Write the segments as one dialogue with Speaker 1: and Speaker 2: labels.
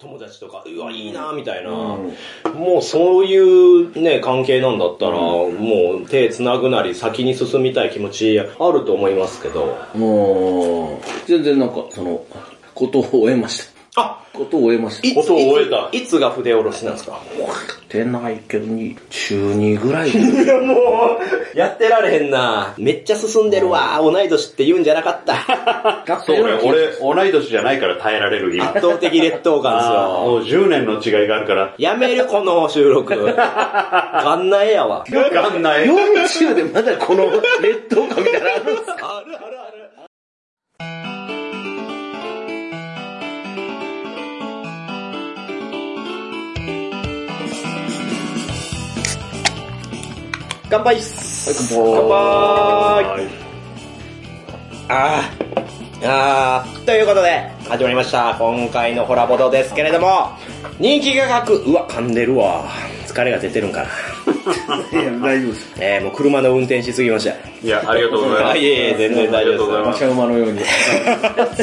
Speaker 1: 友達とか、うわ、いいな、みたいな、もうそういうね、関係なんだったら、もう手繋ぐなり先に進みたい気持ちあると思いますけど。
Speaker 2: もう、全然なんか、その、ことを終えました。
Speaker 1: あ
Speaker 2: ことを終えました。
Speaker 1: ことを終えた。いつが筆下ろしなんですか
Speaker 2: てないけどに、中2ぐ らい。
Speaker 1: いやもう、やってられへんな。めっちゃ進んでるわ。同い年って言うんじゃなかった。
Speaker 2: だっ
Speaker 3: そうね、
Speaker 2: て、
Speaker 3: 俺、同い年じゃないから耐えられる今。
Speaker 1: 圧倒的劣等感ですよ。
Speaker 3: もう10年の違いがあるから、
Speaker 1: やめる、この収 録。ガンナエやわ。
Speaker 3: わかんない。
Speaker 2: 40でまだこの劣等感みたいなのあるんですか
Speaker 1: あるあるある。乾杯っす。 乾杯あーあーということで、始まりました。今回のホラボドですけれども、人気画角、うわ、噛んでるわ。疲れが出てるんかな。
Speaker 2: いや、大丈夫です。
Speaker 1: えー、もう車の運転しすぎました。
Speaker 3: いや、ありがとうございます。
Speaker 1: あいえいえ全然大丈夫です
Speaker 3: ありがとうございま
Speaker 2: 馬
Speaker 3: す。
Speaker 2: 車馬のように。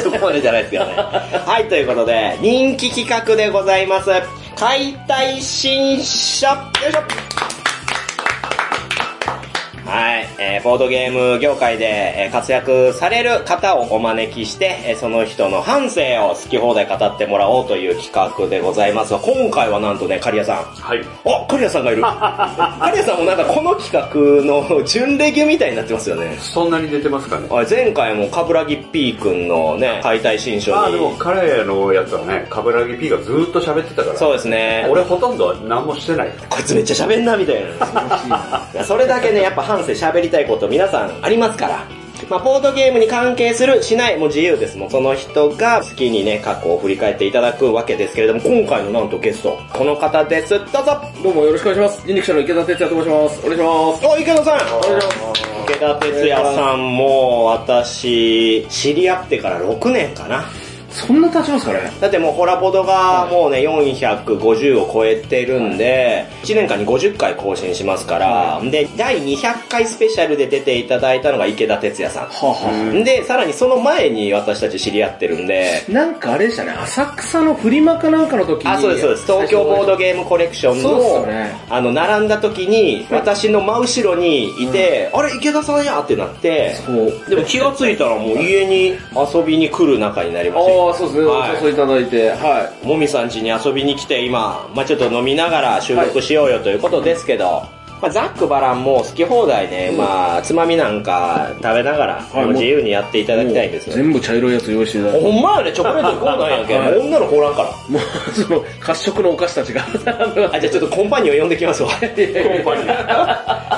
Speaker 1: そこまでじゃないですよね。はい、ということで、人気企画でございます。解体新書よいしょはい、えーボードゲーム業界で、えー活躍される方をお招きして、えーその人の半生を好き放題語ってもらおうという企画でございますが、今回はなんとね、刈谷さん。
Speaker 3: はい。
Speaker 1: あ、刈谷さんがいる。刈谷さんもなんかこの企画の準レギュみたいになってますよね。
Speaker 3: そんなに出てますかね
Speaker 1: あ前回もカブラギ P 君のね、解体新書に。
Speaker 3: まあでも彼のやつはね、カブラギ P がずーっと喋ってたから。
Speaker 1: そうですね。俺、
Speaker 3: 俺ほとんど何もしてない。
Speaker 1: こいつめっちゃ喋んな、みたい な。それだけね、やっぱ反省喋りたいこと皆さんありますから。まあ、ボードゲームに関係する、しない、もう自由です。もうその人が好きにね、過去を振り返っていただくわけですけれども、今回のなんとゲスト、この方です。どうぞ
Speaker 2: どうもよろしくお願いします。人力車の池田哲也と申します。お願いします。
Speaker 1: お、池田さん
Speaker 2: お願いし
Speaker 1: 池田哲也さんも、私、知り合ってから6年かな。
Speaker 2: ます。そんな経ちますかね
Speaker 1: だってもうホラボドがもうね、450を超えてるんで、1年間に50回更新しますから、で、第200回スペシャルで出ていただいたのが池田哲也さ
Speaker 2: はあ、は
Speaker 1: ん。で、さらにその前に私たち知り合ってるんで、
Speaker 2: あ、なんかあれでしたね、浅草のフリマかなんかの時に。
Speaker 1: あ、そうです、そうです。東京ボードゲームコレクション
Speaker 2: そうっすよ
Speaker 1: の、
Speaker 2: ね
Speaker 1: あの、並んだ時に、私の真後ろにいて、あれ、池田さんやってなって、
Speaker 2: そう。
Speaker 1: でも気がついたらもう家に遊びに来る仲になりました。
Speaker 2: ああ、そうですね、
Speaker 1: はい
Speaker 2: お誘いいただいて、はい。
Speaker 1: もみさん家に遊びに来て今、まあちょっと飲みながら収録しようよということですけど、まあ、ざっくばらんもう好き放題ね、まあつまみなんか食べながら、
Speaker 2: い
Speaker 1: もう自由にやっていただきたいんですよ。
Speaker 2: 全部茶色いやつ用意していただいて。
Speaker 1: ほんまやね、チョコレー ト行こうなんやけん。もう女の子おらんから。
Speaker 2: もう、その、褐色のお菓子たちが。
Speaker 1: あ、じゃあちょ っとコンパニオン呼んできますわ。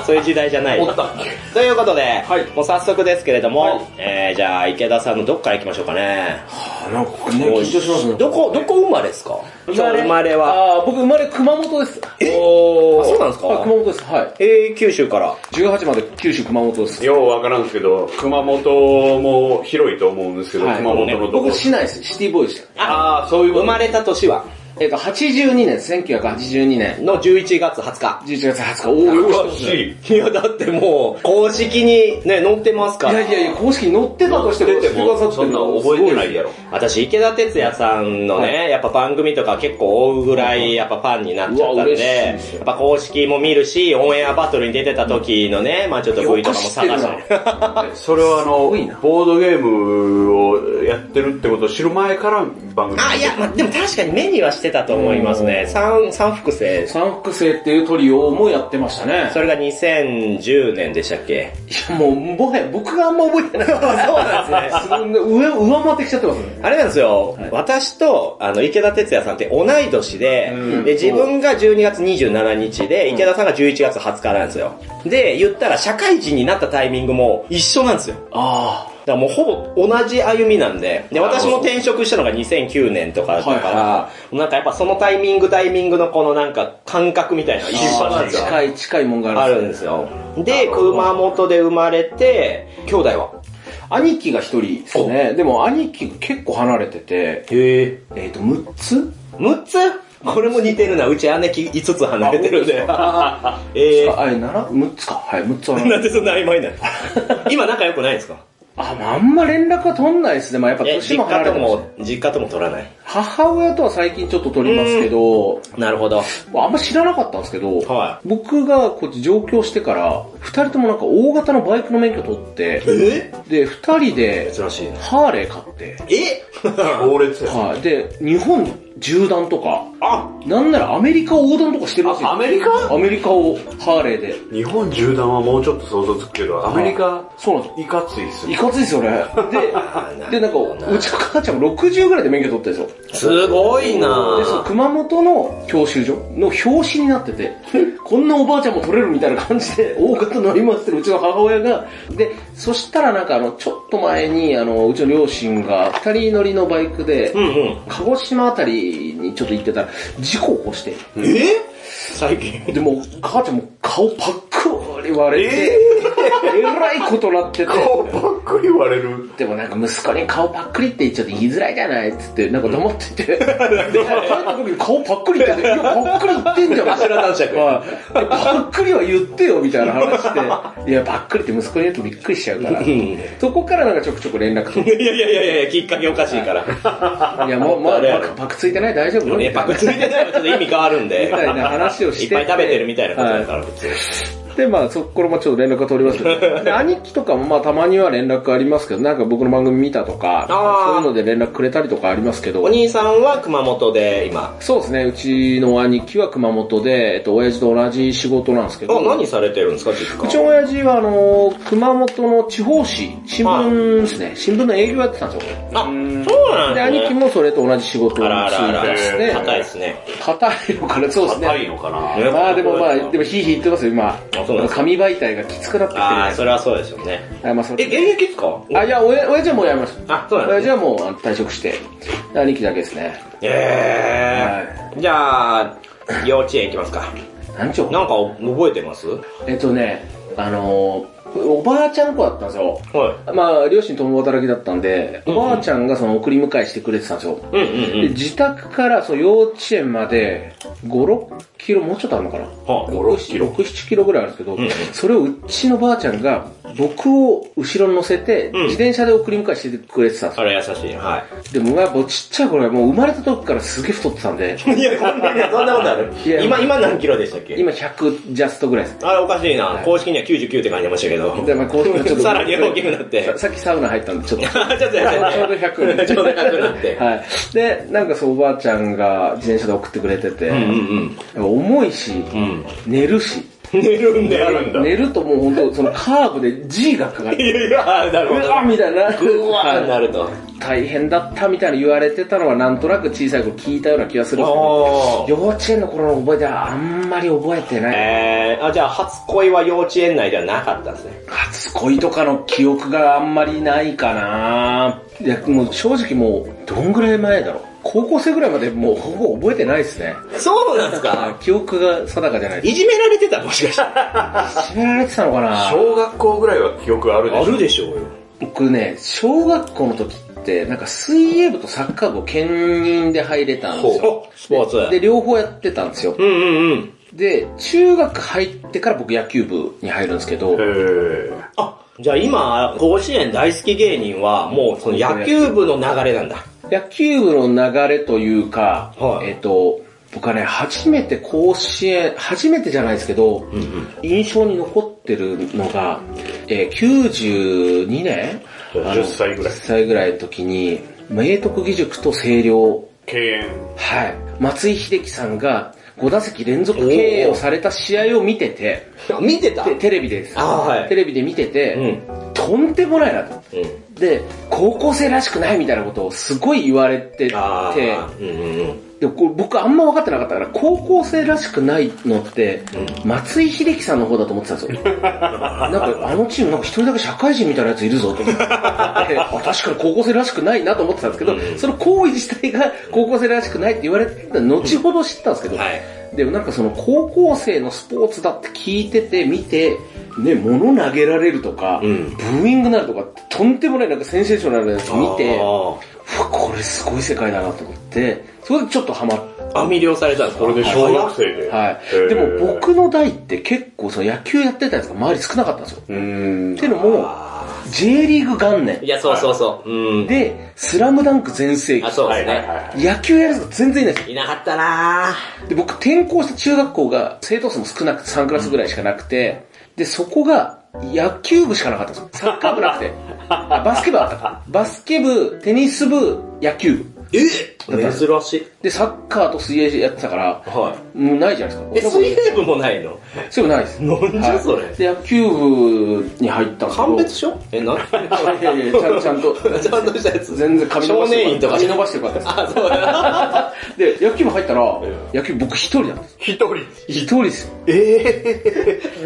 Speaker 1: そういう時代じゃない。ということで、
Speaker 2: はい
Speaker 1: もう早速ですけれども、
Speaker 2: はい
Speaker 1: えー、じゃあ池田さんのどっから行きましょうかね。
Speaker 2: あなんか、緊張しますね。
Speaker 1: どこ、どこ生まれですか今日生まれは。
Speaker 2: ああ、僕生まれ熊本です。
Speaker 1: おーあ、そうなんですか
Speaker 2: はい熊本です。はい。
Speaker 1: えー、九州から。
Speaker 2: 18まで九州熊本です。
Speaker 3: ようわからんですけど、熊本も広いと思うんですけど、
Speaker 2: はい
Speaker 3: 熊本のどこ
Speaker 2: 僕市内です。シティボーイでした。
Speaker 3: ああ、そういうこ
Speaker 1: 生
Speaker 3: と
Speaker 1: まれた年は
Speaker 2: えっと、82年、1982年、
Speaker 1: の11月20日。
Speaker 2: 11月20日、おーよく知ってま
Speaker 3: 詳
Speaker 2: す
Speaker 3: し
Speaker 2: ね
Speaker 3: い。
Speaker 1: いや、だってもう、公式にね、載ってますか
Speaker 2: い
Speaker 1: ら。
Speaker 2: やいやいや、公式に載ってたとしても、
Speaker 3: ても、そんな覚えてないやろ。
Speaker 1: 私、池田哲也さんのね、やっぱ番組とか結構追うぐらい、やっぱファンになっちゃったんで、
Speaker 2: うわ嬉しいですよ
Speaker 1: やっぱ公式も見るし、オンエアバトルに出てた時のね、まあちょっと V とかも探し
Speaker 2: よく知って
Speaker 1: て。
Speaker 3: それはあ
Speaker 2: すごいな
Speaker 3: の、ボードゲームをやってるってことを知る前から番組。
Speaker 1: あ、いや、まあでも確かに目にはしてたと思いますね。三、三複製。
Speaker 2: 三複製っていうトリオもやってましたね。
Speaker 1: それが2010年でしたっけ
Speaker 2: いや、もう、もはや僕があんま覚えてない。そう
Speaker 1: なんですね
Speaker 2: んですね。上、上回ってきちゃってますね。
Speaker 1: あれなんですよ、私と、あの、池田哲也さんって同い年で、で、自分が12月27日で、池田さんが11月20日なんですよ。で、言ったら社会人になったタイミングも一緒なんですよ。
Speaker 2: ああ。
Speaker 1: だからもうほぼ同じ歩みなんで、で、私も転職したのが2009年とかだから、
Speaker 2: はいは
Speaker 1: なんかやっぱそのタイミングタイミングのこのなんか感覚みたいなのが一緒なんですよ。
Speaker 2: 近い、近いもんが
Speaker 1: あ
Speaker 2: ある
Speaker 1: るんですよ。で、熊本で生まれて、兄弟は
Speaker 2: 兄貴が一人ですね。でも兄貴結構離れてて、
Speaker 1: へえ。
Speaker 2: えっと、6つ
Speaker 1: 6つこれも似てるな。うち姉貴5つ離れてるんで。えー、
Speaker 2: あれ、7? 6つか。はい、6つ離れ
Speaker 1: な
Speaker 2: て
Speaker 1: んでそんな曖昧な の今仲良くないんですか
Speaker 2: あ、まああんま連絡は取んないですね。まあやっぱ
Speaker 1: いや、
Speaker 2: 年
Speaker 1: 実
Speaker 2: も離
Speaker 1: 家
Speaker 2: れ
Speaker 1: と
Speaker 2: てますね
Speaker 1: も、実家とも取らない。
Speaker 2: 母親とは最近ちょっと撮りますけど、
Speaker 1: なるほど。
Speaker 2: あんま知らなかったんですけど、
Speaker 1: は
Speaker 2: 僕がこっち上京してから、二人ともなんか大型のバイクの免許取って、
Speaker 1: え
Speaker 2: で、二人で
Speaker 1: 珍しいな。
Speaker 2: ハーレー買って、
Speaker 1: え
Speaker 3: 猛烈や。
Speaker 2: はい。で、日本縦断とか、
Speaker 3: あ
Speaker 2: なんならアメリカ横断とかしてます
Speaker 3: あ、ア
Speaker 2: よ。
Speaker 3: メリカ
Speaker 2: アメリカをハーレーで。
Speaker 3: 日本縦断はもうちょっと想像つくけど、アメリカ、
Speaker 2: そうなんですよ。
Speaker 3: いかついっす
Speaker 2: い
Speaker 3: ね。
Speaker 2: かついですよね。で、で、なんか、うちの母ちゃんも60ぐらいで免許取ってるんですよ。
Speaker 1: すごいな
Speaker 2: で、その熊本の教習所の表紙になって て、こんなおばあちゃんも取れるみたいな感じで、大方乗りますってるうちの母親が、で、そしたらなんかあの、ちょっと前に、あの、うちの両親が二人乗りのバイクで、
Speaker 1: うんうん。
Speaker 2: 鹿児島あたりにちょっと行ってたら、事故起こして、
Speaker 1: え最近。
Speaker 2: でも、母ちゃんも顔パックリ割れて、えらいことなってて、
Speaker 3: 顔ばっくり割れる。
Speaker 2: でもなんか息子に顔パックリって言っちゃって言いづらいじゃないっつって、なんか黙ってて、で、帰った時に顔パックリって言って、いや、パックリ言ってんじゃん。
Speaker 1: 頭男爵
Speaker 2: はいでパックリは言ってよ、みたいな話して、いや、パックリって息子に言うとびっくりしちゃうから
Speaker 1: ん、
Speaker 2: そこからなんかちょくちょく連絡取っ
Speaker 1: いやいやいやいや、きっかけおかしいから。
Speaker 2: て、いや、もう、ま
Speaker 1: あ
Speaker 2: あ、
Speaker 1: れや
Speaker 2: パ
Speaker 1: ろ
Speaker 2: クパクついてない大丈夫
Speaker 1: いやパクついてないはちょっと意味変わるんで。
Speaker 2: みたいな話をして
Speaker 1: いっぱい食べてるみたいなことだから、普通。
Speaker 2: で、まあ、そこからもちょっと連絡が取ります けど、で兄貴とかもまあ、たまには連絡ありますけど、なんか僕の番組見たとか、
Speaker 1: あー
Speaker 2: そういうので連絡くれたりとかありますけど
Speaker 1: お、兄さんは熊本で今。
Speaker 2: そうですね、うちの兄貴は熊本で、えっと、親父と同じ仕事なんですけ
Speaker 1: あ、
Speaker 2: ど、
Speaker 1: 何されてるんですか、実
Speaker 2: うちの
Speaker 1: 家。
Speaker 2: 親父は、あのー熊本の地方紙、新聞ですね、新聞の営業やってたんですよ。
Speaker 1: あ、そうなん
Speaker 2: で、
Speaker 1: です
Speaker 2: 兄貴
Speaker 1: ね。
Speaker 2: もそれと同じ仕事を
Speaker 1: あらあらあら、
Speaker 2: して
Speaker 3: ね
Speaker 1: 硬いですね。
Speaker 2: 硬いのかな、そうです
Speaker 3: 硬
Speaker 2: ね。
Speaker 3: いのかな
Speaker 1: ね
Speaker 2: まあでもまあ、でもヒーヒー言ってますよ、今。
Speaker 1: そうなんですか
Speaker 2: 紙媒体がきつくなってきてる
Speaker 1: ああ、そ
Speaker 2: ね
Speaker 1: れはそうですよね。
Speaker 2: あまあそ
Speaker 1: え、
Speaker 2: れ
Speaker 1: 現役ですか
Speaker 2: あ、いや、親親父はもうやめました。
Speaker 1: あ、そうなんで
Speaker 2: 親
Speaker 1: す
Speaker 2: 父
Speaker 1: ね。
Speaker 2: はもうあの退職して、兄貴だけですね。
Speaker 1: えー。じゃあ、幼稚園行きますか。
Speaker 2: 何ちょ
Speaker 1: なんか覚えてますは
Speaker 2: えっとね、あのー、おばあちゃん子だったんですよ。
Speaker 1: い。
Speaker 2: まあ、両親共働きだったんで、おばあちゃんがその送り迎えしてくれてたんですよ。
Speaker 1: うんうんう
Speaker 2: で
Speaker 1: ん。
Speaker 2: 自宅からその幼稚園まで5、6キロ、もうちょっとあるのかな
Speaker 1: はあ
Speaker 2: ?5、6キロ ?6、7キロぐらいあるんですけど、
Speaker 1: んうん
Speaker 2: それをうちのばあちゃんが僕を後ろに乗せて、
Speaker 1: うん
Speaker 2: 自転車で送り迎えしてくれてたんです
Speaker 1: あ
Speaker 2: よ。
Speaker 1: れ優しい。は
Speaker 2: でもやっぱちっちゃい頃はもう生まれた時からすげえ太ってた んで、
Speaker 1: い。いや、こんな、そんなことある
Speaker 2: いや
Speaker 1: 今、今何キロでしたっけ
Speaker 2: 今100ジャストぐらいです。
Speaker 1: あれおかしいな。公式には99って書いてましたけど。
Speaker 2: でまあ公式はちょっと
Speaker 1: さらに大きくなって
Speaker 2: さ。さっきサウナ入ったんでちょ っと。
Speaker 1: あ ちょっとや
Speaker 2: ちょうど100
Speaker 1: ちょうど100になって。
Speaker 2: はい。で、なんかそうおばあちゃんが自転車で送ってくれてて、
Speaker 1: うん
Speaker 2: やっぱ重いし、
Speaker 1: うんうん。
Speaker 2: 寝るし、
Speaker 1: 寝るんだよ。
Speaker 2: 寝るともう本当そのカーブで G がか かる。
Speaker 1: いや、なる
Speaker 2: う
Speaker 1: ほ
Speaker 2: わみたいな。
Speaker 1: ど。うわー
Speaker 2: は
Speaker 1: なると。
Speaker 2: い大変だったみたいな言われてたのはなんとなく小さい頃聞いたような気がするんですけど、
Speaker 1: あー
Speaker 2: 幼稚園の頃の覚えではあんまり覚えてない。
Speaker 1: えー、あ、じゃあ初恋は幼稚園内ではなかったんですね。
Speaker 2: 初恋とかの記憶があんまりないかないや、もう正直もう、どんぐらい前だろう。高校生ぐらいまでもうほぼ覚えてないですね。
Speaker 1: そうなんです
Speaker 2: あ
Speaker 1: か
Speaker 2: 記憶が定かじゃない。い
Speaker 1: いじめられてたもしか して。あ
Speaker 2: じめられてたのかな
Speaker 3: 小学校ぐらいは記憶あるでしょ
Speaker 1: るでしょうよ。
Speaker 2: 僕ね、小学校の時って、なんか水泳部とサッカー部を兼任で入れたんですよ。
Speaker 1: おスポーツ。
Speaker 2: で、両方やってたんですよ。
Speaker 1: うんうんうん。
Speaker 2: で、中学入ってから僕野球部に入るんですけど、
Speaker 3: へー
Speaker 1: あ、じゃあ今、甲子園大好き芸人は、もうその野球部の流れなんだ。
Speaker 2: 野球部の流れというか、
Speaker 1: はい
Speaker 2: えっ、と、僕はね、初めて甲子園、初めてじゃないですけど、
Speaker 1: うんうん。
Speaker 2: 印象に残ってるのが、えー92年あの
Speaker 3: 10歳ぐらい
Speaker 2: 10歳ぐらいの時に、明徳義塾と星稜、
Speaker 3: 敬遠。
Speaker 2: はい、松井秀喜さんが5打席連続経営をされた試合を見てて、
Speaker 1: 見てた
Speaker 2: でテレビです。
Speaker 1: あはい
Speaker 2: テレビで見てて、
Speaker 1: うん。
Speaker 2: とんでもないなと。
Speaker 1: うん。
Speaker 2: で、高校生らしくないみたいなことをすごい言われてて、
Speaker 1: あーうんうんうん。
Speaker 2: でこれ僕あんま分かってなかったから、高校生らしくないのって、松井秀喜さんの方だと思ってたんです よ。なんかあのチームなんか一人だけ社会人みたいなやついるぞ と思って。であ確かに高校生らしくないなと思ってたんですけど、その行為自体が高校生らしくないって言われてたの後ほど知ったんですけど、
Speaker 1: はい。
Speaker 2: でもなんかその高校生のスポーツだって聞いてて、見て、ね、物投げられるとか、
Speaker 1: うん
Speaker 2: ブーイングになるとか、とんでもないなんかセンセーショナルなやつ見て、
Speaker 1: あ
Speaker 2: うわこれすごい世界だなと思って、そこでちょっとハマって、
Speaker 1: ーあ、魅了されたんですか
Speaker 3: これで小学生で。
Speaker 2: はい。で
Speaker 3: へー
Speaker 2: も僕の代って結構その野球やってたやつが周り少なかったんですよ。
Speaker 3: うーん
Speaker 2: ってのも、 J リーグ元年
Speaker 1: い。や、そうそうそう。うん。
Speaker 2: で、スラムダンク全盛期
Speaker 1: あ、。そう
Speaker 3: は
Speaker 1: で
Speaker 3: い
Speaker 1: す
Speaker 3: はいは
Speaker 1: ね。
Speaker 3: い。
Speaker 2: 野球やる人全然いないです
Speaker 1: いなかったな
Speaker 2: で、僕転校した中学校が生徒数も少なくて3クラスぐらいしかなくて、で、そこが野球部しかなかったんですよ。サッカー部なくて。あバスケ部あったか。バスケ部、テニス部、野球部。
Speaker 1: ー珍しい。
Speaker 2: で、サッカーと水泳やってたから、
Speaker 1: は
Speaker 2: もうないじゃないですか。
Speaker 1: い。え、水泳部もないの
Speaker 2: そういうのないです。
Speaker 1: なんじゃそれ
Speaker 2: はいで、野球部に入ったんですけど
Speaker 1: 鑑別所え、なん
Speaker 2: いやいや、ちゃんちゃんと。
Speaker 1: ちゃんとしたやつ。
Speaker 2: 全然髪伸ば
Speaker 1: 少
Speaker 2: して
Speaker 1: 年院とか
Speaker 2: 髪
Speaker 1: じゃ
Speaker 2: 伸ばしてよかったです。
Speaker 1: あ、そうだ。
Speaker 2: で、野球部入ったら、野球部僕一人なんです。
Speaker 3: 一人。
Speaker 2: 一人ですよ。
Speaker 3: え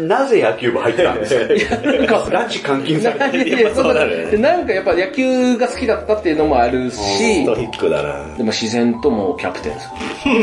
Speaker 3: えなぜ野球部入ってたんですか
Speaker 2: なんか、
Speaker 3: 拉致監禁されて
Speaker 2: い
Speaker 3: る。
Speaker 2: やいやそんな
Speaker 1: そうだね
Speaker 2: でなんかやっぱ野球が好きだったっていうのもあるし、
Speaker 1: ト
Speaker 2: で
Speaker 1: リックだな
Speaker 2: も自然ともうキャプテンです。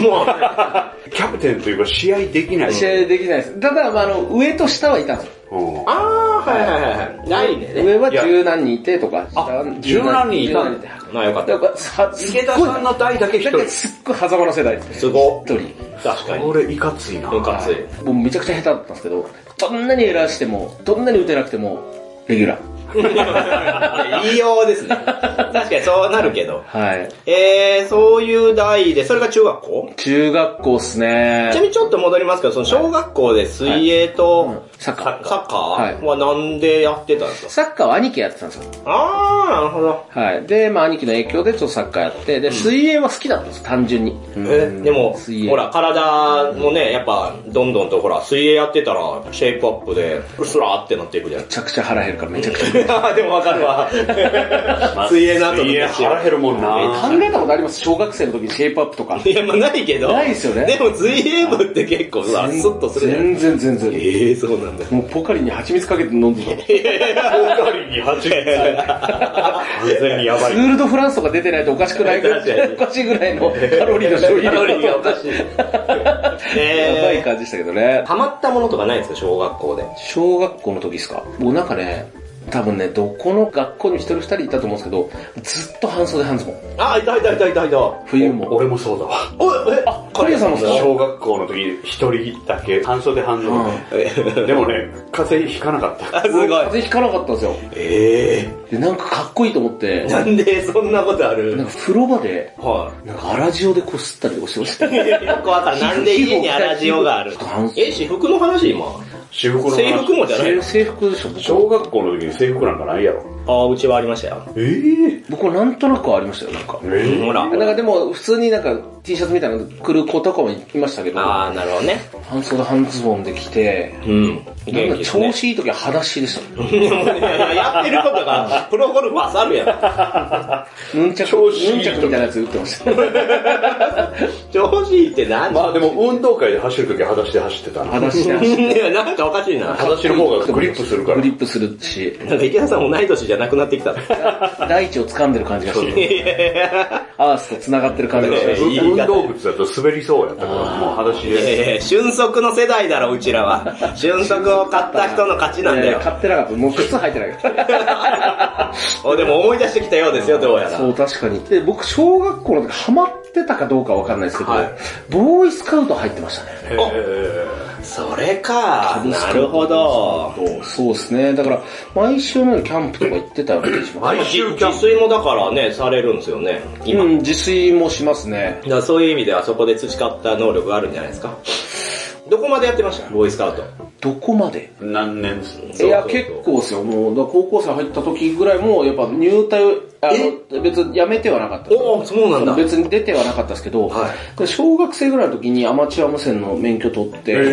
Speaker 3: キャプテンというか試合できない。
Speaker 2: 試合できないです。ただ、まあ、あの、上と下はいたんですよ。
Speaker 3: うん
Speaker 1: あー、はいはいはい。ないね。
Speaker 2: 上は十何人いてとか、下は
Speaker 3: 17人いた
Speaker 2: 17て
Speaker 1: まあよかっ
Speaker 2: だ
Speaker 1: た。
Speaker 2: から、さすっ
Speaker 3: 池田
Speaker 2: ごい、
Speaker 3: さんの代だけ一
Speaker 2: なんか
Speaker 3: 人。
Speaker 2: すっごい狭間の世代です。
Speaker 1: すご。
Speaker 2: 一人。
Speaker 1: 確かに。
Speaker 3: これいかついな。
Speaker 1: よかつい。
Speaker 2: もうめちゃくちゃ下手だったんですけど、どんなにエラーしても、どんなに打てなくても、レギュラー。
Speaker 1: 言いようですね。確かにそうなるけど。
Speaker 2: はい。
Speaker 1: えー、そういう代で、それが中学校
Speaker 2: 中学校っす
Speaker 1: ちな
Speaker 2: ね。
Speaker 1: みにちょっと戻りますけど、その小学校で水泳
Speaker 2: うん
Speaker 1: と
Speaker 2: サッカ
Speaker 1: サッ
Speaker 2: ー。
Speaker 1: カ
Speaker 2: はい
Speaker 1: ーはなんでやってたんですか
Speaker 2: サッカーは兄貴やってたんですよ。
Speaker 1: あー、なるほど。
Speaker 2: はい。で、まあ兄貴の影響でちょっとサッカーやって、で、水泳は好きだったんですよ、単純に。
Speaker 1: え、でも
Speaker 2: 水泳、
Speaker 1: ほら、体もね、やっぱ、どんどんとほら、水泳やってたら、シェイプアップで、うっすらーってなっていくじゃん
Speaker 2: め。ちゃくちゃ腹減るからめちゃくち
Speaker 1: あ
Speaker 2: ゃ。
Speaker 1: ーでもわかる わ。水泳の後の
Speaker 3: いや、
Speaker 1: 飯
Speaker 3: 腹減るもんな。
Speaker 2: 考えたことあります小学生の時にシェイプアップとか。
Speaker 1: いや、まあないけど。
Speaker 2: ないですよね
Speaker 1: でも水泳部って結構さ、スッとするじゃん。
Speaker 2: 全然全然。
Speaker 1: ええー、そうなんだ。
Speaker 2: もうポカリに蜂蜜かけて飲んでた。ツ
Speaker 3: ポカリに蜂蜜。完全にやばい。
Speaker 2: ールドフランスとか出てないとおかしくないぐら
Speaker 1: 確か
Speaker 2: い、おかしいぐらいのカロリーの消費量。
Speaker 1: カロリーがお かしい。
Speaker 2: やばい
Speaker 1: え
Speaker 2: 感じでしたけどね
Speaker 1: ー、。ハマったものとかないんですか、小学校で。
Speaker 2: 小学校の時ですかもうなんかね、多分ね、どこの学校にも一人二人いたと思うんですけど、ずっと半袖半ズボン。
Speaker 1: あ、いたいたいたいたいた。お
Speaker 2: 冬も。
Speaker 3: 俺もそうだわ。
Speaker 1: え、
Speaker 2: あ、カリアさんもそう
Speaker 3: 小学校の時に一人だけ半袖半ズボン
Speaker 1: えー
Speaker 3: でもね、風邪ひかなかった。
Speaker 1: あ、すごい。
Speaker 2: 風邪ひかなかったんですよ。
Speaker 1: え
Speaker 2: で、なんかかっこいいと思って
Speaker 1: ー、、なんでそんなことあ
Speaker 2: なん
Speaker 1: る
Speaker 2: か風呂場で、
Speaker 1: は
Speaker 2: なんか粗塩でこすったりとかしてました。
Speaker 1: い。 よくわかんない。なんで家に荒塩がある
Speaker 2: ちょっと半袖
Speaker 1: え、私服の話今。
Speaker 3: 私服の話
Speaker 1: 制服もじゃないの
Speaker 2: 制服でしょ僕
Speaker 3: 小学校の時に制服なんかないやろ。
Speaker 1: あ、うちはありましたよ。
Speaker 3: えぇ
Speaker 2: 僕はなんとなくはありましたよ、なんか。
Speaker 1: ほら。
Speaker 2: なんかでも、普通になんか T シャツみたいなの来る子とかもいましたけど、
Speaker 1: あー、なるほどね。
Speaker 2: 半袖半ズボンで来て、
Speaker 1: うん。
Speaker 2: なん
Speaker 1: 元
Speaker 2: か
Speaker 1: 気ですね
Speaker 2: 調子いい時は裸足でしたね。
Speaker 1: やってることが、プロゴルファーさるやん。
Speaker 2: ヌンチャク、
Speaker 3: 調子いい時
Speaker 2: ヌンチャクみたいなやつ打ってました。
Speaker 1: 調子いいって何
Speaker 3: まあでも運動会で走る時は裸足で走ってたな。
Speaker 2: 裸足で走って
Speaker 1: いやなんかおかしいな。
Speaker 3: 裸足の方がグリップするか
Speaker 2: グ
Speaker 3: ら。
Speaker 2: リップするし、
Speaker 1: なんか池田さん同い年じゃなくなってきた。
Speaker 2: 大地を掴んでる感じがして、アースと繋がってる感じがし
Speaker 1: いやいや
Speaker 2: て、
Speaker 1: いい言い
Speaker 3: 運
Speaker 1: 方
Speaker 3: 動靴だと滑りそうやったから、もう裸足
Speaker 1: いやい
Speaker 3: で。
Speaker 1: やいや俊足の世代だろ、うちらは。俊足を買った人の勝ちなんだ
Speaker 2: いや
Speaker 1: よ。
Speaker 2: 買ってなかった。もう靴履いてないから。
Speaker 1: おでも思い出してきたようですよ、どうやら。
Speaker 2: そう、確かに。で、僕、小学校の時ハマってたかどうかわかんないですけど、
Speaker 1: はい
Speaker 2: ボーイスカウト入ってましたね。
Speaker 3: へー
Speaker 1: それか。なるほど。
Speaker 2: そうですね。だから、毎週のようにキャンプとか行ってたような気がします。
Speaker 3: 毎週キャン
Speaker 1: 自
Speaker 3: プ。
Speaker 1: 炊もだからね、されるんですよね、今。
Speaker 2: う
Speaker 1: だ
Speaker 2: ん、自炊もしますね。
Speaker 1: からそういう意味ではそこで培った能力があるんじゃないですか。どこまでやってましたボーイスカウト。
Speaker 2: どこまで
Speaker 3: 何年っす
Speaker 1: そう
Speaker 2: いや、
Speaker 1: そう
Speaker 2: 結構ですよ。もう、だから高校生入った時ぐらいも、やっぱ入隊、あの、別に辞めてはなかった。
Speaker 1: おお、そうなんだ。
Speaker 2: 別に出てはなかったですけど、
Speaker 1: は
Speaker 2: 小学生ぐらいの時にアマチュア無線の免許取って、
Speaker 3: へ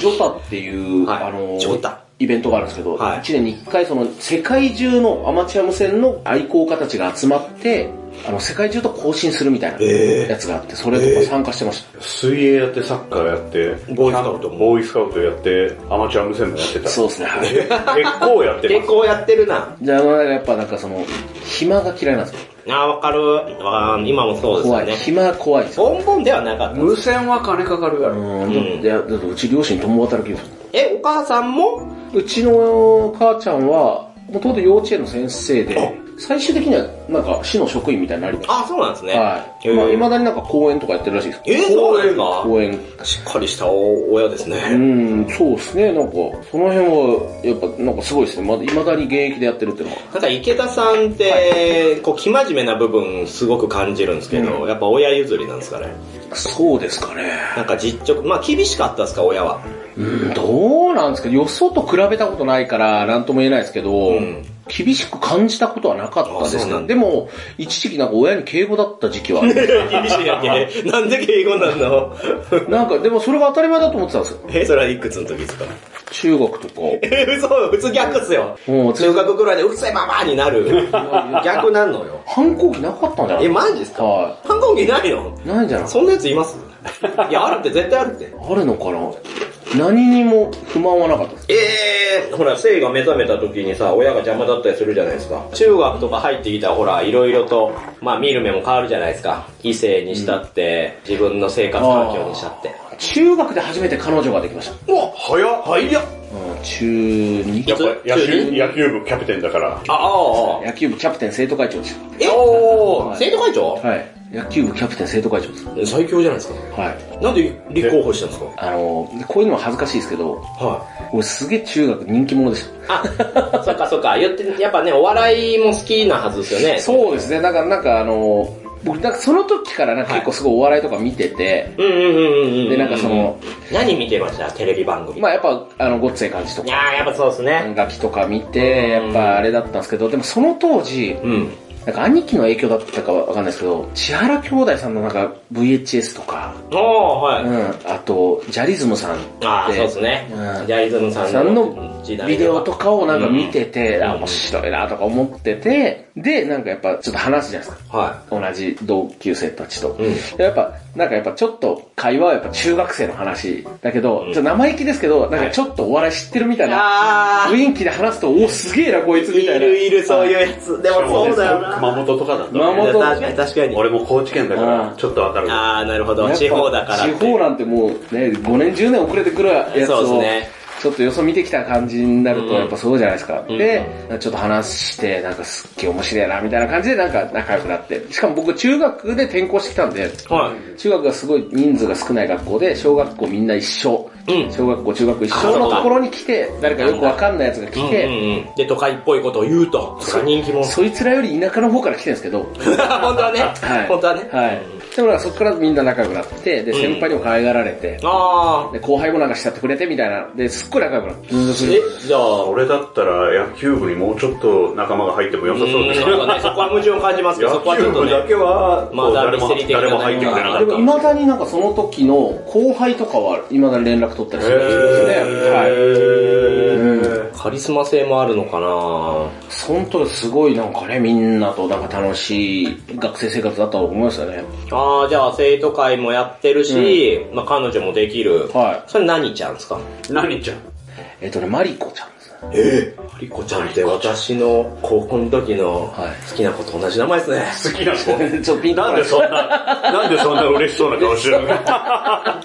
Speaker 2: ジョタっていう、
Speaker 1: はい
Speaker 2: あの、
Speaker 1: ジョタ
Speaker 2: イベントがあるんですけど、
Speaker 1: はい
Speaker 2: 1年に1回その世界中のアマチュア無線の愛好家たちが集まって、あの、世界中と交信するみたいな
Speaker 1: えー
Speaker 2: やつがあって、それとか参加してました。
Speaker 3: ー水泳やって、サッカーやって、
Speaker 1: ボーイスカウトも
Speaker 3: ボーイスカウトやって、アマチュア無線もやってた。
Speaker 2: そうですね、はい。
Speaker 3: 結構やってま
Speaker 1: 結構やってるな。
Speaker 2: じゃあ、あのやっぱなんかその、暇が嫌いなんですよ。
Speaker 1: あー、わかる。わー今もそうです
Speaker 2: 怖
Speaker 1: よ
Speaker 2: い。
Speaker 1: ね。
Speaker 2: 暇が怖いんですよ。
Speaker 1: ボンボンではなかっ
Speaker 3: す。
Speaker 1: た。
Speaker 3: 無線は金かかるやろ。
Speaker 2: うん、いや、だってうち両親共働きですよ。
Speaker 1: え、お母さんも
Speaker 2: うちの母ちゃんは、もともと幼稚園の先生で、最終的には、なんか、市の職員みたいになりまし
Speaker 1: あ、そうなんですね。
Speaker 2: た。はい。
Speaker 1: へー
Speaker 2: まあ、未だになんか公演とかやってるらしいです。
Speaker 1: えー、そうなんですか
Speaker 2: 公演。
Speaker 1: しっかりしたお親です
Speaker 2: う
Speaker 1: ね。
Speaker 2: ん、そうですね。なんか、その辺は、やっぱ、なんかすごいですね。まだ、未だに現役でやってるっていうのは。
Speaker 1: なんか池田さんって、こう、生真面目な部分すごく感じるんですけど、やっぱ親譲りなんですかね。
Speaker 2: そうですかね。
Speaker 1: なんか実直、まあ厳しかったですか、親は。
Speaker 2: うん、どうなんですかよそと比べたことないから、なんとも言えないですけど、
Speaker 1: うん
Speaker 2: 厳しく感じたことはなかったで
Speaker 1: あ
Speaker 2: す
Speaker 1: そうなんだ
Speaker 2: ね。でも、一時期なんか親に敬語だった時期はある。
Speaker 1: 厳しいやけ。 なんで敬語なの
Speaker 2: なんか、でもそれが当たり前だと思ってたんですよ。
Speaker 1: え、それはいくつの時ですか
Speaker 2: 中学とか。
Speaker 1: え、 嘘、普通逆っすよ。
Speaker 2: もう、
Speaker 1: 中学ぐらいでうるせえママにな る。逆なんのよ。
Speaker 2: 反抗期なかったんじゃない
Speaker 1: え、マジですか
Speaker 2: は
Speaker 1: 反抗期ないの
Speaker 2: い。ないんじゃない
Speaker 1: そんなやついますいや、あるって、絶対あるって。
Speaker 2: あるのかな何にも不満はなかったです。
Speaker 1: ええー、ほら、性が目覚めた時にさ、親が邪魔だったりするじゃないですか。中学とか入ってきたら、ほら、いろいろと、まあ見る目も変わるじゃないですか。異性にしたって、自分の生活環境にしたって。
Speaker 2: 中学で初めて彼女ができました。
Speaker 3: うわ、早っ早っ
Speaker 2: うん、中2。
Speaker 3: やっぱ野
Speaker 1: 普通
Speaker 3: 球
Speaker 1: に
Speaker 3: 野球部キャプテンだから。
Speaker 1: ああ、ああ
Speaker 2: 野球部キャプテン生徒会長でし
Speaker 1: えおー、生徒会長
Speaker 2: た。はい。野球部キャプテン生徒会長です。
Speaker 1: 最強じゃないですか。
Speaker 2: はい。
Speaker 1: なんで立候補したんですか
Speaker 2: あの、こういうのは恥ずかしいですけど、
Speaker 1: はい。
Speaker 2: 俺すげえ中学人気者でした。
Speaker 1: あ、そっかそっか。言って、やっぱね、お笑いも好きなはずですよね。
Speaker 2: そうですね。だからなんかあの、僕なんかその時からなんか結構すごいお笑いとか見てて、
Speaker 1: うんうんうんうんうん。
Speaker 2: でなんかその、
Speaker 1: 何見てましたテレビ番組。
Speaker 2: まあやっぱあの、ごっつええ感じと
Speaker 1: い
Speaker 2: か、
Speaker 1: やー、やっぱそうですね。
Speaker 2: 楽器とか見て、やっぱあれだったんですけど、でもその当時、
Speaker 1: うん。
Speaker 2: なんか兄貴の影響だったかわかんないですけど、千原兄弟さんのなんか VHS とか、
Speaker 1: ああ、は
Speaker 2: う
Speaker 1: い。
Speaker 2: ん、あと、ジャリズムさん
Speaker 1: ああ、そうです
Speaker 2: ね。
Speaker 1: ね。ジ
Speaker 2: うん
Speaker 1: ャイズムさ
Speaker 2: さん
Speaker 1: んの
Speaker 2: の
Speaker 1: 時代
Speaker 2: ビデオとかをなんか見てて、
Speaker 1: うん
Speaker 2: あ、面白いなとか思ってて、で、なんかやっぱちょっと話すじゃないですか。
Speaker 1: は
Speaker 2: 同じ同級生たちと。
Speaker 1: うん
Speaker 2: やっぱ、なんかやっぱちょっと会話はやっぱ中学生の話だけど、ちょっと生意気ですけど、なんかちょっとお笑い知ってるみたい
Speaker 1: い。
Speaker 2: な、
Speaker 1: あ
Speaker 2: 雰囲気で話すと、おすげえなこいつみたいな。
Speaker 1: いうやつ。でも
Speaker 3: 熊本とかだった
Speaker 2: 熊本
Speaker 1: 確かに確かに。
Speaker 3: 俺も高知県だか
Speaker 2: う
Speaker 3: ら
Speaker 2: ん、
Speaker 3: ちょっとわかる。
Speaker 1: ああ、なるほ
Speaker 2: やっ
Speaker 1: ど。
Speaker 2: ぱ
Speaker 1: 地方だからっ
Speaker 2: 地
Speaker 1: て。
Speaker 2: 方なんてもうね、5年10年遅れてくるやつ
Speaker 1: そうです
Speaker 2: を、
Speaker 1: ね
Speaker 2: ちょっとよそ見てきた感じになると
Speaker 1: うん
Speaker 2: やっぱそうじゃないですか。
Speaker 1: ん
Speaker 2: で、ちょっと話して、なんかすっげえ面白いなみたいな感じでなんか仲良くなって。しかも僕中学で転校してきたんで、
Speaker 1: はい。
Speaker 2: 中学がすごい人数が少ない学校で、小学校みんな一緒。
Speaker 1: うん
Speaker 2: 小学校、中学校一
Speaker 1: あそ
Speaker 2: 緒
Speaker 1: う
Speaker 2: の
Speaker 1: か
Speaker 2: ところに来て、誰かよくわかんないやつが来て、
Speaker 1: うんうん、で、都会っぽいことを言うと。人気者。
Speaker 2: そいつらより田舎の方から来てるんですけど、
Speaker 1: 本当はね。本当はね。
Speaker 2: はい。でもなんかそこからみんな仲良くなって、で、先輩にも可愛がられて、
Speaker 1: あ
Speaker 2: で、後輩もなんか慕ってくれてみたいな。で、すっごい仲良くなって。
Speaker 1: ー。え、じゃあ、
Speaker 3: 俺だったら野球部にもうちょっと仲間が入っても良さそう
Speaker 1: うん
Speaker 3: です
Speaker 1: なんかね、そこは矛盾を感じますけど、そこは
Speaker 3: 野
Speaker 1: ちょっ
Speaker 3: 球
Speaker 1: と
Speaker 3: 部
Speaker 1: ね。
Speaker 3: だけは、
Speaker 1: まだ
Speaker 3: 誰も
Speaker 1: ミステリー的な
Speaker 3: 誰も入ってくれなか
Speaker 2: で
Speaker 3: っ
Speaker 2: も、
Speaker 3: た。
Speaker 2: 未だになんかその時の後輩とかは、未だに連絡取ったりするんですね。はい。
Speaker 3: へ
Speaker 1: カリスマ性もあるのかな
Speaker 2: その時すごいなんかね、みんなとなんか楽しい学生生活だったと思いますよね。
Speaker 1: あー、じゃあ生徒会もやってるし、まあ彼女もできる。
Speaker 2: は
Speaker 1: それ何ちゃんですか
Speaker 3: ー。何ちゃん
Speaker 2: い。えっとね、マリコちゃんですね。
Speaker 1: マリコちゃんって私の高校の時の
Speaker 2: はい
Speaker 1: 好きな子と同じ名前ですね。
Speaker 3: 好きな の
Speaker 2: ちょっとピンとこ
Speaker 3: ないんでそんな、なんでそんな嬉しそうな顔してるの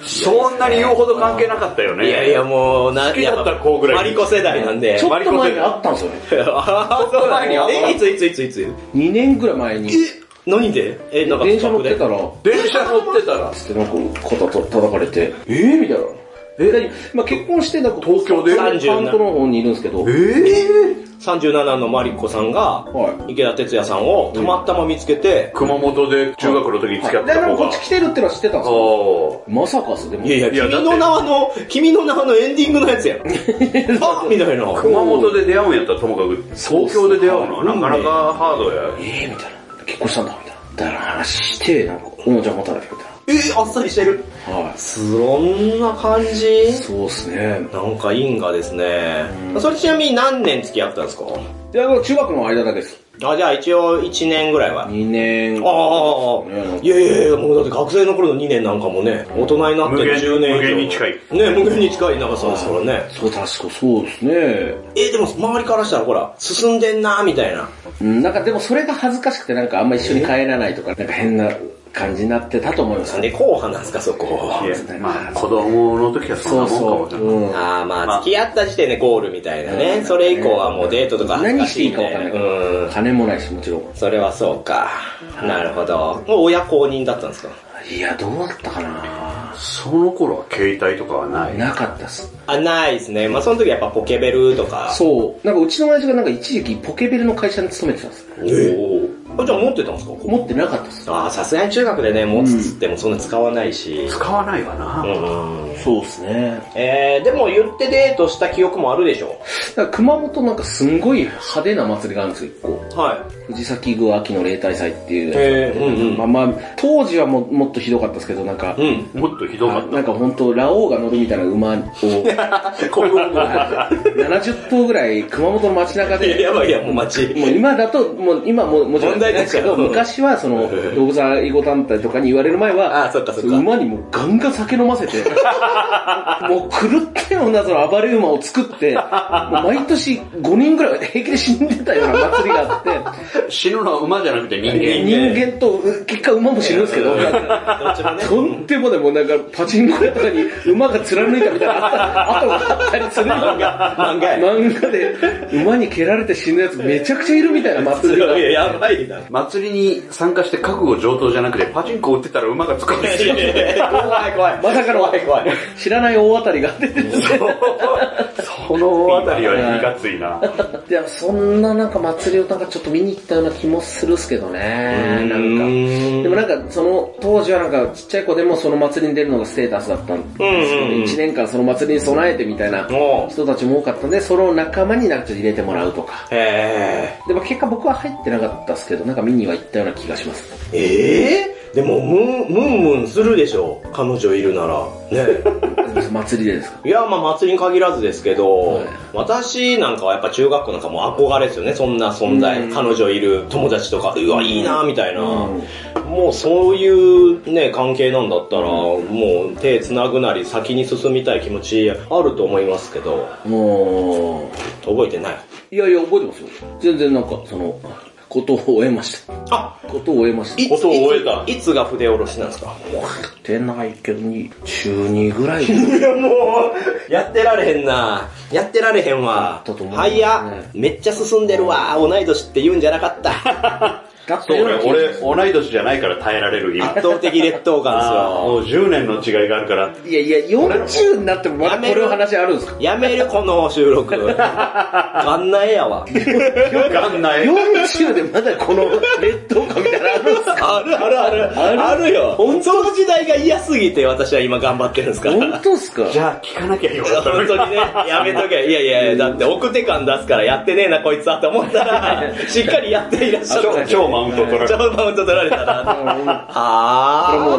Speaker 3: そんなに言うほど関係なかったよね。
Speaker 1: いやいやもう、な、
Speaker 3: 好きだった子ぐらい
Speaker 1: やっぱマリコ世代なんで。
Speaker 2: ちょっと前にあったんですよね。
Speaker 1: あー、そうなんや。え、いついついついつ
Speaker 2: 2年ぐらい前に、
Speaker 1: 何でえ、なんか
Speaker 2: 電車乗って
Speaker 1: 近
Speaker 2: た
Speaker 1: く
Speaker 2: ら、
Speaker 3: 電車乗ってたら、
Speaker 2: つってなんか肩と叩かれて、えーみたいな。えまあ結婚してなんか
Speaker 3: 東京で
Speaker 2: 関東の方にいるんですけど、
Speaker 3: えぇ、
Speaker 1: で37のマリコさんが、
Speaker 2: は
Speaker 1: 池田哲也さんをたまたま見つけて、
Speaker 3: 熊本で中学の時に付き合って
Speaker 2: だか
Speaker 3: た
Speaker 2: ら
Speaker 3: 子
Speaker 2: こ
Speaker 3: が
Speaker 2: っち。来てるってのは知ってたんですよ。
Speaker 3: お
Speaker 2: まさかっす、でも。
Speaker 1: いやい
Speaker 3: い
Speaker 1: や、
Speaker 3: や
Speaker 1: 君の名はの、君の名はのエンディングのやつやん。あみたいな。
Speaker 3: ー熊本で出会うんやったらともかく、東京で出会うのはなかなかハードや。
Speaker 2: えーみたいな。結婚したんだ、みたいな。だから話して、なんか、おもちゃんまただけ、みたい
Speaker 1: えー、あっさりしてる。
Speaker 2: な。はい。
Speaker 1: そんな感じ
Speaker 2: そうっすね。
Speaker 1: なんか因果ですね。それちなみに何年付き合ったんですか
Speaker 2: いや、中学の間だけです。
Speaker 1: あ、じゃあ一応1年ぐらいは。
Speaker 2: 2年。
Speaker 1: ああ、いやいやいや、もうだって学生の頃の2年なんかもね、大人になって
Speaker 3: 無限
Speaker 1: 10年以上。
Speaker 3: 無限に近い
Speaker 1: ね、無限に近い長さですからね。
Speaker 2: そう、確かそうですね。
Speaker 1: えーでも周りからしたらほら、進んでんなーみたいな。
Speaker 2: うん、なんかでもそれが恥ずかしくてなんかあんま一緒に帰らないとか、なんか変な感じになってたと思います
Speaker 1: なん。で硬派なんですか、そこ。
Speaker 3: いやまあ、子供の時は
Speaker 2: そう
Speaker 3: そんなもん
Speaker 2: そ
Speaker 3: か
Speaker 2: う。
Speaker 3: もな。
Speaker 2: うん
Speaker 1: ああ、まあ、付き合った時点でゴールみたいなね。それ以降はもうデートとか恥ず
Speaker 2: 何してい
Speaker 1: し
Speaker 2: いか分かんな
Speaker 1: み
Speaker 2: いか
Speaker 1: た
Speaker 2: ら
Speaker 1: うん。
Speaker 2: 金もないし、もちろん。
Speaker 1: それはそうか。なるほど。もう親公認だったんですか
Speaker 2: いや、どうだったかな
Speaker 3: その頃は携帯とかはない。
Speaker 2: なかったっす。
Speaker 1: あ、ないですね。まあ、その時やっぱポケベルとか。
Speaker 2: そう。なんかうちの親父がなんか一時期ポケベルの会社に勤めてたんです。
Speaker 1: おーあ、じゃあ持ってたんですか
Speaker 2: 持ってなかったっす。
Speaker 1: ああ、さすがに中学でね、持つっつってもそんな使わないし。
Speaker 3: 使わないわな。
Speaker 1: うん。
Speaker 2: そうっすね。
Speaker 1: えー、でも言ってデートした記憶もあるでしょ
Speaker 2: だから熊本なんかすんごい派手な祭りがあるんですよ、一個。
Speaker 1: はい。
Speaker 2: 藤崎宮秋の例大祭っていう。
Speaker 1: えー、うんうん。
Speaker 2: まあまあ、当時はももっとひどかったですけど、なん か、
Speaker 1: うん。
Speaker 3: もっとひどかっ
Speaker 2: なんか本当ラオウが乗るみたいな馬を、
Speaker 3: た。こういうの
Speaker 2: 70頭ぐらい熊本の街中
Speaker 1: いや、
Speaker 2: で、
Speaker 1: やばいや、もう 街。
Speaker 2: もう今だと、もう今ももちろん
Speaker 1: 問題です
Speaker 2: け
Speaker 1: よ
Speaker 2: ど、昔はその、動物愛護団体とかに言われる前は、
Speaker 1: あー、そっかそっか。
Speaker 2: 馬にもうガンガン酒飲ませ て、もう狂ったようなその暴れ馬を作って、もう毎年5人ぐらい平気で死んでたような祭りがあって、
Speaker 3: 死ぬのは馬じゃなくて人
Speaker 2: 人
Speaker 3: 間。
Speaker 2: 間と、結果馬も死ぬんですけど、
Speaker 1: どっちも ね。
Speaker 2: とんでもない、もうなんか、パチンコ屋とかに馬が貫いたみたいな、あとがあったりするのが、
Speaker 1: 漫画や。
Speaker 2: 漫画で馬に蹴られて死ぬやつめちゃくちゃいるみたいな祭りが。
Speaker 1: いや、やばい な。
Speaker 3: 祭りに参加して覚悟上等じゃなくて、パチンコ売ってたら馬が使うんです よ。
Speaker 1: 怖い怖い。
Speaker 2: まさかの
Speaker 1: 怖い怖い。
Speaker 2: 知らない大当たりが出てて。
Speaker 3: そのあたりはいかつい な。
Speaker 2: いや、そんななんか祭りをなんかちょっと見に行ったような気もするっすけどね、なんか。でもなんか、その、当時はなんか、ちっちゃい子でもその祭りに出るのがステータスだったんで
Speaker 1: うん
Speaker 2: すけど、
Speaker 1: うんうん
Speaker 2: 1年間その祭りに備えてみたいな
Speaker 1: もう。
Speaker 2: 人たちも多かったんで、その仲間になんかちょっと入れてもらうとか。
Speaker 1: え
Speaker 2: でも結果僕は入ってなかったですけど、なんか見には行ったような気がします。
Speaker 1: ー、えー、でも、ムン、ムンムンするでしょ。彼女いるなら。 ね。
Speaker 2: 祭りでですか
Speaker 1: いや、まあ祭りに限らずですけど、
Speaker 2: はい
Speaker 1: 私なんかはやっぱ中学校なんかもう憧れですよね、そんな存在。
Speaker 2: うん
Speaker 1: 彼女いる友達とか、うわ、いいなみたいな。
Speaker 2: うん
Speaker 1: もうそういうね、関係なんだったら、もう手繋ぐなり先に進みたい気持ちあると思いますけど、
Speaker 2: も
Speaker 1: 覚えてない。
Speaker 2: う、いやいや覚えてますよ。全然なんか、その、ことを終えました。
Speaker 1: あ
Speaker 2: ことを終えました。
Speaker 1: い
Speaker 2: 終
Speaker 1: つ、
Speaker 3: ことを終えた
Speaker 1: いついつが筆下ろしなんですか
Speaker 2: ってないけどに、中2ぐ らい。
Speaker 1: いやもう、やってられへんな。やってられへんわ。
Speaker 2: だと思う
Speaker 1: はいや
Speaker 2: ね、
Speaker 1: めっちゃ進んでるわ。同い年って言うんじゃなかった。
Speaker 2: だっ
Speaker 3: そうね、俺、
Speaker 2: 俺、
Speaker 3: 同い年じゃないから耐えられる今。
Speaker 1: 圧倒的劣等
Speaker 3: あー
Speaker 1: 感
Speaker 3: もう10年の違いがあるから。
Speaker 2: いやいや、40になってもまだこれの話あるんですか
Speaker 1: ですよ。やめる、この収録。 あんな絵やわ。
Speaker 3: わかんない。
Speaker 2: ?40 でまだこの劣等感みたいなのあるんですか
Speaker 1: あるあるある。あるよ。その時代が嫌すぎて私は今頑張ってるんですから。
Speaker 2: 本当っすか
Speaker 3: じゃあ聞かなきゃよかったの
Speaker 1: 本
Speaker 3: に。
Speaker 1: 当にね、やめとけ。いやいやいや、だって奥手感出すからやってねえな、こいつはと思ったら、 しっかりやっていらっしゃる。
Speaker 3: 超マウント取られ
Speaker 1: ち
Speaker 3: た。
Speaker 1: ょマウント取られたな。は
Speaker 2: これもう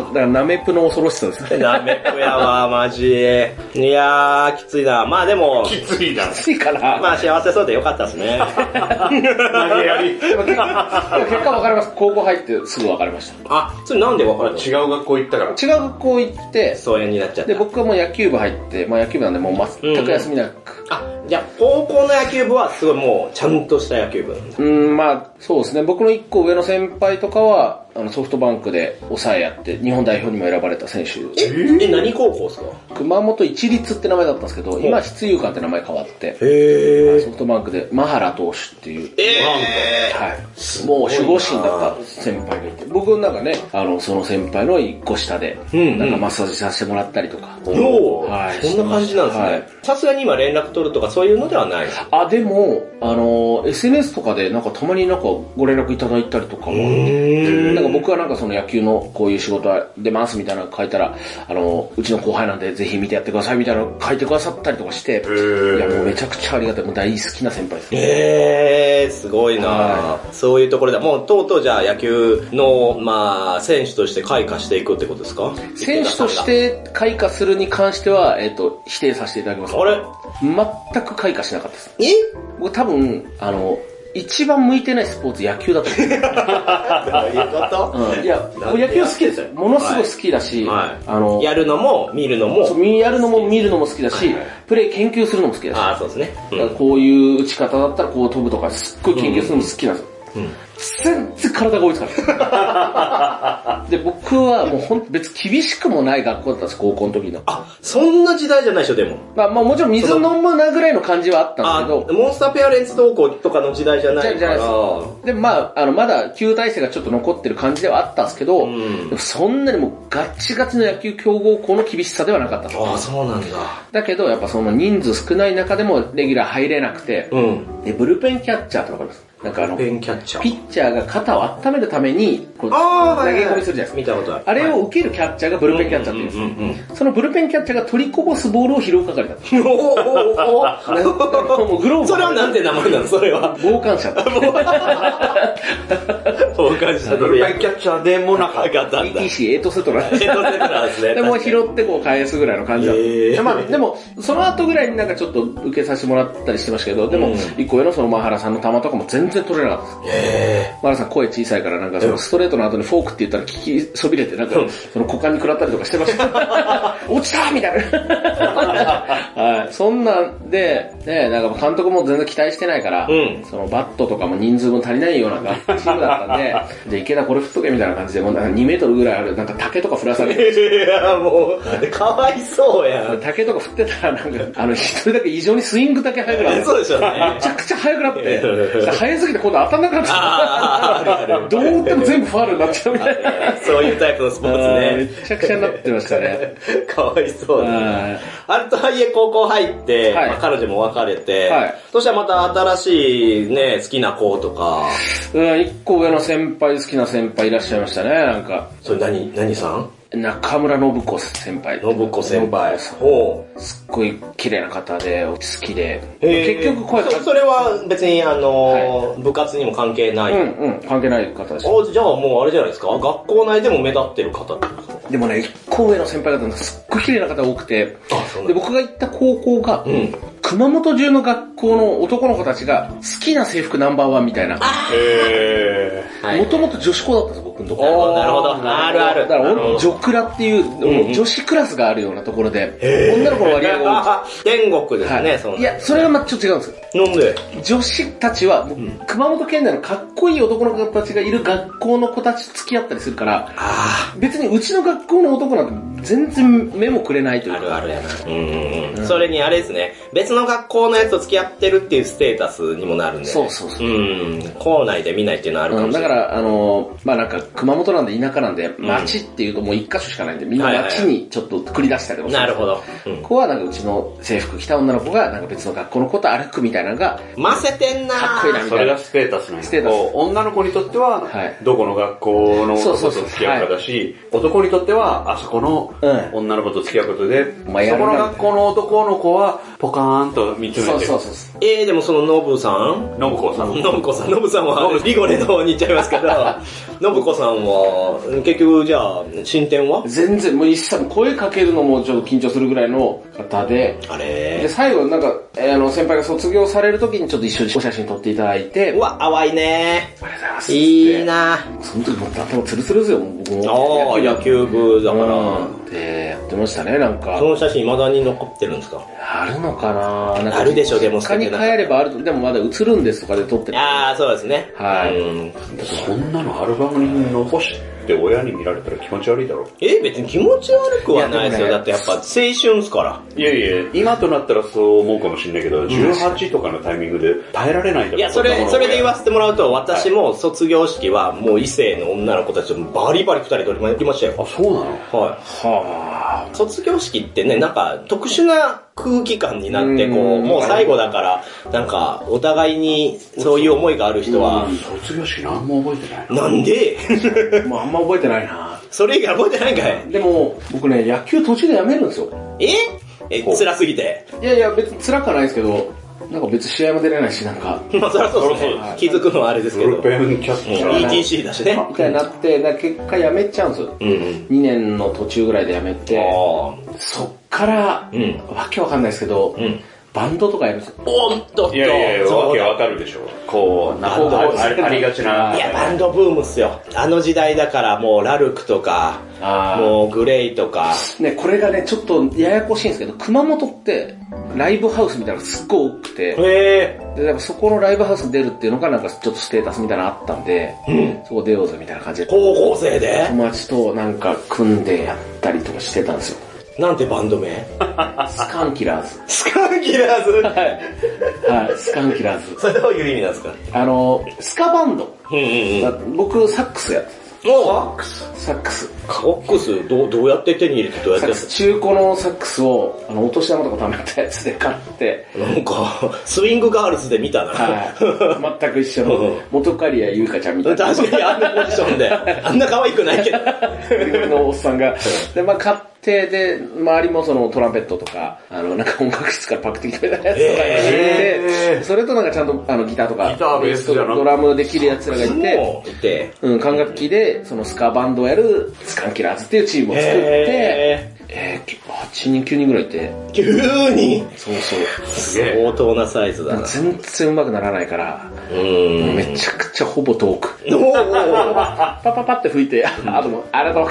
Speaker 1: あ。、
Speaker 2: だからナメプの恐ろしさですね。
Speaker 1: ダメっ子やわ、マジ。いやー、きついな。まあでも、
Speaker 3: きついな。
Speaker 2: 暑いから。
Speaker 1: まあ幸せそうでよかったですね。
Speaker 3: 投げやり。
Speaker 2: でも結果、でも結果分かります。高校入ってすぐ分かりました。
Speaker 1: あ、それなんでわかるの
Speaker 3: 違う学校行ったから。
Speaker 2: 違う学校行って、
Speaker 1: 疎遠になっちゃった
Speaker 2: で、。僕はもう野球部入って、まあ野球部なんでもう全く休みなく。
Speaker 1: あ、じゃあ高校の野球部はすごいもう、ちゃんとした野球部なんだ。
Speaker 2: うん、まあそうですね、僕の一個上の先輩とかは、あのソフトバンクで抑えやって、日本代表にも選ばれた選手。
Speaker 1: え、何高校ですか
Speaker 2: 熊本一律って名前だったんですけど、今、室友館って名前変わって、
Speaker 1: へー。
Speaker 2: ソフトバンクで、マハラ投手っていう。
Speaker 1: え
Speaker 2: はい。もう守護神だった先輩がいて、僕なんかね、あの、その先輩の一個下で、
Speaker 1: うんうん
Speaker 2: なんかマッサージさせてもらったりとか。
Speaker 1: ー。よ
Speaker 2: はい
Speaker 1: ー、そんな感じなんです
Speaker 2: は
Speaker 1: ね
Speaker 2: い。
Speaker 1: さすがに今連絡取るとかそういうのではない。
Speaker 2: あ、でも、あの、SNS とかでなんかたまになんかご連絡いただいたりとかは、なんか僕はなんかその野球のこういう仕事は出ますみたいなの書いたら、あの、うちの後輩なんでぜひ見てやってくださいみたいなの書いてくださったりとかして、
Speaker 3: ー
Speaker 2: いやもうめちゃくちゃありがたい、もう大好きな先輩です。
Speaker 1: えー、すごいな
Speaker 2: は
Speaker 1: そういうところだ。もうとうとうじゃあ野球の、まあ、選手として開花していくってことですか
Speaker 2: 選手とし。て開花するに関しては、えっ、と、否定させていただきます。
Speaker 1: あれ
Speaker 2: 全く開花しなかったです。
Speaker 1: え
Speaker 2: 僕多分、あの、一番向いてないスポーツ野球だと思う。
Speaker 1: どういうこと
Speaker 2: うんいや、僕野球好きですよ。ものすごい好きだし、
Speaker 1: はい
Speaker 2: あの、
Speaker 1: やるのも、見るのも
Speaker 2: そう、。見やるのも見るのも好きだし、プレイ研究するのも好きだし、
Speaker 1: ああ、そうですね。う
Speaker 2: だからこういう打ち方だったらこう飛ぶとか、すっごい研究するのも好きなんですよ。
Speaker 1: んうん
Speaker 2: 全然体が追いつ かない。で、僕はもうほん別に厳しくもない学校だったんです、高校の時の。
Speaker 1: あ、そんな時代じゃないでしょ、でも。
Speaker 2: まあ、まあもちろん水飲むなぐらいの感じはあったん
Speaker 1: あ、
Speaker 2: ですけど、
Speaker 1: モンスターペアレンツ投稿とかの時代じゃない
Speaker 2: じ
Speaker 1: か
Speaker 2: ゃ
Speaker 1: ら。
Speaker 2: ないじゃで、まあ、あの、まだ旧体制がちょっと残ってる感じではあったんですけど、
Speaker 1: うん
Speaker 2: でもそんなにもうガッチガチの野球強豪校の厳しさではなかったんです
Speaker 1: ああ、そうなんだ。
Speaker 2: だけど、やっぱその人数少ない中でもレギュラー入れなくて、
Speaker 1: うん。
Speaker 2: で、ブルペンキャッチャーってわかりますなんかあの、
Speaker 1: ペ
Speaker 2: ピ
Speaker 1: ンキャッチャー。
Speaker 2: ッチャーが肩を温めるために、こう、投
Speaker 1: ああ、はいはい
Speaker 2: げ込みするじゃないですか。
Speaker 1: 見たことある。
Speaker 2: あれを受けるキャッチャーがブルペンキャッチャーって言うんです
Speaker 1: うん
Speaker 2: よ。
Speaker 1: うんうん
Speaker 2: そのブルペンキャッチャーが取りこぼすボールを拾う係 だった。
Speaker 1: うん。おーおーおー
Speaker 2: もうグロー ブ
Speaker 1: それはなんて名前なのそれは。
Speaker 2: 傍 観者。
Speaker 1: そう感じた
Speaker 3: ブルペンキャッチャーでもなかっ
Speaker 1: なかったんだ。
Speaker 2: ETC エイトセ トラ。
Speaker 1: ヘッドセットなんですね。
Speaker 2: で、もう拾ってこう返すぐらいの感じだった。
Speaker 1: へー
Speaker 2: まあ、でも、その後ぐらいになんかちょっと受けさせてもらったりしてましたけど、で
Speaker 1: う
Speaker 2: も
Speaker 1: ん、
Speaker 2: 一個上のそのマハラさんの球とかも全然取れなかったです。
Speaker 1: へ
Speaker 2: マハラさん声小さいからなんかそのストレートの後にフォークって言ったら聞きそびれて、なんかその股間に食らったりとかして ました。落ちたみたいな。はい。そんなんで、ね、なんか監督も全然期待してないから、
Speaker 1: うん
Speaker 2: そのバットとかも人数分足りないようなチームだった んで、じゃあ池田これ振っとけみたいな感じで、もうなんか2メートルぐらいある、なんか竹とか振らされて、
Speaker 1: ーいや、もう、かわいそうやん。
Speaker 2: 竹とか振ってたらなんか、あの、一人だけ異常にスイングだけ速くなって、
Speaker 1: そうでしょうね
Speaker 2: めち。ゃくちゃ速くなっ
Speaker 1: え
Speaker 2: て、
Speaker 1: え
Speaker 2: 速すぎて今度当たんなくなっち
Speaker 1: あーあるあ
Speaker 2: ゃ
Speaker 1: る
Speaker 2: った。どう打っても全部ファールになっちゃうみたいな。
Speaker 1: そういうタイプのスポーツね。
Speaker 2: めちゃくちゃになってましたね。
Speaker 1: かわいそうだな。
Speaker 2: はい
Speaker 1: あれとはいえ高校入って、
Speaker 2: はい
Speaker 1: まあ彼女も別れて、
Speaker 2: はい
Speaker 1: そしたらまた新しいね、好きな子とか、
Speaker 2: うん、一個上の先輩、好きな先輩いらっしゃいましたね、なんか。
Speaker 1: それ何、何さん
Speaker 2: 中村信子先輩。
Speaker 1: 信子先輩。
Speaker 2: 信子さん
Speaker 1: ほう。
Speaker 2: すっごい綺麗な方で、好きで。
Speaker 1: へー
Speaker 2: 結局声か
Speaker 1: そそれは別にあのー、部活にも関係ない。
Speaker 2: うんうん、関係ない方でした。
Speaker 1: あじゃあもうあれじゃないですか学校内でも目立ってる方ってことですか
Speaker 2: でもね、一個上の先輩方がすっごい綺麗な方が多くて、
Speaker 1: あ、そ
Speaker 2: で、僕が行った高校が、
Speaker 1: うん。
Speaker 2: 熊本中の学校の男の子たちが好きな制服ナンバーワンみたいな。
Speaker 3: た。へ
Speaker 1: はい
Speaker 2: もともと女子校だったんです、僕のとこ
Speaker 1: なるほど、なる
Speaker 2: ろ。
Speaker 1: ほど。あるあ
Speaker 2: だ
Speaker 1: る。
Speaker 2: から
Speaker 1: なるほ
Speaker 2: 俺、
Speaker 1: ど
Speaker 2: 女クラっていう、
Speaker 1: んうん
Speaker 2: 女子クラスがあるようなところで、女の子の割合が多い。
Speaker 1: あ天国ですね、そ
Speaker 2: は
Speaker 1: の
Speaker 2: い、いや、それがまたちょっと違うんですよ。
Speaker 1: なんで
Speaker 2: 女子たちは、もう熊本県内のかっこいい男の子たちがいる学校の子たちと付き合ったりするから、
Speaker 1: あ
Speaker 2: 別にうちの学校の男なんて全然目もくれないとい
Speaker 1: あ、あ
Speaker 2: うか。
Speaker 1: るあるやな。うんうん。それにあれですね、別の学校のやつと付き合ってるっていうステータスにもなるんで。
Speaker 2: そうそうそう。
Speaker 1: うん。校内で見ないっていうのはあるか
Speaker 2: う
Speaker 1: も
Speaker 2: ん、
Speaker 1: し
Speaker 2: だ
Speaker 1: れな
Speaker 2: か
Speaker 1: い。
Speaker 2: ら、あの、まあなんか、熊本なんで田舎なんで、町っていうともう一箇所しかないんで、みんな町にちょっと繰り出したりもする
Speaker 1: なるほど。うん
Speaker 2: ここはなんかうちの制服着た女の子が、なんか別の学校の子と歩くみたいなのが、
Speaker 1: ませてんな
Speaker 2: かっこいいな
Speaker 3: ー
Speaker 2: み
Speaker 3: そ
Speaker 2: た
Speaker 3: れ
Speaker 2: いな
Speaker 3: が。ステータスなんや
Speaker 2: ステータス
Speaker 3: こう女の子にとっては
Speaker 2: はい、
Speaker 3: どこの学校の男と付き合うかだし、男にとっては、あそこの
Speaker 2: うん
Speaker 3: 女の子と付き合うことで、そこ
Speaker 2: お前やるな
Speaker 3: の学校の男の子は、ポカーンと見つめ
Speaker 2: そう
Speaker 3: て
Speaker 2: そう
Speaker 3: る。
Speaker 2: そうそう。
Speaker 1: えー、でもそのノブさん
Speaker 3: 信子さん。
Speaker 1: ノブコさん、ノブさんはリゴレの方に行っちゃいますけ ど、ノブコさんは、結局じゃあ、進展は
Speaker 2: 全然、もう一切声かけるのもちょっと緊張するぐらいの方で、
Speaker 1: あ
Speaker 2: で、
Speaker 1: れ
Speaker 2: 最後なんか、えーあの、先輩が卒業される時にちょっと一緒にお写真撮っていただいて、
Speaker 1: ー。うわ、淡いね
Speaker 2: ありがとうございます。
Speaker 1: いい。な
Speaker 2: その時もう頭ツルツルですよ、僕
Speaker 1: あ
Speaker 2: も。
Speaker 1: ー、野球部だ
Speaker 2: だ
Speaker 1: か。
Speaker 2: からら、で、やってましたね、なんか
Speaker 1: そ。の写真未だに残ってるんですか
Speaker 2: あるのかななんか
Speaker 1: あるでしょでも
Speaker 2: 他に帰ればあると、でもまだ映るんですとかで撮ってた。
Speaker 1: あー、そうですね。
Speaker 2: はい
Speaker 1: うん
Speaker 3: そんなのアルバムに残して親に見られたら気持ち悪いだろ。
Speaker 1: え、別に気持ち悪くはないですよ。
Speaker 2: い
Speaker 1: だ
Speaker 2: や
Speaker 1: っ
Speaker 2: でもね
Speaker 1: てやっぱ青春っすから。
Speaker 3: いやいや、今となったらそう思うかもしれないけど、18とかのタイミングで耐えられないだろ。
Speaker 1: いや、それ、それで言わせてもらうと、私
Speaker 3: い
Speaker 1: も卒業式はもう異性の女の子たちとバリバリ二人取りましたよ。
Speaker 3: あ、そうなの
Speaker 1: はい。
Speaker 2: は
Speaker 1: 卒業式ってね、なんか特殊な空気感になって、こう、
Speaker 2: うん
Speaker 1: もう最後だから、なんかお互いにそういう思いがある人は、
Speaker 3: 卒業式何も覚えてないの
Speaker 1: なん で
Speaker 2: ぁ。もうあんま覚えてないな
Speaker 1: それ以外覚えてないんかい
Speaker 2: でも、僕ね、野球途中でやめるんですよ。
Speaker 1: ええ、辛すぎて。
Speaker 2: いやいや、別に辛くはないですけど、なんか別に試合も出れないし、なんか、
Speaker 1: まあそりゃそうですね。気づくのはあれですけ
Speaker 3: ブ
Speaker 1: ど。
Speaker 3: ルペンキャッチャー。
Speaker 1: ETC だしね。
Speaker 2: みたいになって、なんか結果やめちゃうんですよ。
Speaker 1: うんうん。
Speaker 2: 2年の途中ぐらいでやめて、
Speaker 1: ああ。
Speaker 2: そっから
Speaker 1: う、ん。
Speaker 2: わけわかんないですけど
Speaker 1: う、ん。
Speaker 2: バンドとかやるんですよ。
Speaker 1: おっとっと。
Speaker 4: いやいやいや、
Speaker 1: そう
Speaker 4: わけ
Speaker 1: だ
Speaker 4: わかるでしょ。
Speaker 3: こう、な
Speaker 1: こう。
Speaker 3: あありありがちない
Speaker 1: や、バンドブームっすよ。あの時代だからもうラルクとか、
Speaker 2: あー
Speaker 1: もうグレイとか、
Speaker 2: ね、これがね、ちょっとややこしいんですけど、熊本って、ライブハウスみたいなのがすっごい多くて、
Speaker 1: へえ。
Speaker 2: で、なんかそこのライブハウス出るっていうのがなんかちょっとステータスみたいなのあったんで、そこ出ようぜみたいな感じで、
Speaker 1: 高校生で
Speaker 2: 友達となんか組んでやったりとかしてたんですよ。
Speaker 1: なんてバンド名
Speaker 2: スカンキラーズ。
Speaker 1: スカンキラーズ。
Speaker 2: はい、スカンキラーズ。
Speaker 1: それどういう意味なんですか
Speaker 2: あの、スカバンド。
Speaker 1: うんうんうん。
Speaker 2: 僕、サックスやって
Speaker 1: お
Speaker 2: たサックス。
Speaker 1: サックス、どう、どうやって手に入れてどうやっ
Speaker 2: サ
Speaker 1: て
Speaker 2: ッ
Speaker 1: や
Speaker 2: ク
Speaker 1: る
Speaker 2: ス、中古のサックスを、あの、お年玉とか貯めたやつで買って、
Speaker 1: なんか、スイングガールズで見たな。
Speaker 2: はい。 全く一緒の
Speaker 1: うん、
Speaker 2: 元カリア優香ちゃんみたいな。
Speaker 1: 確かにあんなポジションで、あんな可愛くないけど。
Speaker 2: 俺のおっさん が。で、まあ買って、で、周りもそのトランペットとか、あの、なんか音楽室からパクってきたみたいなやつとかいて、
Speaker 3: へー
Speaker 2: それとなんかちゃんとあのギターとか、
Speaker 3: ギターベースじゃなくて
Speaker 2: ドラムできるやつらがいて、
Speaker 1: もう、いて。
Speaker 2: うん、管楽器で、そのスカバンドをやる、スカンキラーズっていうチームを作って、
Speaker 1: へ
Speaker 2: えー、8人、9人ぐらいいて、
Speaker 1: ぇー。急に
Speaker 2: そうそう。
Speaker 3: すげえ。
Speaker 1: 相当なサイズだな。
Speaker 2: 全然上手くならないから、
Speaker 1: うーん。
Speaker 2: めちゃくちゃほぼ遠く。
Speaker 1: おー
Speaker 2: パパパって吹いて、あともう、あれと、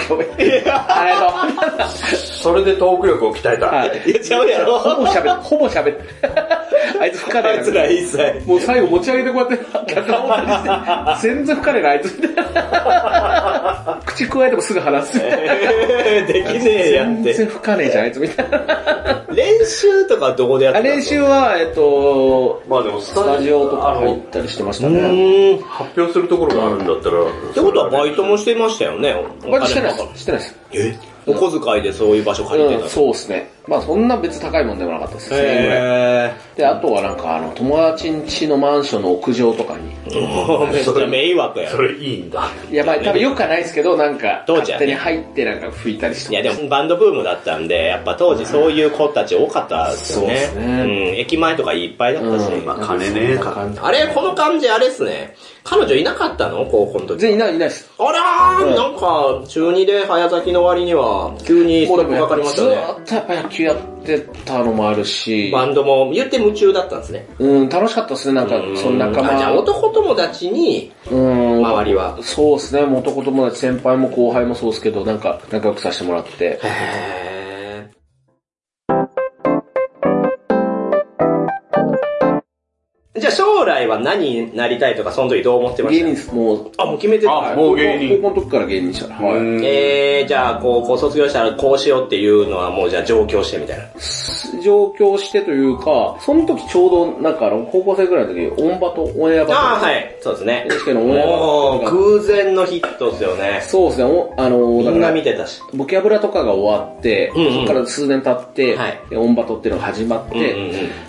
Speaker 2: あれと。
Speaker 3: それでトーク力を鍛えた。
Speaker 2: はい。
Speaker 1: いやちゃうやろ
Speaker 2: ほぼ喋って、ほぼ喋って。あいつ不可
Speaker 1: あいつら
Speaker 2: 能
Speaker 1: 一切。
Speaker 2: もう最後持ち上げてこうやって、逆を持って全然不可能なあいつみた いな。口加えてもすぐ話す。
Speaker 1: えーできねえやっ
Speaker 2: 全然
Speaker 1: て。
Speaker 2: 不可能じゃん、あいつみたいな。
Speaker 1: 練習とかどこでやって
Speaker 2: あ
Speaker 1: たの
Speaker 2: 練習は、えっと、
Speaker 3: まあでも
Speaker 2: ス
Speaker 3: ス
Speaker 2: タ
Speaker 3: タ
Speaker 2: ジ
Speaker 3: ジ
Speaker 2: オ
Speaker 3: オ
Speaker 2: と
Speaker 3: と
Speaker 2: か
Speaker 3: か
Speaker 2: 入
Speaker 3: の
Speaker 2: ったりしてました
Speaker 1: う
Speaker 2: ね。
Speaker 1: ーん。っ
Speaker 3: 発表するところがあるんだったら。
Speaker 1: てことはバイトも
Speaker 3: し
Speaker 1: してましたよね。
Speaker 2: バイトしてない
Speaker 1: お金も
Speaker 2: です。してないです。
Speaker 1: えお小遣いでそういう場所借りて
Speaker 2: う
Speaker 1: た
Speaker 2: ん、そうですね。まあそんな別高いもんでもなかったです。1000円ぐらい
Speaker 1: へ
Speaker 2: で、あとはなんかあの、友達ん家のマンションの屋上とかに、
Speaker 1: ぇー。めっちゃ迷惑や
Speaker 3: それいいんだ。
Speaker 2: いやばい、多分よくはないですけど、なんか、
Speaker 1: 当時
Speaker 2: 勝
Speaker 1: は
Speaker 2: 手
Speaker 1: ね
Speaker 2: に入ってなんか吹いたりして。
Speaker 1: いやでもバンドブームだったんで、やっぱ当時そういう子たち多かったですよね。
Speaker 2: そうっすね
Speaker 1: うん、駅前とかいっぱいだったし。
Speaker 2: うん
Speaker 3: まあ金ねえ
Speaker 2: なんかそんな感じ
Speaker 1: あれ、この感じあれっすね。彼女いなかったの高校の時。
Speaker 2: 全員いない、いないです。
Speaker 1: あらー、なんか、中2で早咲きの割には、急にストップかかりました
Speaker 2: ず
Speaker 1: ね。
Speaker 2: ーっとやっぱ野球やってたのもあるし、
Speaker 1: バンドも、言って夢中だったんですね。
Speaker 2: うん、楽しかったですね、なんか、その仲
Speaker 1: あじゃあ
Speaker 2: 間。
Speaker 1: 男友達に、
Speaker 2: うん、
Speaker 1: 周りは。
Speaker 2: そうですね、もう男友達、先輩も後輩もそうですけど、なんか、仲良くさせてもらって。
Speaker 1: へーじゃあ将来は何になりたいとか、その時どう思ってまし
Speaker 2: 芸
Speaker 1: た
Speaker 2: 人です、もう、
Speaker 1: あ、もう決めて
Speaker 3: あ
Speaker 1: た。
Speaker 3: もう芸人
Speaker 2: 高校高校の時から芸人でした。はい
Speaker 1: えー、じゃあ、こう、こう卒業したらこうしようっていうのはもうじゃあ上京してみたいな。
Speaker 2: 上京してというか、その時ちょうど、なんかあの、高校生ぐらいの時、オンバとオンエアバトル
Speaker 1: ああ、はい。そうですね。
Speaker 2: NHK のオンエア
Speaker 1: も
Speaker 2: バ
Speaker 1: う、
Speaker 2: トルが。
Speaker 1: 偶然のヒットですよね。
Speaker 2: そうですね、おあの、
Speaker 1: み
Speaker 2: だ
Speaker 1: んな
Speaker 2: から
Speaker 1: 見、てたし。
Speaker 2: ボキャブラとかが終わって、
Speaker 1: うんうん
Speaker 2: そこから数年経って、
Speaker 1: はい
Speaker 2: でオンバトっていうのが始まっ
Speaker 1: うんうん
Speaker 2: て、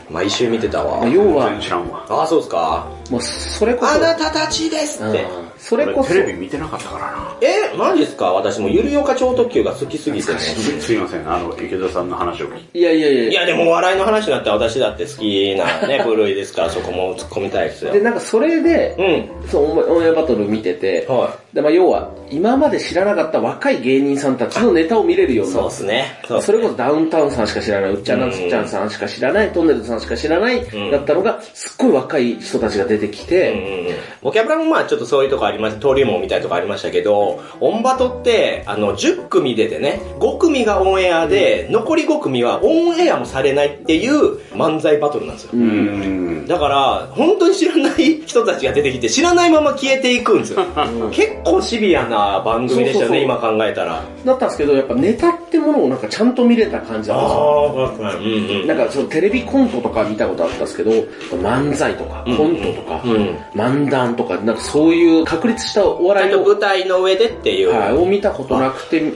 Speaker 1: うん。毎週見てたわ
Speaker 2: まあ。要
Speaker 3: 全然
Speaker 2: は、
Speaker 3: 知らんわ。
Speaker 1: ああ、そうですか。
Speaker 2: もうそれこそ、
Speaker 1: あなたたちですって。
Speaker 2: うんそれこそ
Speaker 3: 俺、テレビ見てなかったからな。
Speaker 1: え、マジですか私もゆるよか超特急が好きすぎてね。
Speaker 3: すすいません、あの、池田さんの話を聞いて。
Speaker 2: いやいやいや
Speaker 1: いやでも笑いの話になったら私だって好きな ね、部類ですからそこも突っ込みたいですよ
Speaker 2: で、。なんかそれ
Speaker 1: う
Speaker 2: で、
Speaker 1: ん。
Speaker 2: そう、オンオンエアバトル見てて、
Speaker 1: は
Speaker 2: でまあ、要は、今まで知らなかった若い芸人さんたちのネタを見れるよう
Speaker 1: い。
Speaker 2: に
Speaker 1: そ
Speaker 2: な
Speaker 1: う
Speaker 2: っ
Speaker 1: っすね。そうっす
Speaker 2: それこそダウンタウンさんしか知らない、うっちゃんなんつっちゃんさんしか知らない、トンネルズさんしか知らない、
Speaker 1: ん
Speaker 2: だったのが、すっごい若い人たちが出てき
Speaker 1: うん
Speaker 2: て、
Speaker 1: うんうんボキャブラもまあちょっとそういうとこありました、登竜門みたいなとこありましたけど、オンバトって、あの、10組出てね、5組がオンエアで、残り5組はオンエアもされないっていう漫才バトルなんですよ。
Speaker 3: うーん。
Speaker 1: だから、本当に知らない人たちが出てきて、知らないまま消えていくん ですよ。結構シビアな番組でしたよね、
Speaker 2: そ
Speaker 1: 今
Speaker 2: うそ
Speaker 1: 考えたら。
Speaker 2: だったんですけど、やっぱネタってものをなんかちゃんと見れた感じだったんですよ。
Speaker 1: あ、確かに。うんうん。
Speaker 2: なんかそのテレビコントとか見たことあったんですけど、漫才とか、コントとか、
Speaker 1: うん
Speaker 2: 漫談とか、なんかそういう確立したお
Speaker 1: ちゃ
Speaker 2: 笑
Speaker 1: ん
Speaker 2: い
Speaker 1: と
Speaker 2: を、
Speaker 1: 舞台の上でっていう。
Speaker 2: はいを見たことなくて、うん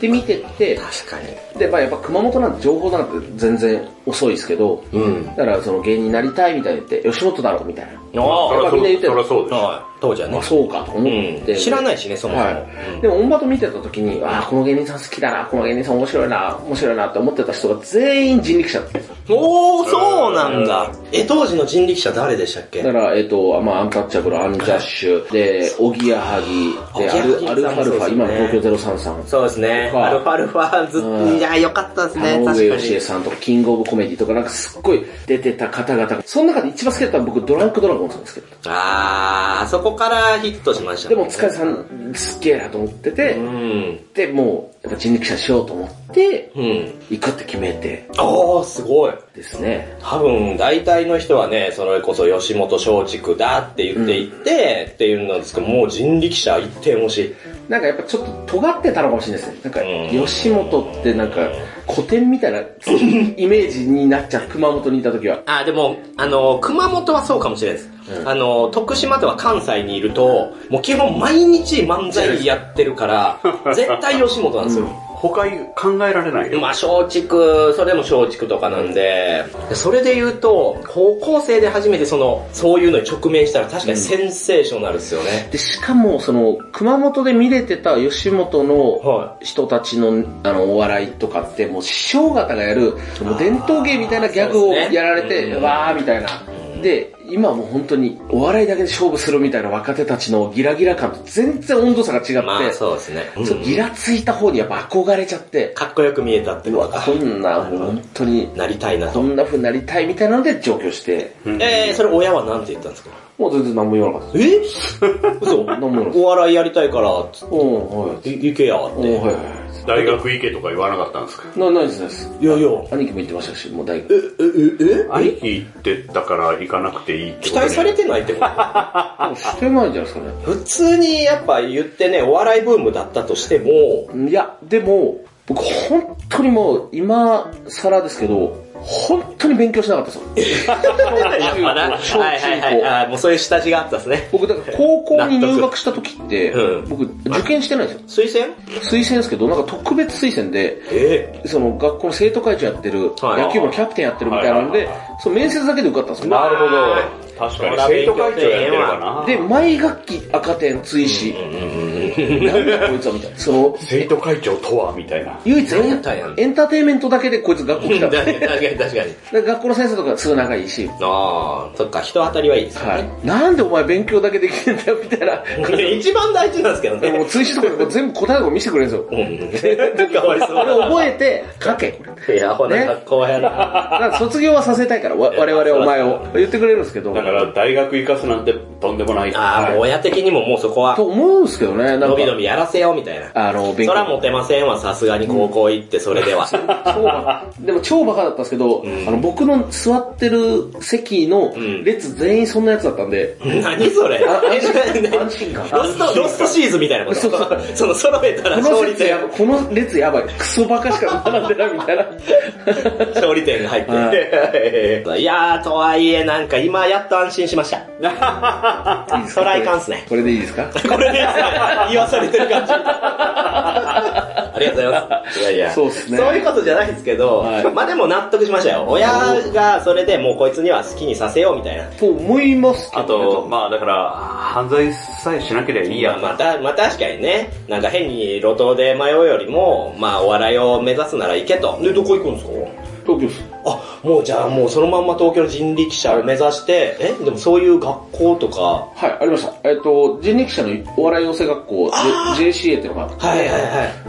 Speaker 2: で見てて、
Speaker 1: 確かに。
Speaker 2: で、まあやっぱ熊本なんて情報なんて全然遅いですけど、
Speaker 1: うん。
Speaker 2: だからその芸人になりたいみたいに言って、吉本だろうみたいな。
Speaker 1: ああ、
Speaker 3: そ
Speaker 2: やっぱ
Speaker 3: らそ
Speaker 2: みんな言ってる
Speaker 3: そらそうでしょ。
Speaker 1: は当時はね
Speaker 2: まあ。そうかと思っ
Speaker 1: う
Speaker 2: て。
Speaker 1: ん、知らないしね、そもそも。
Speaker 2: はい。でも、オンバト見てた時に、ああ、この芸人さん好きだな、この芸人さん面白いな、面白いなって思ってた人が全員人力車だったんですよ
Speaker 1: おー、そうなんだ。え、当時の人力車誰でしたっけ
Speaker 2: だから、えっ、と、まあアンタッチャブル、アンジャッシュ、で、おぎやはぎ、で、
Speaker 1: おぎ
Speaker 2: ア
Speaker 1: やはぎさん
Speaker 2: ルアルファルフ
Speaker 1: そうですね
Speaker 2: ァ、今の東京033。
Speaker 1: そうですね。
Speaker 2: はい
Speaker 1: アルファルファずっ
Speaker 2: う
Speaker 1: と、
Speaker 2: ん
Speaker 1: いや、よかったですね、
Speaker 2: 田
Speaker 1: 確
Speaker 2: 上
Speaker 1: か
Speaker 2: 義恵
Speaker 1: に。
Speaker 2: さんとか、キングオブコメディとか、なんかすっごい出てた方々。その中で一番好きだったのは僕、ドランクドラゴンさんですけど。
Speaker 1: あー、そこからヒットしました
Speaker 2: で
Speaker 1: ね。
Speaker 2: も、塚地さん、すっげえなと思ってて
Speaker 1: う、ん。
Speaker 2: で、もう、やっぱ人力車しようと思って、
Speaker 1: うん。
Speaker 2: 行くって決めて
Speaker 1: おー、すごい。
Speaker 2: ですね。
Speaker 1: 多分、大体の人はね、それこそ吉本松竹だって言っていって、っていうんですけど、もう人力車一定もし。
Speaker 2: なんかやっぱちょっと尖ってたのかもしれないですね。なんか
Speaker 1: う、ん
Speaker 2: 吉本ってなんか、古典みたいなイメージになっちゃう、熊本にいた時は。
Speaker 1: あ、でも、あの、熊本はそうかもしれないです。あの、徳島とは関西にいると、もう基本毎日漫才やってる から、絶対吉本なんですよ。
Speaker 3: 他考えられないよ。
Speaker 1: まあ松竹、それでも松竹とかなんで、それで言うと、高校生で初めてその、そういうのに直面したら確かにセンセーショナルですよね。
Speaker 2: で、しかも、その、熊本で見れてた吉本の
Speaker 1: は
Speaker 2: 人たちの、あの、お笑いとかって、もう師匠方がやる、もう伝統芸みたいなギャグ
Speaker 1: そう
Speaker 2: を
Speaker 1: ですね
Speaker 2: やられて、
Speaker 1: うん
Speaker 2: わーみたいな。で、今もう本当にお笑いだけで勝負するみたいな若手たちのギラギラ感と全然温度差が違って、
Speaker 1: い。まあそうですね。
Speaker 2: そううんギラついた方にやっぱ憧れちゃって、
Speaker 1: かっこよく見えたってことか
Speaker 2: こんな、もう本当に、
Speaker 1: なりたいな
Speaker 2: ど
Speaker 1: と。
Speaker 2: んな風になりたいみたいなので上京して、
Speaker 1: えー、それ親は何て言ったんですか
Speaker 2: もう全然何も言わなかったで
Speaker 1: え嘘
Speaker 2: 何も言わなかった
Speaker 1: お笑いやりたいから、つ
Speaker 2: す。おー、はい。
Speaker 1: い行けやっ
Speaker 2: お
Speaker 1: て。
Speaker 2: ー、はいは
Speaker 3: 大学行けとか言わなかったんですか
Speaker 2: い。な、ないです、ないです。
Speaker 1: いやいや、
Speaker 2: 兄貴も言ってましたし、もう大学
Speaker 1: え、。え、え、え
Speaker 3: 兄貴行ってたから行かなくていいって
Speaker 1: 期
Speaker 3: こと
Speaker 1: 待さ
Speaker 3: ね
Speaker 1: れてないってこと
Speaker 2: もうしてないんじゃないですかね。
Speaker 1: 普通にやっぱ言ってね、お笑いブームだったとしても、
Speaker 2: いや、でも、僕本当にもう、今更ですけど、本当に勉強しなかったですよ
Speaker 1: な。
Speaker 2: 小中高。
Speaker 1: はいはいはい。
Speaker 2: 小中高
Speaker 1: あーもうそういう下地があったですね。
Speaker 2: 僕、だから高校に入学した時って
Speaker 1: う、ん
Speaker 2: 僕、受験してないんですよ。
Speaker 1: 推薦
Speaker 2: 推薦ですけど、なんか特別推薦で、
Speaker 1: え
Speaker 2: その学校の生徒会長やってる、
Speaker 1: はい
Speaker 2: 野球部のキャプテンやってるみたいなん
Speaker 3: はい
Speaker 2: で
Speaker 3: はい、
Speaker 2: その面接だけで受かったんですよ。
Speaker 3: なるほ
Speaker 1: は
Speaker 3: ど。確かに生徒会長やってるかな。
Speaker 2: で、毎学期赤点追試。なんだこいつはみたいな。その、
Speaker 3: 生徒会長とはみたいな。
Speaker 2: 唯一
Speaker 1: 何やったんや
Speaker 2: エンターテインメントだけでこいつ学校
Speaker 1: え
Speaker 2: 来 たんです
Speaker 1: 確かに確かに。
Speaker 2: で学校の先生とかすぐ仲いいし、
Speaker 1: ああ、そっか、人当たりはいいですよ
Speaker 2: は
Speaker 1: ね。
Speaker 2: い。なんでお前勉強だけできてんだよ、みたいな。
Speaker 1: 一番大事なんですけど
Speaker 2: でも、
Speaker 1: ね。
Speaker 2: 追試とかで全部答えとか見せてくれるんですよ。
Speaker 1: うん。 かわい
Speaker 2: これ
Speaker 1: そ
Speaker 2: 覚えて、書け。これ
Speaker 1: う。い や、ほら、
Speaker 2: ね
Speaker 1: 学校やな。
Speaker 2: なんか卒業はさせたいか ら、わ我々はお前を。言ってくれるんですけど。
Speaker 3: だから大学行かすなんてとんでもない。
Speaker 1: ああ、もう親的にももうそこは
Speaker 2: と、思うんですけどね、なん
Speaker 1: のびの
Speaker 2: か、
Speaker 1: びやらせようみたいな。
Speaker 2: あの、
Speaker 1: そ
Speaker 2: 勉
Speaker 1: ら
Speaker 2: 強。
Speaker 1: モテませんわ、さすがに高校行って、それでは。
Speaker 2: 超バカでも超バカだったんですけど、あの、僕の座ってる席の
Speaker 1: ん
Speaker 2: 列全員そんなやつだったんで、
Speaker 1: 何それ
Speaker 2: あ安
Speaker 1: え 何
Speaker 2: 心
Speaker 1: 何
Speaker 2: 安心感。
Speaker 1: ロスト、ロストシーズンみたいなこと。
Speaker 2: そうそ
Speaker 1: その、揃えたら
Speaker 2: この
Speaker 1: 勝利
Speaker 2: 列や
Speaker 1: 点、
Speaker 2: ばこの列やばい。クソバカしか並んでないみたいな。
Speaker 1: 勝利点が入って る。いやー、とはいえ、なんか今やっと安心しました。
Speaker 2: いいです
Speaker 1: そらいかんっすね。
Speaker 2: これでいいですか
Speaker 1: これで、言わされてる感じ。ありがとうございます。いやいや。
Speaker 2: そうっすね
Speaker 1: そういうことじゃないですけど、
Speaker 2: はい
Speaker 1: まあでも納得しましたよ。親がそれでもうこいつには好きにさせようみたいな。
Speaker 2: と思いますけど
Speaker 3: あ
Speaker 2: ね
Speaker 3: と、まあだから、犯罪さえしなければいいや。
Speaker 1: まあ、また、まあ確かにね、なんか変に路頭で迷うよりも、まあお笑いを目指すなら行けと。で、どこ行くんですか
Speaker 2: 東京です。
Speaker 1: あ、もうじゃあもうそのまんま東京の人力車を目指して、え、でもそういう学校とか。
Speaker 2: はい、ありました。えっ、と、人力車のお笑い養成学校、J- JCA っていうのがあって、
Speaker 1: はいはいは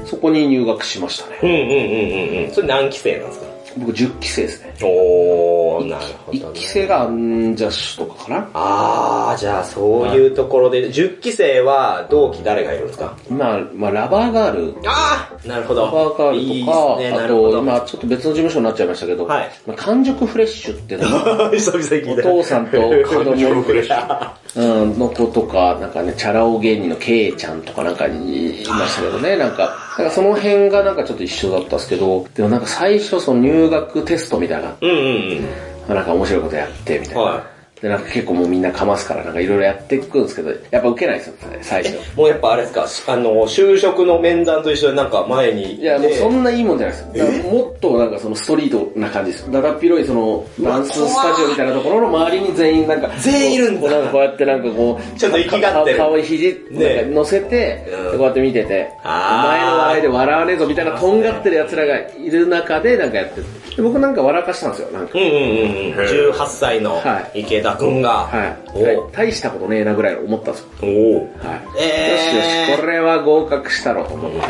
Speaker 1: い。
Speaker 2: そこに入学しましたね。
Speaker 1: うんうんうんうんうん。それ何期生なんですか
Speaker 2: 僕10期生ですね。
Speaker 1: おー、なるほど、
Speaker 2: 1
Speaker 1: ね
Speaker 2: 期。生がアンジャッシュとかかな。
Speaker 1: あー、じゃあそういうところで、10期生は同期誰がいるんですか
Speaker 2: まあ、まあ、ラバーガール
Speaker 1: あーなるほど。
Speaker 2: ラバーガールとか、
Speaker 1: いいですね、な
Speaker 2: あ
Speaker 1: るほ
Speaker 2: と、
Speaker 1: ど。
Speaker 2: 今ちょっと別の事務所になっちゃいましたけど、
Speaker 1: はい
Speaker 2: まあ、完熟フレッシュっていうのが
Speaker 1: 久々に聞い
Speaker 2: お
Speaker 1: た。
Speaker 2: 父さんと子供
Speaker 3: 情報フレッシュ
Speaker 2: うんの子とか、なんかね、チャラ男芸人のケイちゃんとかなんかにいましたけどね、なんか、なんかその辺がなんかちょっと一緒だったんですけど、でもなんか最初その入学テストみたいな、
Speaker 1: うんうんうん。
Speaker 2: なんか面白いことやってみたいな。
Speaker 1: は
Speaker 2: で、なんか結構もうみんなかますから、なんかいろいろやっていくんですけど、やっぱ受けないですよね、最初。
Speaker 1: もうやっぱあれですか、あの、就職の面談と一緒になんか前に。
Speaker 2: いや、もうそんないいもんじゃないですよ。だからもっとなんかそのストリートな感じです。だだっ広いそのダンススタジオみたいなところの周りに全員なんか、
Speaker 1: 全員いるんだ
Speaker 2: こうなんかこうやってなんかこう、
Speaker 1: ちょっと生きがってる
Speaker 2: か顔に肘、
Speaker 1: ね
Speaker 2: なんか乗せて、
Speaker 1: うん
Speaker 2: こうやって見てて、お
Speaker 1: あー
Speaker 2: 前の笑いで笑わねえぞみたいなとんがってる奴らがいる中でなんかやってる。で僕なんか笑かしたんですよ、なんか。
Speaker 1: うんうんうんうん。
Speaker 3: へー
Speaker 1: 18歳の
Speaker 2: は
Speaker 1: 池田くんが。
Speaker 2: はい。大したことねえなぐらい思ったんですよ。
Speaker 1: おおうえ
Speaker 2: はい。
Speaker 1: ー
Speaker 2: よしよし、これは合格したろと思って。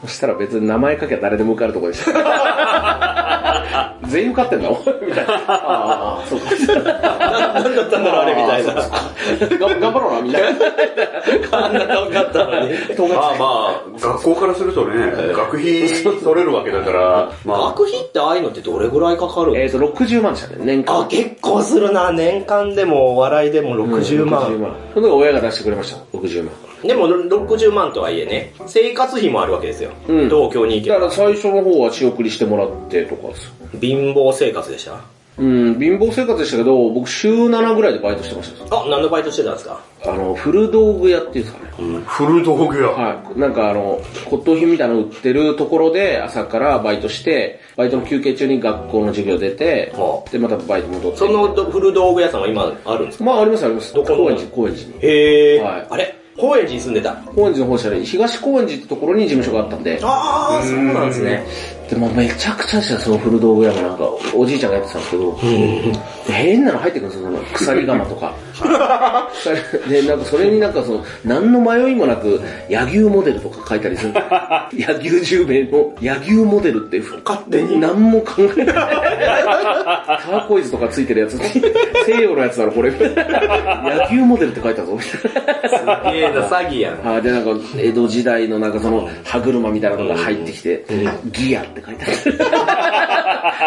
Speaker 2: そしたら別に名前書きゃ誰でも受かるとこ でした。全員受かってんのみたいな。ああ、そうか。
Speaker 1: なんだったんだろうあれみた いな。
Speaker 2: が頑張ろう な、みたいな。
Speaker 1: あんな遠かった のに。
Speaker 2: とんが
Speaker 3: ま
Speaker 2: っ
Speaker 3: あまあ、学校からするとね、学費取れるわけだから、まあ、
Speaker 1: 学費ってああいうのってどれぐらいかかる
Speaker 2: てえっと、60万でしたね、年間。
Speaker 1: あ、結構するな。年間でもお笑いでも60万。
Speaker 2: 60その時親が出してくれました、60万。
Speaker 1: でも60万とはいえね、生活費もあるわけですよ。
Speaker 2: うん
Speaker 1: 東京に行け
Speaker 2: だか
Speaker 1: ば。
Speaker 2: ら最初の方は仕送りしてもらってとかです。
Speaker 1: 貧乏生活でした。
Speaker 2: うん、貧乏生活でしたけど、僕週7ぐらいでバイトしてました。
Speaker 1: あ、何のバイトしてたんですか
Speaker 2: あの、古道具屋っていうんですかね。
Speaker 3: 古道具屋。
Speaker 2: はい。なんかあの、骨董品みたいなの売ってるところで朝からバイトして、バイトの休憩中に学校の授業出て
Speaker 1: は、
Speaker 2: で、またバイト戻って。
Speaker 1: そのど古道具屋さんは今あるんですか
Speaker 2: まあありますあります。
Speaker 1: どこの
Speaker 2: 高円寺、高円寺に。
Speaker 1: へー。
Speaker 2: はい
Speaker 1: あれ高円寺に住んでた。
Speaker 2: 高円寺の本社で、東高円寺ってところに事務所があったんで、
Speaker 1: あー、そうなんですね。
Speaker 2: でもめちゃくちゃでしたよその古道具屋もなんか、おじいちゃんがやってたんですけど、で変なの入ってくるんですよ、その鎖釜とか。 鎖で、なんかそれになんかその、何の迷いもなく、柳生モデルとか書いたりす るんですよ柳生十兵衛の柳生モデルって、
Speaker 1: 勝手に
Speaker 2: 何も考えない。ターコイズとかついてるやつ、西洋のやつだろ、これ。 みたいな柳生モデルって書いたぞ、みたいな。
Speaker 1: すげーな、詐欺やん。
Speaker 2: あーで、なんか、江戸時代のなんかその、歯車みたいなのが入ってきて、ギアって書いてある。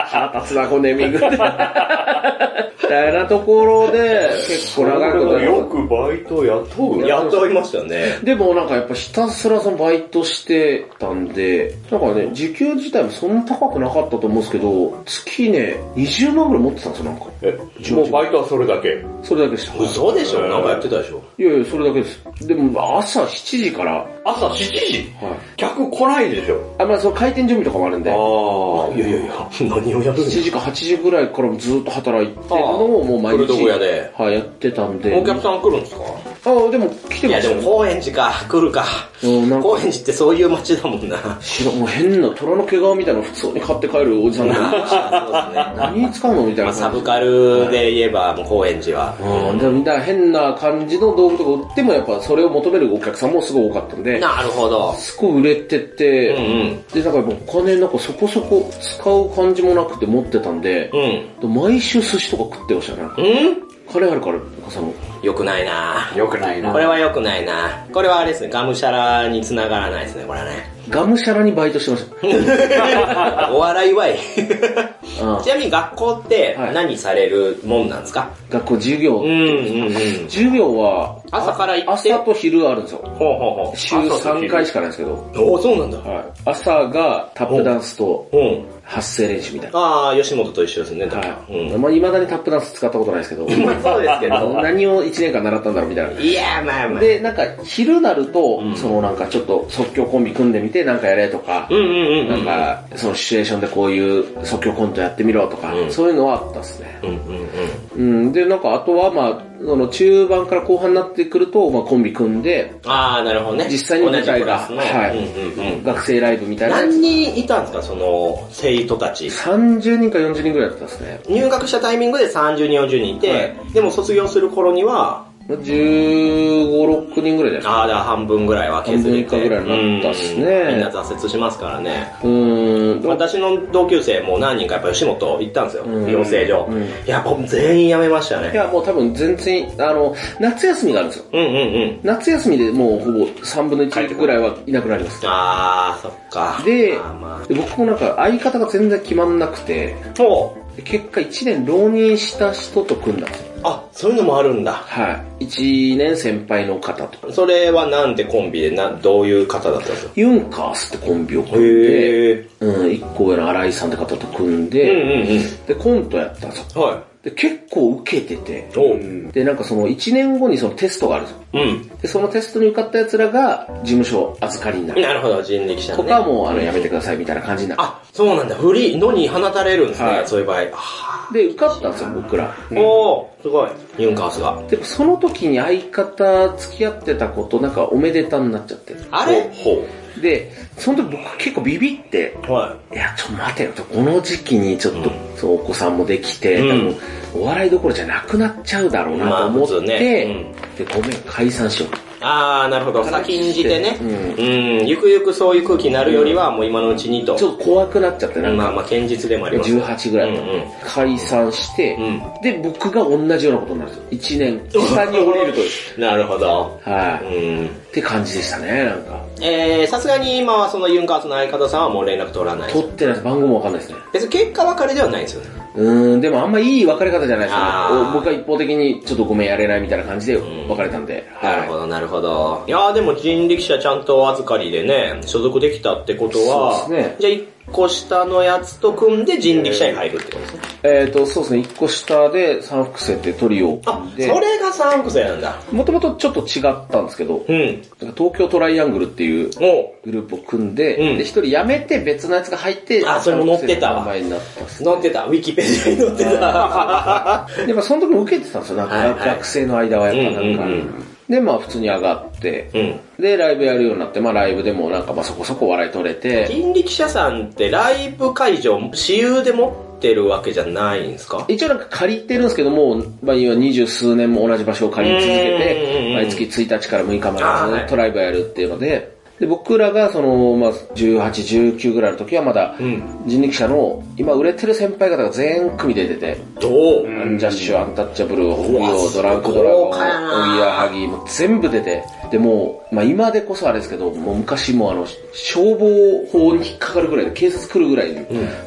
Speaker 2: 腹立つな、このネーミング。みたいなところで、結構長いことやっ
Speaker 3: よくバイト雇う
Speaker 1: やっといましたね。
Speaker 2: でもなんかやっぱひたすらそのバイトしてたんで、なんかね、時給自体もそんな高くなかったと思うんですけど、月ね、20万ぐらい持ってたんですよ、なんか。
Speaker 3: えもうバイトはそれだけ。
Speaker 2: それだけでした。い
Speaker 1: 嘘でしょなんかやってたでしょ
Speaker 2: やいや、それだけです。でも朝7時から、はい。
Speaker 3: 朝7時客来ないでしょ。
Speaker 2: あ、まあその開店準備とかもあるんで、
Speaker 3: あ
Speaker 1: いやいやいや、何をやるん
Speaker 2: 7
Speaker 1: ですか
Speaker 2: 時か8時ぐらいからずっと働いてるのをもう毎
Speaker 1: 古
Speaker 2: 日。
Speaker 1: 道具屋で。
Speaker 2: はい、やってたんで。
Speaker 1: お客さん来るんですか
Speaker 2: あ、でも来て
Speaker 1: い
Speaker 2: ま
Speaker 1: や
Speaker 2: した
Speaker 1: で
Speaker 2: よ
Speaker 1: も高円寺か、来るか。
Speaker 2: うんなんか
Speaker 1: 高円寺ってそういう街だも んな。
Speaker 2: 知らんもう変な虎の毛皮みたいなの普通に買って帰るおじさ んが、
Speaker 1: そうですね。
Speaker 2: 何に使うのみたい
Speaker 1: ま
Speaker 2: な
Speaker 1: あサ
Speaker 2: 感じ
Speaker 1: ブ。カルで言えば、もう高円寺は。
Speaker 2: うん、でもだから変な感じの道具とか売ってもやっぱそれを求めるお客さんもすごい多かったんで、
Speaker 1: なるほど。
Speaker 2: すごい売れて
Speaker 1: う
Speaker 2: て、
Speaker 1: んうん。
Speaker 2: で、だからお金なんかそこそこ使う感じもなくて持ってたんで、
Speaker 1: うん。
Speaker 2: 毎週寿司とか食ってましたね。なんか
Speaker 1: うん
Speaker 2: 金あるから、お母さんも。
Speaker 1: 良くないな
Speaker 3: あ。よくないな
Speaker 1: これは良くないなこれはあれですね、がむしゃらに繋がらないですね、これはね。
Speaker 2: がむしゃらにバイトしてました。
Speaker 1: お笑いわ い。
Speaker 2: うん
Speaker 1: ちなみに学校って
Speaker 2: はい
Speaker 1: 何されるもんなんですか、
Speaker 2: 学校授業、
Speaker 1: うんうんうん。
Speaker 2: 授業は
Speaker 1: 朝から行って
Speaker 2: 朝と昼あるんですよ。
Speaker 1: ほうほうほう。
Speaker 2: 週
Speaker 3: 朝と昼
Speaker 2: 3回しかないんですけど、
Speaker 1: おお、そうなんだ。
Speaker 2: はい、朝がタップダンスと
Speaker 1: うん。
Speaker 2: 発声練習みたいな。
Speaker 1: ああ、吉本と一緒ですね、多分
Speaker 2: はい。まあ、未だにタップダンス使ったことないですけど、
Speaker 1: うん。 まあそうですけど。
Speaker 2: 何を1年間習ったんだろうみたいな。
Speaker 1: いや、まあまあ。
Speaker 2: で、なんか、昼なると、
Speaker 1: ん
Speaker 2: そのなんかちょっと即興コンビ組んでみてなんかやれとか、
Speaker 1: うんうんうんう。
Speaker 2: なんんか、そのシチュエーションでこういう即興コントやってみろとか、
Speaker 1: うん
Speaker 2: そういうのはあったっすね。
Speaker 1: うんうんうん。
Speaker 2: うん、で、なんか、あとは、まあ、その中盤から後半になってくると、まあ、コンビ組んで、
Speaker 1: ああ、なるほどね。
Speaker 2: 実際に
Speaker 1: 同
Speaker 2: 舞
Speaker 1: じ
Speaker 2: 台
Speaker 1: ク
Speaker 2: が、
Speaker 1: ラスの。
Speaker 2: はい、
Speaker 1: うんうんうん。
Speaker 2: 学生ライブみたいなやつ。
Speaker 1: 何人いたんですか、その、生徒たち。
Speaker 2: 30人か40人ぐらいだったんですね。
Speaker 1: 入学したタイミングで30人、40人いて、
Speaker 2: はい
Speaker 1: でも卒業する頃には、
Speaker 2: 15、6人ぐらいじゃない
Speaker 1: ああ、だから半分ぐらいは削れて。
Speaker 2: 半分以下ぐらいになったっすね
Speaker 1: うんみんな挫折しますからね。
Speaker 2: うーん、でも
Speaker 1: 私の同級生も何人かやっぱ吉本行ったんですよ。
Speaker 2: うん
Speaker 1: 養成所
Speaker 2: うん。
Speaker 1: やっぱ全員辞めました
Speaker 2: い
Speaker 1: ね。
Speaker 2: や、もう多分全然、あの、夏休みがあるんですよ。
Speaker 1: うんうんうん。
Speaker 2: 夏休みでもうほぼ3分の1ぐらいはいなくなります。
Speaker 1: あー、そっか。
Speaker 2: で
Speaker 1: まあま
Speaker 2: で僕もなんか相方が全然決まんなくて、
Speaker 1: あ。もう、
Speaker 2: で結果1年浪人した人と組んだんですよ。
Speaker 1: あ、そういうのもあるんだ。
Speaker 2: はい。1年先輩の方と。
Speaker 1: それはなんてコンビで、な、どういう方だったんですか
Speaker 2: ユンカースってコンビを組んで、
Speaker 1: へー。
Speaker 2: うん、1個上の新井さんって方と組ん
Speaker 1: うん
Speaker 2: で、
Speaker 1: うん
Speaker 2: で、コントやったんですよ。
Speaker 1: うん。は
Speaker 2: で結構受けてて、
Speaker 3: おう
Speaker 2: で、なんかその1年後にそのテストがあるぞ。
Speaker 1: うん。
Speaker 2: で、そのテストに受かった奴らが事務所預かりになる。
Speaker 1: なるほど、人力車
Speaker 2: こ
Speaker 1: ね。
Speaker 2: こはもうあのやめてくださいみたいな感じになる。
Speaker 1: あ、そうなんだ。フリー、のに放たれるんですね、
Speaker 2: はい
Speaker 1: そういう場合。あ
Speaker 2: で、受かったんですよ、僕ら。
Speaker 1: ーおー、すごい。ユンカースが。
Speaker 2: でもその時に相方付き合ってたことなんかおめでたになっちゃって。
Speaker 1: あれ
Speaker 3: ほ
Speaker 2: で、その時僕結構ビビって、
Speaker 1: はい
Speaker 2: や、ちょっと待てよと、この時期にちょっと、そうお子さんもできて、
Speaker 1: うん
Speaker 2: 多分お笑いどころじゃなくなっちゃうだろうなと思って、
Speaker 1: まあ普通ね
Speaker 2: で、ごめん、解散しよ
Speaker 1: い。あー、なるほど。先んじてね。
Speaker 2: う
Speaker 1: うん。ゆくゆくそういう空気になるよりは、もう今のうちにと
Speaker 2: う。。ちょっと怖くなっちゃって、なん
Speaker 1: まあ
Speaker 2: か、
Speaker 1: まあ、堅実でもあります。
Speaker 2: 18ぐらい、
Speaker 1: うんうん
Speaker 2: 解散して、
Speaker 1: う
Speaker 2: で、僕が同じようなことになるんですよ。1年、下に降りると。
Speaker 1: なるほど。
Speaker 2: は
Speaker 1: う
Speaker 2: い、
Speaker 1: ん。
Speaker 2: って感じでしたね、なんか。
Speaker 1: えー、さすがに今はそのユンカースの相方さんはもう連絡取らない。
Speaker 2: 取ってないです番号もわかんないですね。
Speaker 1: 別に結果別れではないんですよね。
Speaker 2: うーん、でもあんまいい別れ方じゃないです
Speaker 1: あー
Speaker 2: ね。お僕は一方的にちょっとごめんやれないみたいな感じで別れたんで。
Speaker 1: なるほど、なるほど。いやーでも人力車ちゃんとお預かりでね、所属できたってことは、
Speaker 2: そうですね
Speaker 1: じゃあ一個下のやつと組んで人力車に入るってことですね。
Speaker 2: えっ、と、そうですね、一個下で三複製ってトリオ
Speaker 1: あ、そ
Speaker 2: で、
Speaker 1: れがサンクセなんだ。
Speaker 2: もともとちょっと違ったんですけど、
Speaker 1: うん。
Speaker 2: 東京トライアングルっていう
Speaker 1: おう
Speaker 2: グループを組んで、
Speaker 1: うん
Speaker 2: で、一人辞めて別のやつが入って、
Speaker 1: あそれも載ってたわ
Speaker 2: 三複製の名前になったんですね
Speaker 1: 載ってた。ウィキペディアに載ってた。
Speaker 2: で、まあその時も受けてたんですよ、なんか、
Speaker 1: はいはい
Speaker 2: 学生の間はやっぱなんか。
Speaker 1: うんうんう
Speaker 2: で、まあ普通に上がっ て、
Speaker 1: うん。
Speaker 2: で、ライブやるようになって、まあライブでもなんかまあそこそこ笑い取れて、
Speaker 1: 人力車さんってライブ会場、私有で持ってるわけじゃないんですか
Speaker 2: 一応なんか借りてるんですけども、まあ今二十数年も同じ場所を借り続け
Speaker 1: うんうんう
Speaker 2: て
Speaker 1: ん、
Speaker 2: 毎月1日から6日
Speaker 1: あー
Speaker 2: まで
Speaker 1: は
Speaker 2: ず
Speaker 1: い
Speaker 2: っとライブやるっていうので、で、僕らがその、まあ18、19ぐらいの時はまだ
Speaker 1: ん、
Speaker 2: 人力車の今売れてる先輩方が全組で出てて、
Speaker 1: どう、
Speaker 2: アンジャッシュ、アンタッチャブル、北
Speaker 1: うわ
Speaker 2: 洋、ドランクドラ
Speaker 1: 豪
Speaker 2: ゴン、おぎ
Speaker 1: 華
Speaker 2: や
Speaker 1: やな
Speaker 2: はぎ、もう全部出て、でもう、まあ今でこそあれですけど、もう昔もあの、消防法に引っかかるぐらいで、警察来るぐらいに、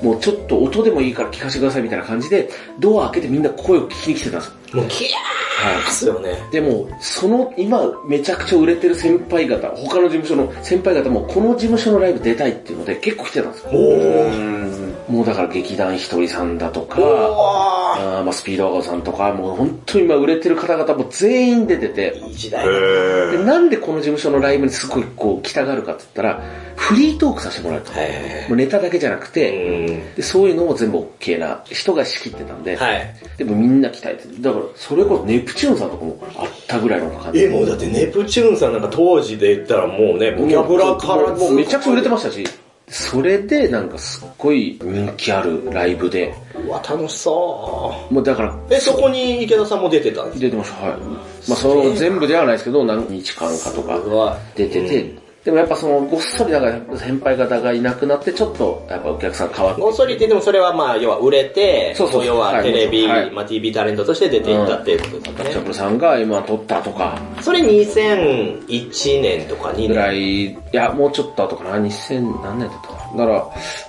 Speaker 2: もうちょっと音でもいいから聞かせてくださいみたいな感じで、ドア開けてみんな声を聞きに来てたんですよ。
Speaker 1: もうキャーっすよね。
Speaker 2: でも、その今めちゃくちゃ売れてる先輩方、他の事務所の先輩方もこの事務所のライブ出たいっていうので結構来てたんですよ。
Speaker 1: おー。
Speaker 2: もうだから劇団ひとりさんだとか、
Speaker 1: おー。
Speaker 2: あーまあ、スピードワゴンさんとか、もう本当に今売れてる方々も全員出てて、
Speaker 1: いい時
Speaker 3: う。
Speaker 1: 代だな
Speaker 3: へ
Speaker 2: で、
Speaker 3: ー。
Speaker 2: なんでこの事務所のライブにすごいこう来たがるかって言ったら、フリートークさせてもらうと。
Speaker 1: へ
Speaker 2: もうネタだけじゃなくて、
Speaker 1: ー。うん。
Speaker 2: でそういうのも全部 OK な人が仕切ってたんで、
Speaker 1: はい。
Speaker 2: でもみんな鍛えてて、だからそれこそネプチューンさんとかもあったぐらいの感じ。
Speaker 1: え、もうだってネプチューンさんなんか当時で言ったらもうね、ボキャブラから
Speaker 2: もうめちゃくちゃ売れて
Speaker 1: ま
Speaker 2: ましたし、それでなんかすっごい人気あるライブで、
Speaker 1: す。うわ、楽しそ
Speaker 2: もうだから
Speaker 1: う。え、そこに池田さんも出てたんです
Speaker 2: 出てました、はい。まあその全部ではないですけど、何日間かとか
Speaker 1: ごい
Speaker 2: 出てて、でもやっぱそのごっそりだから先輩方がいなくなって、ちょっとやっぱお客さん変わって、
Speaker 1: ごっそりってでもそれはまあ、要は売れて、
Speaker 2: そうそう
Speaker 1: 要は
Speaker 2: はい
Speaker 1: テレビ、
Speaker 2: はい
Speaker 1: まあ TV タレントとして出ていったっていうことだ
Speaker 2: ダッ
Speaker 1: ね
Speaker 2: チャ。ブルさんが M1 取ったとか
Speaker 1: それ2001年とか2年。
Speaker 2: ぐらい、いやもうちょっと後かな、2000何年だったかな。だから、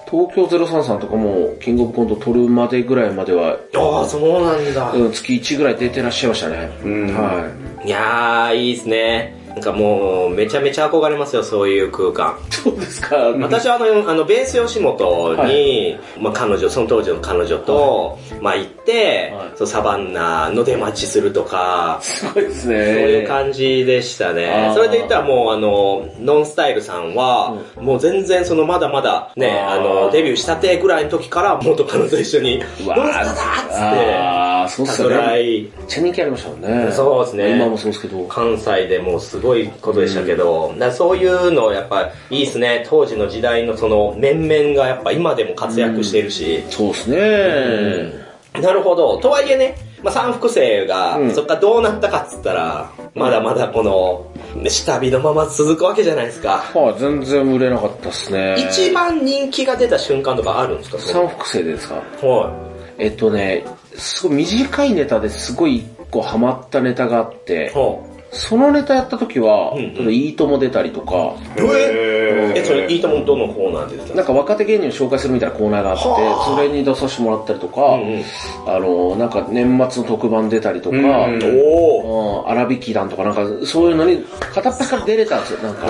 Speaker 2: 東京03さんとかもキングオブコント取るまでぐらいまでは、
Speaker 1: ああ、そうなんだ。
Speaker 2: うん月1ぐらい出てらっしゃいましたね。
Speaker 3: ん
Speaker 2: はい。
Speaker 1: いやー、いいですね。なんかもう、めちゃめちゃ憧れますよ、そういう空間。
Speaker 2: そうですか。
Speaker 1: 私はあの、あの、ベース吉本に、
Speaker 2: は
Speaker 1: まあ彼女、その当時の彼女と、まあ行って、
Speaker 2: はい
Speaker 1: そうサバンナの出待ちするとか、
Speaker 2: すごいですね。
Speaker 1: そういう感じでしたね
Speaker 2: あ。ー
Speaker 1: それで言ったらもうあの、ノンスタイルさんは、もう全然そのまだまだね、あ
Speaker 2: あー
Speaker 1: の、デビューしたてぐらいの時から元彼女と一緒に、ノンス
Speaker 2: う
Speaker 1: タ
Speaker 2: わ
Speaker 1: だ
Speaker 2: ー
Speaker 1: ーっ
Speaker 2: あー、そう
Speaker 1: つ
Speaker 2: っ
Speaker 1: って、
Speaker 2: す
Speaker 1: たぐ
Speaker 2: よ
Speaker 1: ら
Speaker 2: ね。
Speaker 1: い、
Speaker 2: めっちゃ人気ありましたもんね。
Speaker 1: そうですね
Speaker 2: 今もそうですけど。
Speaker 1: 関西でもうすごいことでしたけど、だからそういうのやっぱいいですね。当時の時代のその面々がやっぱ今でも活躍してるし。
Speaker 2: そうですね。
Speaker 1: なるほど。とはいえね、まあ、三複生が、
Speaker 2: うん
Speaker 1: そっからどうなったかっつったら、まだまだこの、ね下火のまま続くわけじゃないですか。
Speaker 2: はい、全然売れなかったっすね。
Speaker 1: 一番人気が出た瞬間とかあるんですかそ
Speaker 2: 三
Speaker 1: の
Speaker 2: 複製ですか
Speaker 1: は
Speaker 2: えっとね、すごい短いネタですごい一個ハマったネタがあっ
Speaker 1: い。
Speaker 2: て、
Speaker 1: は
Speaker 2: そのネタやった時は、
Speaker 1: うんうん
Speaker 2: そのいいとも出たりとか、
Speaker 1: ええ、それ、いい
Speaker 3: と
Speaker 1: ともどのコーナーでです
Speaker 2: なんか若手芸人を紹介するみたいなコーナーがあって、それに出させてもらったりとか、
Speaker 1: うんうん
Speaker 2: あの、なんか年末の特番出たりとか、
Speaker 3: うんうん
Speaker 1: おお。
Speaker 2: うん荒引き団とかなんか、そういうのに片っ端から出れたんですよ、なんか。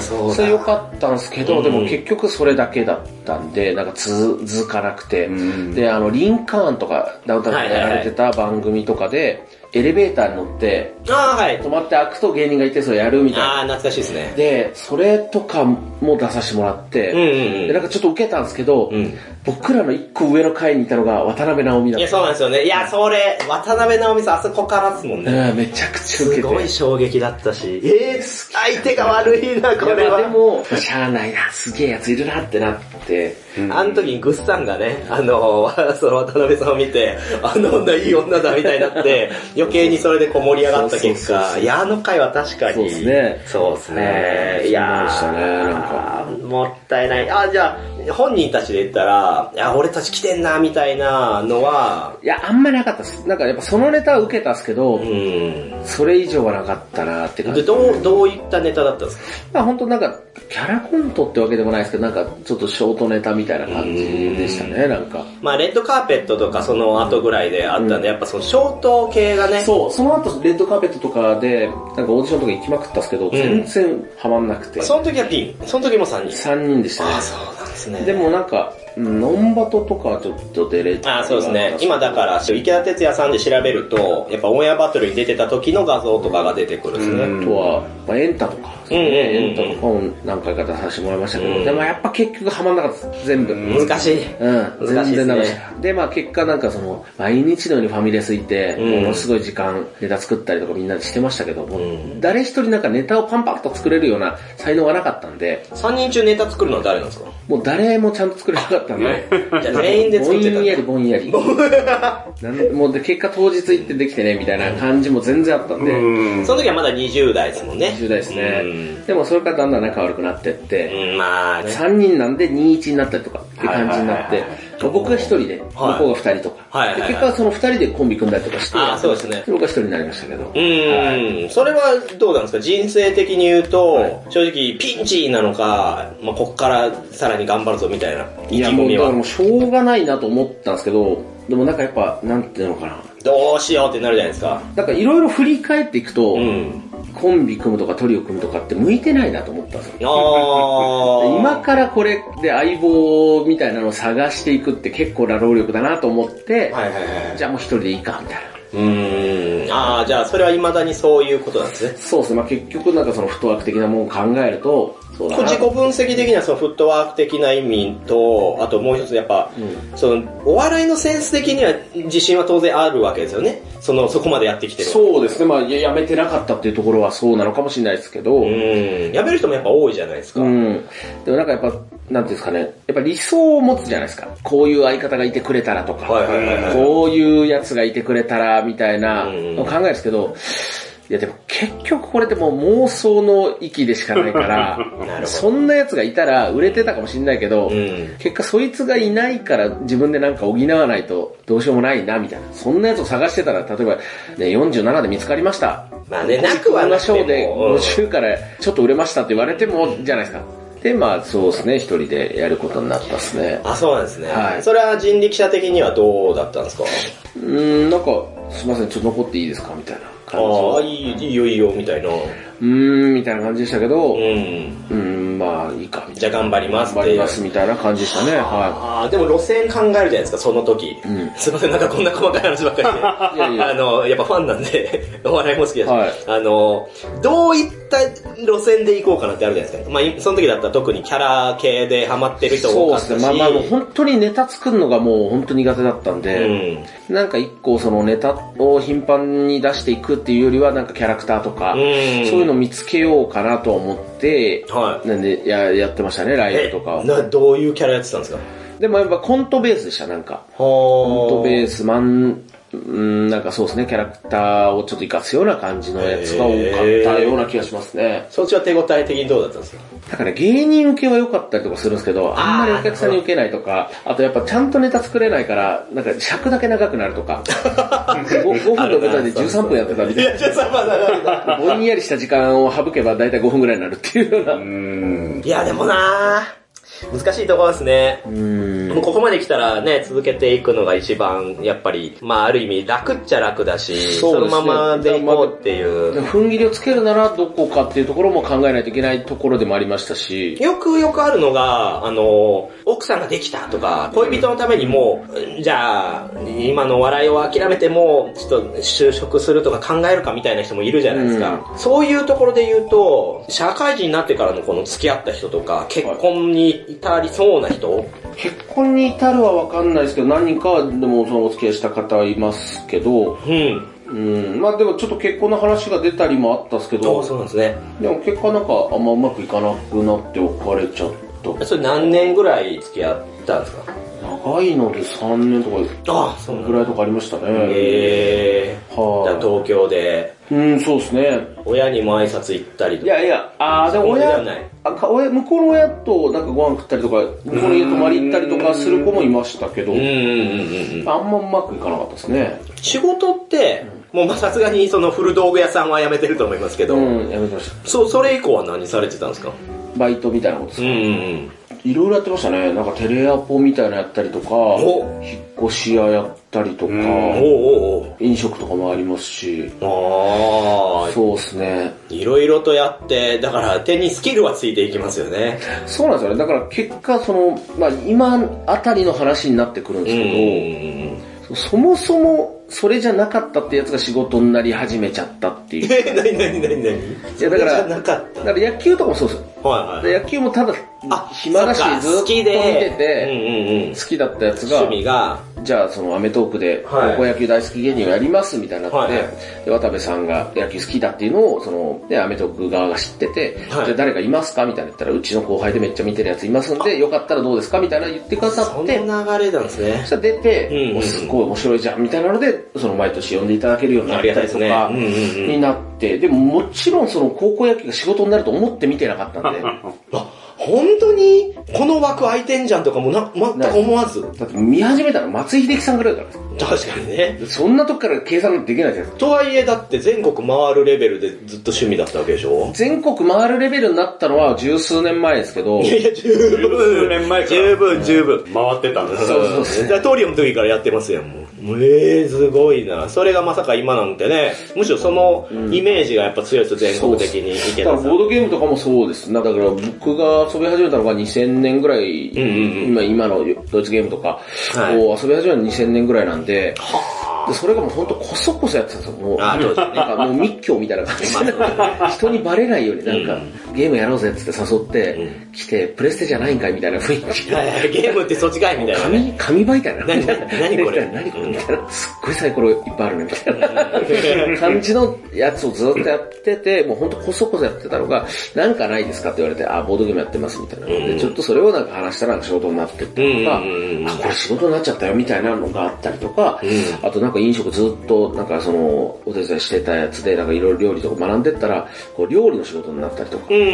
Speaker 1: そ
Speaker 2: それ良かったんですけど、
Speaker 1: うん
Speaker 2: でも結局それだけだったんで、なんか続続かなくて、で、あの、リンカーンとか、ダウンタウンでやられてた番組とかで、エレベーターに乗って、
Speaker 1: ああ、はい。
Speaker 2: 止まって開くと芸人がいてそれやるみたいな。
Speaker 1: ああ、懐かしいですね。
Speaker 2: で、それとかも出させてもらって、
Speaker 1: うんうん
Speaker 2: で
Speaker 1: う
Speaker 2: なんかちょっと受けたんですけど、
Speaker 1: ん。うん。
Speaker 2: 僕らの一個上の階にいたのが渡辺直美だ
Speaker 1: い
Speaker 2: っ
Speaker 1: や、そうなんですよね。いや、それ、渡辺直美さん、あそこからですもん
Speaker 2: た。
Speaker 1: ね。
Speaker 2: うんめちゃくちゃ受
Speaker 1: す
Speaker 2: けて。
Speaker 1: ごい衝撃だったし、えー、相手が悪いな、こ
Speaker 2: い
Speaker 1: れ
Speaker 2: やまあ
Speaker 1: は。
Speaker 2: でも、しゃあないな、すげえやついるなってなって、
Speaker 1: あの時にグッさんがね、あの、 その渡辺さんを見て、あの女いい女だみたいにな って、余計にそれでこう盛り上がった結
Speaker 2: そうそうそう
Speaker 1: 果、
Speaker 2: そう
Speaker 1: いや、あの回は確かに。
Speaker 2: そうですね
Speaker 1: そうです
Speaker 2: は
Speaker 1: ね。
Speaker 2: い
Speaker 1: いや
Speaker 2: そうでしたねなん
Speaker 1: ー、もったいない。あ、じゃあ、本人たちで言ったら、いや、俺たち来てんな、みたいなのは、
Speaker 2: いや、あんまなかったです。なんかやっぱそのネタは受けたんですけど、
Speaker 1: うん。
Speaker 2: それ以上はなかったなって感
Speaker 1: で、
Speaker 2: じ。
Speaker 1: どう、どういったネタだったんですか
Speaker 2: まあ本当なんか、キャラコントってわけでもないですけど、なんかちょっとショートネタみたいな感じでしたね、なんか。
Speaker 1: まあレッドカーペットとかその後ぐらいであったんで、やっぱその消灯系がね、
Speaker 2: そう、その後レッドカーペットとかで、なんかオーディションとか行きまくったんですけど、全然ハマんなくて。
Speaker 1: その時はピン、その時も3人。
Speaker 2: 3人でしたね。
Speaker 1: あ、そうなんですね。
Speaker 2: でもなんか、うんノンバトとかはちょっと出れ
Speaker 1: あそうですね。今だから、池田哲也さんで調べると、やっぱオンエアバトルに出てた時の画像とかが出てくるんですね。
Speaker 3: うん
Speaker 2: あとは、まあ、エンタとか、
Speaker 1: うんうんうん
Speaker 2: エンタとかも何回か出させてもらいましたけど、
Speaker 1: うん
Speaker 2: でもやっぱ結局ハマんなかったです、全部。うん
Speaker 1: 難しい。難しいです
Speaker 2: 全然ダ
Speaker 1: ね
Speaker 2: メでした。で、まあ結果なんかその、毎日のようにファミレス行って、
Speaker 1: うん
Speaker 2: ものすごい時間、ネタ作ったりとかみんなでしてましたけども、
Speaker 1: うん
Speaker 2: 誰一人なんかネタをパンパンと作れるような才能がなかったんで、
Speaker 1: 3人中ネタ作るのは誰なんですか
Speaker 2: もう誰もちゃんと作れなかったんで、
Speaker 1: じゃあ全員で
Speaker 2: ぼ
Speaker 1: 作
Speaker 2: ん
Speaker 1: ってたん
Speaker 2: や
Speaker 1: だ
Speaker 2: りぼん やり。なんもうで結果当日行ってできてね、みたいな感じも全然あったんで、
Speaker 1: その時はまだ20代ですもんね。
Speaker 2: 20代ですね。でもそれからだんだん仲悪くなってっ
Speaker 1: う
Speaker 2: て、
Speaker 1: ん。うん、まあね。
Speaker 2: 3人なんで21になったりとかって感じになっ
Speaker 3: はい
Speaker 2: て
Speaker 3: はいは、
Speaker 2: 僕が1人で、向こうが2人とか。
Speaker 1: はいはい
Speaker 2: で
Speaker 1: はい
Speaker 2: 結果はその2人でコンビ組んだりとかして、
Speaker 1: あそうですね
Speaker 2: 僕が1人になりましたけど
Speaker 1: う。ーん、それはどうなんですか人生的に言うと、正直ピンチなのか、まあ、こっからさらに頑張るぞみたいな意
Speaker 2: い
Speaker 1: 気
Speaker 2: や
Speaker 1: 込
Speaker 2: もう、
Speaker 1: み
Speaker 2: だから
Speaker 1: は
Speaker 2: も。うしょうがないなと思ったんですけど、でもなんかやっぱ、なんていうのかな。
Speaker 1: どうしようってなるじゃないですか。
Speaker 2: なんかいろいろ振り返っていくと
Speaker 1: う、ん。
Speaker 2: コンビ組むとかトリオ組むとかって向いてないなと思ったんですよ。
Speaker 1: あー。
Speaker 2: 今からこれで相棒みたいなのを探していくって結構な労力だなと思って、
Speaker 1: はいはいはい。
Speaker 2: じゃあもう一人でいいかみたいな。
Speaker 1: うーん。ああ、じゃあそれは未だにそういうことなんですね。
Speaker 2: そうですね、まあ、結局なんかそのフットワーク的なものを考えると、そうだ
Speaker 1: こう
Speaker 2: な。
Speaker 1: 自己分析的にはそのフットワーク的な意味と、あともう一つやっぱ、
Speaker 2: う
Speaker 1: その、お笑いのセンス的には自信は当然あるわけですよね。その、そこまでやってきてる。う。
Speaker 2: そうですね、まあややめてなかったっていうところはそうなのかもしれないですけど、うん。
Speaker 1: うん。やめる人もやっぱ多いじゃないですか。
Speaker 2: でもなんかやっぱ、なんていうんですかね、やっぱ理想を持つじゃないですか。こういう相方がいてくれたらとか、
Speaker 1: はいはいはいはい
Speaker 2: こういうやつがいてくれたらみたいな
Speaker 1: うん
Speaker 2: のを考えるんですけど、いやでも結局これってもう妄想の域でしかないか
Speaker 1: な
Speaker 2: ら、
Speaker 1: るほ
Speaker 2: そんなやつがいたら売れてたかもしれないけ
Speaker 1: ど。
Speaker 2: ど、
Speaker 1: うん。
Speaker 2: 結果そいつがいないから自分でなんか補わないとどうしようもないなみたいな。そんなやつを探してたら、例えばね、47で見つかりました。
Speaker 1: まあね、なくはなくて
Speaker 2: こん
Speaker 1: も。
Speaker 2: な賞で
Speaker 1: うん
Speaker 2: 50からちょっと売れましたって言われてもじゃないですか。で、まあそうですね、一人でやることになったですね。
Speaker 1: あ、そうなんですね。
Speaker 2: はい
Speaker 1: それは人力車的にはどうだったんですか
Speaker 2: うーん、なんか、すいません、ちょっと残っていいですかみたいな
Speaker 1: あ
Speaker 2: 感
Speaker 1: あ、
Speaker 2: じ。
Speaker 1: いい、いいよいいよ、みたいな。
Speaker 2: うーん、みたいな感じでしたけど、
Speaker 1: う。
Speaker 2: うんーん、まあいいか、みたい
Speaker 1: じゃあ頑張りま
Speaker 2: な。
Speaker 1: すって
Speaker 2: 頑張
Speaker 1: いう。
Speaker 2: ります、みたいな感じでしたね。は
Speaker 1: ああ、でも路線考えるじゃないですか、その時。
Speaker 2: ん
Speaker 1: すいません、なんかこんな細かい話ばっかりで。
Speaker 2: いやいや
Speaker 1: あの、やっぱファンなんで、 お笑いも好きだし、
Speaker 2: はい
Speaker 1: あの、どういった路線で行こうかなってあるじゃないですか。まあ、いその時だったら特にキャラ系でハマってる
Speaker 2: い。
Speaker 1: 人
Speaker 2: そう
Speaker 1: 多
Speaker 2: で
Speaker 1: かった
Speaker 2: す
Speaker 1: し。
Speaker 2: ね。まあまあ、もう本当にネタ作るのがもう本当に苦手だったんで、
Speaker 1: うん。
Speaker 2: なんか一個そのネタを頻繁に出していくっていうよりはなんかキャラクターとか、
Speaker 1: うん
Speaker 2: そういうのを見つけようかなと思って、
Speaker 1: はい。
Speaker 2: なんでややってましたね、ライ
Speaker 1: え
Speaker 2: ブとかを
Speaker 1: な、どういうキャラやってたんですか
Speaker 2: でもやっぱコントベースでした、なんか。
Speaker 1: コ
Speaker 2: コントベース、漫うん、なんかそうですね、キャラクターをちょっと活かすような感じのやつが多かったような気がしますね。
Speaker 1: そっちは手応え的にどうだったんですか
Speaker 2: だから芸人受けは良かったりとかするんですけど、あんまりお客さんに受けないとか、あとやっぱちゃんとネタ作れないから、なんか尺だけ長くなるとか、5, 分のネタで13分やってたみたい
Speaker 1: や、ちょっとまだ
Speaker 2: な。ぼんやりした時間を省けば大体5分ぐらいになるっていうような。
Speaker 1: いや、でもなぁ難しいところですね。もうここまで来たらね、続けていくのが一番、やっぱり、まあある意味楽っちゃ楽だし、そ
Speaker 2: そ
Speaker 1: の
Speaker 2: うですね
Speaker 1: ままでいこうっていう。
Speaker 2: 踏ん切りをつけるならどこかっていうところも考えないといけないところでもありましたし、
Speaker 1: よくよくあるのが、あの、奥さんができたとか、恋人のためにもう、じゃあ、今の笑いを諦めても、ちょっと就職するとか考えるかみたいな人もいるじゃないですか。そういうところで言うと、社会人になってからのこの付き合った人とか、結婚に至りそうな人、
Speaker 2: 結婚に至るはわかんないですけど、何人かはでもそのお付き合いした方はいますけど、
Speaker 1: うん。
Speaker 2: うん、まあでもちょっと結婚の話が出たりもあったんですけ
Speaker 1: そう
Speaker 2: ど、
Speaker 1: そうなんですね。
Speaker 2: でも結果なんかあんまうまくいかなくなって別れちゃった。
Speaker 1: それ何年ぐらい付き合ったんですか
Speaker 2: 長いので3年とか
Speaker 1: ああ、そう
Speaker 2: ぐらいとかありましたね。
Speaker 1: へえー。じゃあ
Speaker 2: は
Speaker 1: 東京で、
Speaker 2: い。うん、そうですね。
Speaker 1: 親にも挨拶行ったりと
Speaker 2: い
Speaker 1: か。
Speaker 2: やいや、あーでも
Speaker 1: そういうの
Speaker 2: 親
Speaker 1: ではない、
Speaker 2: あか親、向こうの親となんかご飯食ったりとか、向こうの家泊まり行ったりとかする子もいましたけど、
Speaker 1: うんうんうんうんうん。
Speaker 2: あんまうまくいかなかったですね。
Speaker 1: 仕事って、もうまあさすがにその古道具屋さんは辞めてると思いますけど、
Speaker 2: うん、やめてました。
Speaker 1: そう、それ以降は何されてたんですか
Speaker 2: バイトみたいなことです
Speaker 1: うんうん
Speaker 2: いろいろやってましたね。なんかテレアポみたいなのやったりとか、
Speaker 1: お
Speaker 2: 引っ越し屋やったりとか、
Speaker 1: うん。おうおう
Speaker 2: 飲食とかもありますし、
Speaker 1: おうああ、
Speaker 2: そうですね。
Speaker 1: いろいろとやって、だから手にスキルはついていきますよね。
Speaker 2: そうなんですよね。だから結果、その、まあ今あたりの話になってくる
Speaker 1: う
Speaker 2: ん
Speaker 1: ん
Speaker 2: です
Speaker 1: うん
Speaker 2: け
Speaker 1: うん うん。
Speaker 2: ど、そもそもそれじゃなかったってやつが仕事になり始めちゃったっていう。
Speaker 1: え、なになになになに
Speaker 2: いやだから
Speaker 1: それじゃなかった。
Speaker 2: だから野球とかもそうですよ。
Speaker 1: はいはい。
Speaker 2: で野球もただ
Speaker 1: あ、
Speaker 2: 暇だし
Speaker 1: そっか
Speaker 2: ずっと
Speaker 1: 好
Speaker 2: 見
Speaker 1: き
Speaker 2: て
Speaker 1: で
Speaker 2: て、
Speaker 1: うんうんうん
Speaker 2: 好きだったやつが、
Speaker 1: 趣味が、
Speaker 2: じゃあそのアメトークで
Speaker 1: はい
Speaker 2: 高校野球大好き芸人をやりますみたいになって、
Speaker 1: はい
Speaker 2: で渡部さんが野球好きだっていうのをその、ね、アメトーク側が知ってて、
Speaker 1: はい
Speaker 2: じゃあ誰かいますかみたいな言ったらうちの後輩でめっちゃ見てるやついますんでよかったらどうですかみたいな言ってくださ
Speaker 1: そ
Speaker 2: っ
Speaker 1: の
Speaker 2: て
Speaker 1: 流れなんですね
Speaker 2: そし。たら出て、
Speaker 1: うんうんうん
Speaker 2: おすごい面白いじゃんみたいなのでその毎年呼んでいただけるようにな
Speaker 1: あ
Speaker 2: っ
Speaker 1: りが
Speaker 2: た
Speaker 1: たいです
Speaker 2: りと
Speaker 1: ね。
Speaker 2: か
Speaker 1: うんう。ん
Speaker 2: に
Speaker 1: うん。
Speaker 2: なって、でももちろんその高校野球が仕事になると思って見てなかったん で、
Speaker 1: あ、本当にこの枠空いてんじゃんとかもな、全く思わず。
Speaker 2: だって見始めたの松井秀喜さんぐらいだから
Speaker 1: 確かにね。
Speaker 2: です。そんなとこから計算なんてできないじゃないですか。
Speaker 1: とはいえだって全国回るレベルでずっと趣味だったわけでしょ
Speaker 2: 全国回るレベルになったのは十数年前ですけど、
Speaker 1: いや、十分。
Speaker 3: 数年前から
Speaker 1: 十分、十分。
Speaker 3: 回ってたんです
Speaker 2: そうそうそう
Speaker 1: じゃあトリオの時からやってますやん、もう。ええー、すごいな。それがまさか今なんてね、むしろそのイメージがやっぱ強いですよ、全国的に。
Speaker 2: だからボードゲームとかもそうです。だから僕が遊び始めたのが2000年ぐらい、
Speaker 1: んうん
Speaker 2: 今今のドイツゲームとか
Speaker 1: はい
Speaker 2: を遊び始めたのが2000年ぐらいなんで、でそれがもうほんとこそこそやってたんですよ。もう
Speaker 1: あーそうですね
Speaker 2: なんかもう密教みたいな感じで、人にバレないようになんか、ゲームやろうぜっつって誘って、来てプレステじゃないんかいみたいな 雰囲気。
Speaker 1: はいはいゲームってそっちかいみたい なね。
Speaker 2: 紙、紙媒体なの
Speaker 1: 何何これ
Speaker 2: 何 これみたいな。すっごいサイコロいっぱいあるね、みたいな感じのやつをずっとやってて、もうほんとこそこそやってたのが、なんかないですかって言われて、あ、ボードゲームやってます、みたいな。で、ちょっとそれをなんか話したらなんか仕事になってってとか、
Speaker 1: うんうんうんうん
Speaker 2: あ、これ仕事になっちゃったよ、みたいなのがあったりとか、あとなんか飲食ずっと、なんかその、お手伝いしてたやつで、なんかいろいろ料理とか学んでったら、こう料理の仕事になったりとか、
Speaker 1: うんうん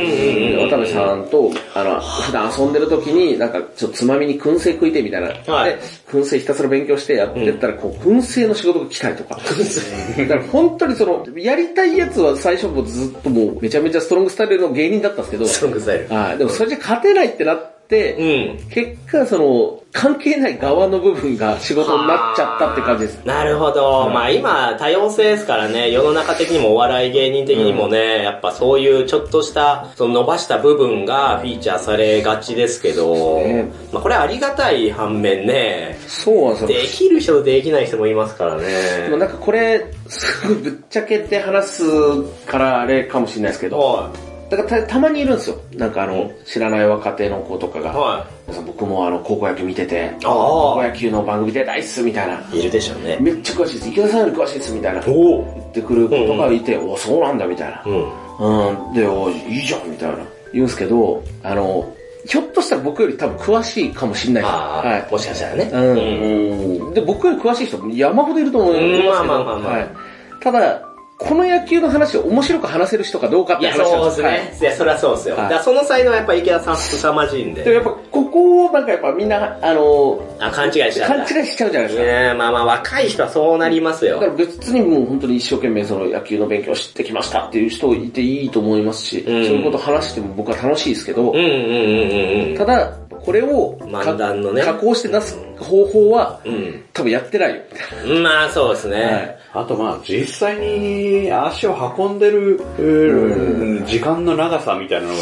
Speaker 1: うん。
Speaker 2: 渡部さんと、あの、普段遊んでる時に、なんか、ちょっとつまみに燻製食いてみたいな。
Speaker 1: はい
Speaker 2: で、燻製ひたすら勉強してやってったら、こう、燻製の仕事が来たりとか。だから本当にその、やりたいやつは最初もうずっともう、めちゃめちゃストロングスタイルの芸人だったんです
Speaker 1: スト
Speaker 2: け
Speaker 1: ロングスタイル。
Speaker 2: ど、はい。でもそれじゃ勝てないってなって、
Speaker 1: うん
Speaker 2: 結果、その、関係ない側の部分が仕事になっちゃったって感じです。
Speaker 1: なるほど。まあ今、多様性ですからね、世の中的にもお笑い芸人的にもね、やっぱそういうちょっとした、その伸ばした部分がフィーチャーされがちですけど、
Speaker 2: ね
Speaker 1: まあこれありがたい反面ね、
Speaker 2: そうなんですよ
Speaker 1: で。きる人とできない人もいますからね。
Speaker 2: でもなんかこれ、すごいぶっちゃけて話すからあれかもしれないですけど、
Speaker 1: は
Speaker 2: だからたたまにいるんですよ。なんかあの、知らない若手の子とか
Speaker 1: い。
Speaker 2: が、
Speaker 1: は
Speaker 2: 僕もあの、高校野球見てて、
Speaker 1: あー
Speaker 2: 高校野球の番組出たいっす、みたいな。
Speaker 1: い。いるでしょうね。
Speaker 2: めっちゃ詳しいです。池田さんより詳しいです、みたいな。言
Speaker 1: おお。
Speaker 2: ってくる子とかいて、おそうなんだ、みたいな
Speaker 1: う。ん。
Speaker 2: うん、で、おいいじゃん、みたいな。言うんですけど、あの、ひょっとしたら僕より多分詳しいかもしれない。
Speaker 1: ああ、
Speaker 2: は
Speaker 1: もしかしたらね。
Speaker 2: い。うん。で、僕より詳しい人山ほどいると思いますけど。
Speaker 1: うんまあまあまあまあ
Speaker 2: はい。ただ、この野球の話を面白く話せる人かどうかっ
Speaker 1: い
Speaker 2: て
Speaker 1: や、
Speaker 2: 話なん
Speaker 1: そうですね。い、や、そりゃそうですよ。
Speaker 2: はい
Speaker 1: だからその才能はやっぱ池田さん凄まじいん
Speaker 2: でも
Speaker 1: で。
Speaker 2: やっぱ、ここをなんかやっぱみんな、あの、
Speaker 1: あ、勘違いしちゃった。
Speaker 2: 勘違いしちゃうじゃないですか。
Speaker 1: ねえ、まあまあ若い人はそうなります
Speaker 2: だか
Speaker 1: よ。
Speaker 2: ら別にもう本当に一生懸命その野球の勉強を知ってきましたっていう人いていいと思いますし、
Speaker 1: ん
Speaker 2: そういうこと話しても僕は楽しいですけど、
Speaker 1: うんうんうんうん
Speaker 2: ただ、これをか
Speaker 1: 漫談のね
Speaker 2: 加工して出す方法は、
Speaker 1: うん。
Speaker 2: 多分やってないよ。
Speaker 1: うん。まあそうですね。
Speaker 2: はい
Speaker 3: あとまあ実際に足を運んでる、うん時間の長さみたいなのが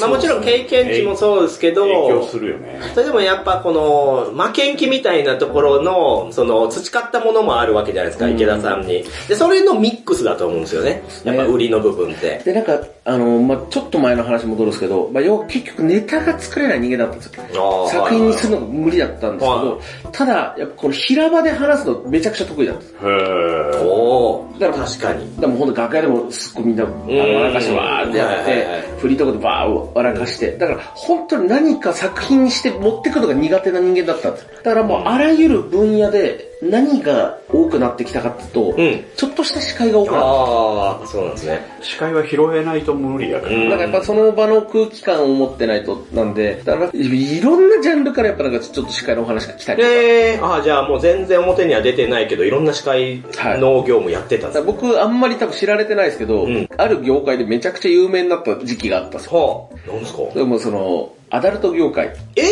Speaker 1: まあもちろん経験値もそうですけど、
Speaker 3: 影響するよね。
Speaker 1: それでもやっぱこの、負けん気みたいなところの、その、培ったものもあるわけじゃないですか、池田さんに。で、それのミックスだと思うんですよね。やっぱ売りの部分って。
Speaker 2: で、なんか、あの、まあちょっと前の話戻るんですけど、まあ要は結局ネタが作れない人間だったんですよ。作品にするのも無理だったんですけど、ただ、やっぱこの平場で話すのめちゃくちゃ得意だったんです。
Speaker 3: へー
Speaker 1: おー
Speaker 2: だから
Speaker 1: 確かに。
Speaker 2: でもうほんと楽屋でもすっごいみんな、あの笑かしてわーってやっ
Speaker 1: はいはいは
Speaker 2: て、フリートークでバーを笑かして、だから本当に何か作品にして持ってくのが苦手な人間だったんです。だからもうあらゆる分野で何が多くなってきたかっていうと、
Speaker 1: うん。
Speaker 2: ちょっとした司会が多くなった。
Speaker 1: ああ、そうなんですね。
Speaker 3: 視界は拾えないと無理やから。
Speaker 1: うん
Speaker 2: なんかやっぱその場の空気感を持ってないとなんで、だからいろんなジャンルからやっぱなんかちょっと司会のお話が来たりとか。
Speaker 1: えー、あーじゃあもう全然表には出てないけど、いろんな司会の業務やってたん
Speaker 2: だ
Speaker 1: で
Speaker 2: か
Speaker 1: す
Speaker 2: ら僕あんまり多分知られてないですけど、
Speaker 1: うん
Speaker 2: ある業界でめちゃくちゃ有名になった時期があったんですよ。
Speaker 1: はあ、なんですか
Speaker 2: でもその、アダルト業界。
Speaker 1: えー、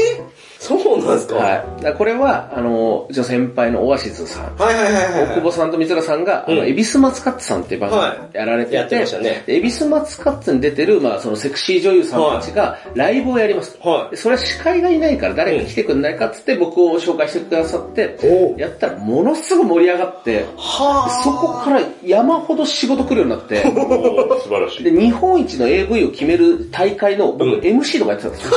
Speaker 1: そうなんですか
Speaker 2: はい。だからこれは、あの、うちの先輩のオアシズさん。
Speaker 1: はいはいはいはい
Speaker 2: 大久保さんと三浦さんが、あ
Speaker 1: う
Speaker 2: の、
Speaker 1: ん
Speaker 2: エビスマツカッツさんっていう番
Speaker 1: は
Speaker 2: 組やられてて、
Speaker 1: やってましたね
Speaker 2: でエビスマツカッツに出てる、まあそのセクシー女優さんたちが、ライブをやります。
Speaker 1: はい
Speaker 2: でそれは司会がいないから誰か来てくんないかっつって僕を紹介してくださって、
Speaker 1: おう
Speaker 2: やったらものすごい盛り上がって、
Speaker 1: は
Speaker 2: そこから山ほど仕事来るようにな って、
Speaker 3: おー素晴らしい。
Speaker 2: で、日本一の AV を決める大会の、僕、
Speaker 1: うん
Speaker 2: MC とかやってたんですよ。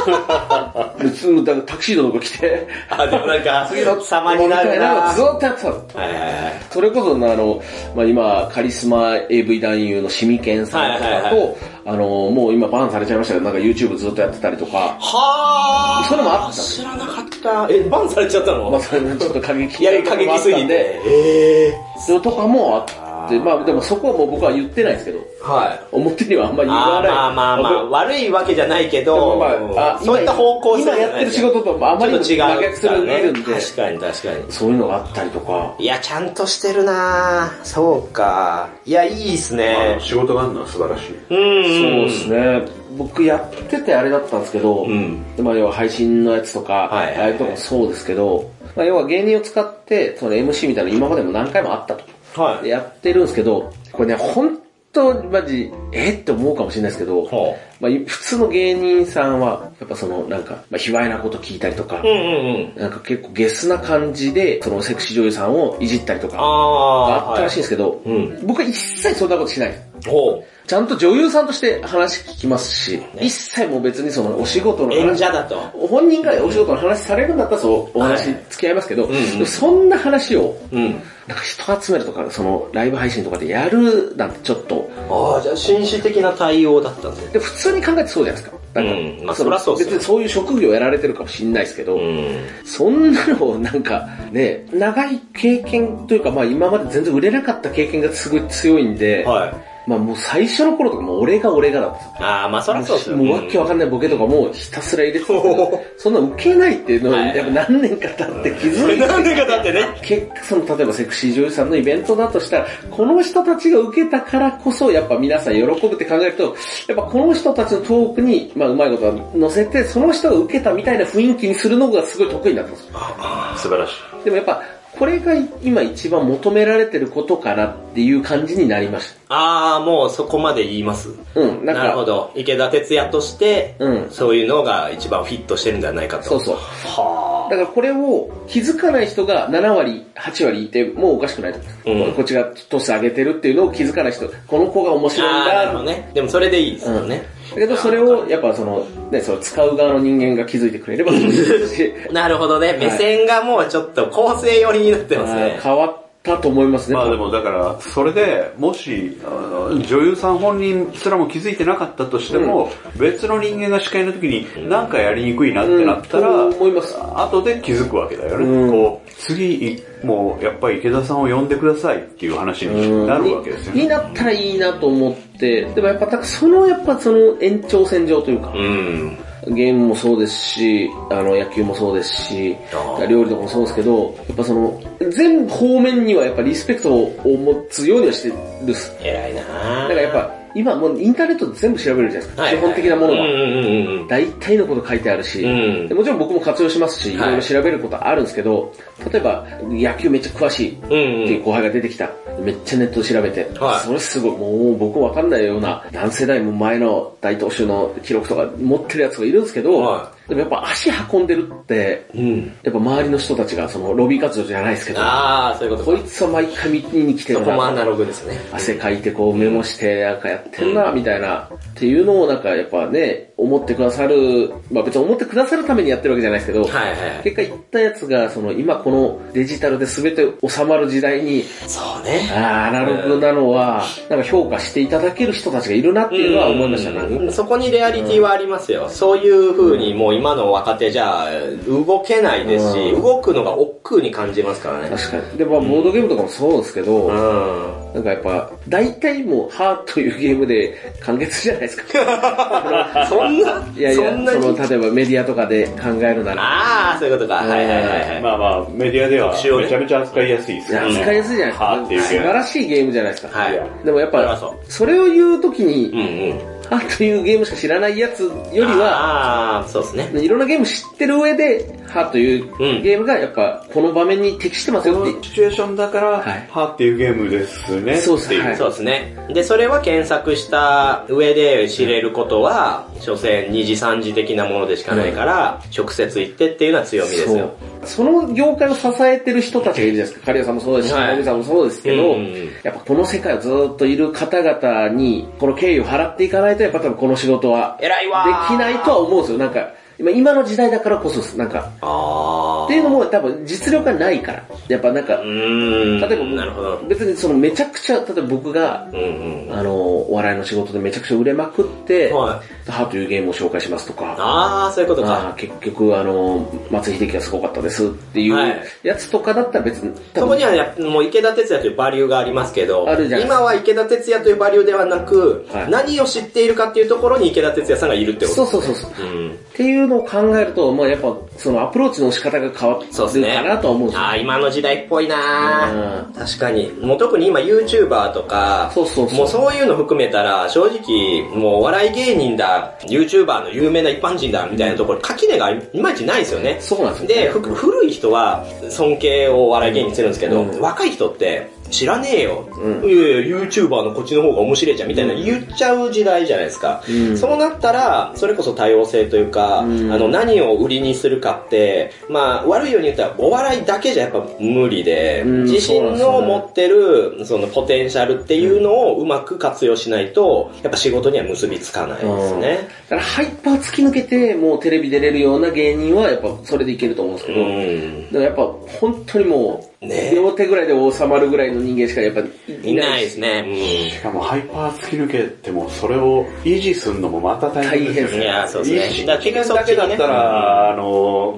Speaker 2: 普通のだからタクシードとか来て、
Speaker 1: あ、でもなんか
Speaker 2: 次の、
Speaker 1: 様になるな
Speaker 2: みたいのをずっとやってたの
Speaker 1: はいはいはい。
Speaker 2: それこそ、あの、まあ、今、カリスマ AV 男優のシミケンさんと
Speaker 1: はい
Speaker 2: か
Speaker 1: はいは
Speaker 2: と、あの、もう今バンされちゃいましたけど、なんか YouTube ずっとやってたりとか、
Speaker 1: はあ。
Speaker 2: そういうのもあった
Speaker 1: 知らなかった。え、バンされちゃったの、
Speaker 2: まあ、それもちょっと過激
Speaker 1: いや、過激すぎて。。ええ
Speaker 2: そうとかもあって、まあ、でもそこはもう僕は言ってないですけど、
Speaker 1: はい。
Speaker 2: 表にはあんまり言
Speaker 1: あ
Speaker 2: わ
Speaker 1: ー
Speaker 2: ない。
Speaker 1: まあまあまあ、悪いわけじゃないけど、
Speaker 2: まあ
Speaker 1: そういった方向性
Speaker 2: 今やってる仕事とあまりにも
Speaker 1: ちょっと
Speaker 2: 真
Speaker 1: 違う
Speaker 2: 逆するのがいるんで
Speaker 1: 確かに確かに。
Speaker 2: そういうのがあったりとか、
Speaker 1: いや、ちゃんとしてるなぁそうか。いや、いいっす
Speaker 3: あの
Speaker 1: ね。
Speaker 3: 仕事があるのは素晴らしい。
Speaker 1: うん
Speaker 2: そう
Speaker 1: うん。
Speaker 2: ですね。僕やっててあれだったんですけど、
Speaker 1: うん
Speaker 2: まあ要は配信のやつとか、
Speaker 1: はいはいはい
Speaker 2: ああいうとこもそうですけど、まあ要は芸人を使って、その MC みたいなの今までも何回もあったと。
Speaker 1: は
Speaker 2: で
Speaker 1: い。
Speaker 2: やってるんですけど、これね、本当にマジ、えって思うかもしれないですけど、
Speaker 1: ほ
Speaker 2: まあ、普通の芸人さんは、やっぱそのなんか、まあ、卑猥なこと聞いたりとか
Speaker 1: う。う、んうんうん。
Speaker 2: なんか結構ゲスな感じで、そのセクシー女優さんをいじったりと
Speaker 1: あ
Speaker 2: か、
Speaker 1: あ。
Speaker 2: あったらしいん
Speaker 1: い。
Speaker 2: ですけど、
Speaker 1: うん
Speaker 2: 僕は一切そんなことしないです。
Speaker 1: ほ
Speaker 2: ちゃんと女優さんとして話聞きますし、一切もう別にそのお仕事
Speaker 1: う。
Speaker 2: の
Speaker 1: 演
Speaker 2: 話、
Speaker 1: 者だと。
Speaker 2: 本人がお仕事の話されるんだったらそうお話
Speaker 1: はい
Speaker 2: 付き合いますけ
Speaker 1: ん
Speaker 2: ど、
Speaker 1: うん
Speaker 2: でもそんな話を、
Speaker 1: うん。
Speaker 2: なんか人集めるとか、そのライブ配信とかでやるなんてちょっと、
Speaker 1: ああ、じゃあ、紳士的な対応だったんですね。
Speaker 2: で普通に考えてそうじゃないですか。だから
Speaker 1: うんまあ
Speaker 2: その
Speaker 1: そりゃそうですよ
Speaker 2: 別にそういう職業やられてるかもしれないですけど、
Speaker 1: うん。
Speaker 2: そんなのをなんかね、長い経験というかまあ今まで全然売れなかった経験がすごい強いんで、
Speaker 1: はい。
Speaker 2: まあもう最初の頃とかもう俺が俺がだったんですよ
Speaker 1: ああ、まあそりゃそうですよ。
Speaker 2: もうわけわかんないボケとかもひたすら入れてたけ
Speaker 1: お
Speaker 2: ど
Speaker 1: お、
Speaker 2: そんな受けないっていうのを
Speaker 1: はい
Speaker 2: やっぱ何年か経って気づいて、
Speaker 1: なんで かだってね。
Speaker 2: 結果その例えばセクシー女優さんのイベントだとしたら、この人たちが受けたからこそやっぱ皆さん喜ぶって考えると、やっぱこの人たちのトークに、まあうまいこと乗せて、その人が受けたみたいな雰囲気にするのがすごい得意になったんですよ。
Speaker 3: 素晴らしい。
Speaker 2: でもやっぱ、これが今一番求められてることかなっていう感じになりまし
Speaker 1: ああ、もうそこまで言います。
Speaker 2: た。うん、な
Speaker 1: なんるほ
Speaker 2: か、
Speaker 1: ど。池田哲也として、
Speaker 2: うん
Speaker 1: そういうのが一番フィットしてるんじゃないかと。
Speaker 2: そうそう。
Speaker 1: は
Speaker 2: だからこれを気づかない人が7割、8割いてもうおかしくないと。
Speaker 1: うん
Speaker 2: こっちがトス上げてるっていうのを気づかない人、この子が面
Speaker 1: あ。あ
Speaker 2: 白いん
Speaker 1: あ、なるほ
Speaker 2: だ。
Speaker 1: どね。でもそれでいいですよ
Speaker 2: うん、
Speaker 1: ね
Speaker 2: だ。けどそれをやっぱその、ね、その使う側の人間が気づいてくれれ ばそうですし、
Speaker 1: なるほどね。目線がもうちょっと構成寄りになってます
Speaker 2: あー
Speaker 1: ね。
Speaker 2: 変わったと思いますね。
Speaker 3: まあでもだから、それで、もし、あの女優さん本人すらも気づいてなかったとしても、別の人間が司会の時に、なんかやりにくいなってなったら、
Speaker 2: うんそう思います
Speaker 3: 後で気づくわけだよね。
Speaker 2: うん
Speaker 3: こう、次、いもう、やっぱり池田さんを呼んでくださいっていう話になるわけですよね。
Speaker 2: になったらいいなと思って、でもやっぱ、だからその、やっぱその延長線上というか、
Speaker 1: うん。
Speaker 2: ゲームもそうですし、あの、野球もそうですし、料理とかもそうですけど、やっぱその、全方面にはやっぱリスペクトを持つようにはしてるっす。
Speaker 1: 偉いな
Speaker 2: だ
Speaker 1: ぁ
Speaker 2: からやっぱ、今もうインターネットで全部調べれるじゃないですか。
Speaker 1: はい
Speaker 2: 基本的なもの
Speaker 1: うん
Speaker 2: が。
Speaker 1: うんうん
Speaker 2: 大体のこと書いてあるし、
Speaker 1: うん
Speaker 2: でもちろん僕も活用しますし、い
Speaker 1: はい
Speaker 2: ろいろ調べることあるんですけど、例えば野球めっちゃ詳しいって
Speaker 1: うん。
Speaker 2: いう後輩が出てきた。めっちゃネットで調べて、
Speaker 1: はい
Speaker 2: それすごい、もう僕わかんないような何世代も前の大投手の記録とか持ってるやつがいるんですけど、
Speaker 1: は
Speaker 2: でもやっぱ足運んでるって、
Speaker 1: うん。
Speaker 2: やっぱ周りの人たちがそのロビー活動じゃないですけど、
Speaker 1: あー、そういうこと
Speaker 2: こいつは毎回見に来て
Speaker 1: そ
Speaker 2: る
Speaker 1: こもア
Speaker 2: な。
Speaker 1: ナログですね。
Speaker 2: 汗かいてこうメモしてなんかやってんなみたいな、っていうのをなんかやっぱね、思ってくださる、まあ別に思ってくださるためにやってるわけじゃないですけど、
Speaker 1: はいはい。
Speaker 2: 結果言ったやつがその今このデジタルで全て収まる時代に、
Speaker 1: そうね。
Speaker 2: あーアナログなのは、なんか評価していただける人たちがいるなっていうのは思いましたね。
Speaker 1: うんそこにレアリティはありますよ。そういう風にもう今の若手じゃ動けないですし、
Speaker 2: うん
Speaker 1: 動くのが億劫に感じますからね。
Speaker 2: 確かに。で、まあボードゲームとかもそうですけど、
Speaker 1: うん。
Speaker 2: なんかやっぱ、大体もう、ハーというゲームで完結じゃないですか。
Speaker 1: そんな、
Speaker 2: いやいや、
Speaker 1: そ
Speaker 2: そ
Speaker 1: んな
Speaker 2: の、
Speaker 1: に。
Speaker 2: 例えばメディアとかで考えるなら、
Speaker 1: あー、そういうことか。
Speaker 2: うん
Speaker 1: はいはいはいはい。
Speaker 3: まあまあ、メディアでは
Speaker 1: 特集をね
Speaker 3: めちゃめちゃ扱いやすいです
Speaker 2: いや
Speaker 3: よね。
Speaker 2: 扱いやすいじゃないですか。
Speaker 3: はあっていう
Speaker 2: 素晴らしいゲームじゃないですか。
Speaker 1: はい。
Speaker 2: でもやっ
Speaker 1: それは
Speaker 2: ぱ
Speaker 1: そ、
Speaker 2: それを言うとき
Speaker 1: う
Speaker 2: に、
Speaker 1: んうん。
Speaker 2: ハーというゲームしか知らないやつよりは、
Speaker 1: あー、そうですね。
Speaker 2: いろんなゲーム知ってる上で、ハーというゲームがやっぱ、この場面に適してます
Speaker 3: こ
Speaker 2: よっ
Speaker 3: の
Speaker 2: て。
Speaker 3: シチュエーションだから、
Speaker 2: はい
Speaker 3: はっていうゲームですね。
Speaker 2: そうですねはい
Speaker 1: そうですね。で、それは検索した上で知れることは、所詮二次三次的なものでしかないから、直接行ってっていうのは強みですよ。
Speaker 2: そうその業界を支えてる人たちがいるじゃないですか。カリオさんもそうですし、
Speaker 1: はい
Speaker 2: ナミさんもそうですけど、
Speaker 1: うんうん
Speaker 2: やっぱこの世界をずっといる方々に、この敬意を払っていかないと、やっぱ多分この仕事は、で
Speaker 1: 偉いわー
Speaker 2: きないとは思うんですよ。なんか、今今の時代だからこそです。なんか、
Speaker 1: あー。
Speaker 2: っていうのも多分実力がないから。やっぱなんか
Speaker 1: う、ーん。
Speaker 2: 例えば、
Speaker 1: なるほど。
Speaker 2: 別にそのめちゃくちゃ、例えば僕が、
Speaker 1: うんうん。
Speaker 2: あの、お笑いの仕事でめちゃくちゃ売れまくって、
Speaker 1: は
Speaker 2: ハーというゲームを紹介しますとか、
Speaker 1: あー、そういうこと
Speaker 2: あ
Speaker 1: か。
Speaker 2: ー結局、あの、松井秀喜がすごかったですってい
Speaker 1: はいう
Speaker 2: やつとかだったら別に、
Speaker 1: そ
Speaker 2: 多
Speaker 1: こ
Speaker 2: 分
Speaker 1: にはやっぱもう池田哲也というバリューがありますけど、
Speaker 2: あるじゃない
Speaker 1: 今は池田哲也というバリューではなく、
Speaker 2: はい
Speaker 1: 何を知っているかっていうところに池田哲也さんがいるってこと
Speaker 2: そう
Speaker 1: です
Speaker 2: そうそうそう。っ
Speaker 1: うん。
Speaker 2: ていうのを考えると、まあやっぱそのアプローチの仕方が変わって
Speaker 1: そうです
Speaker 2: る
Speaker 1: ね。
Speaker 2: かなとは思うんですよ。
Speaker 1: ああ、今の時代っぽいな
Speaker 2: う
Speaker 1: ー確かに。もう特に今 YouTuber とか、
Speaker 2: そうそうそう
Speaker 1: もうそういうの含めたら、正直、もうお笑い芸人だ、YouTuber の有名な一般人だ、みたいなところ、垣根がいまいちないですよね。
Speaker 2: そうなんです
Speaker 1: で、
Speaker 2: よ
Speaker 1: ふ古い人は尊敬をお笑い芸人にするんですけど、
Speaker 2: うん
Speaker 1: 若い人って、知らねえよ。
Speaker 2: うん
Speaker 1: いやいや、YouTuber のこっちの方が面白いじゃん、みたいな言っちゃう時代じゃないですか。
Speaker 2: うん
Speaker 1: そうなったら、それこそ多様性というか、
Speaker 2: うん
Speaker 1: あの、何を売りにするかって、まあ、悪いように言ったら、お笑いだけじゃやっぱ無理で、
Speaker 2: うん
Speaker 1: 自身
Speaker 2: そ
Speaker 1: の
Speaker 2: うなんですよね
Speaker 1: 持ってる、そのポテンシャルっていうのをうまく活用しないと、やっぱ仕事には結びつかないですね。
Speaker 2: だからハイパー突き抜けて、もうテレビ出れるような芸人はやっぱそれでいけると思うんですけ
Speaker 1: う
Speaker 2: ど、
Speaker 1: ん。
Speaker 2: でもやっぱ本当にもう、
Speaker 1: ね
Speaker 2: 両手ぐらいで収まるぐらいの人間しかやっぱい
Speaker 1: いないですね。
Speaker 3: しかもハイパー突き抜けてもそれを維持するのもまた大変です
Speaker 1: うん。
Speaker 2: 大
Speaker 1: い
Speaker 2: 変
Speaker 3: よね。
Speaker 1: や、そうですね。
Speaker 3: 維
Speaker 1: だ
Speaker 3: 持
Speaker 1: から結局そ
Speaker 3: だ
Speaker 1: っち
Speaker 3: けだ
Speaker 1: に
Speaker 3: っ
Speaker 1: ね
Speaker 3: たら、あの、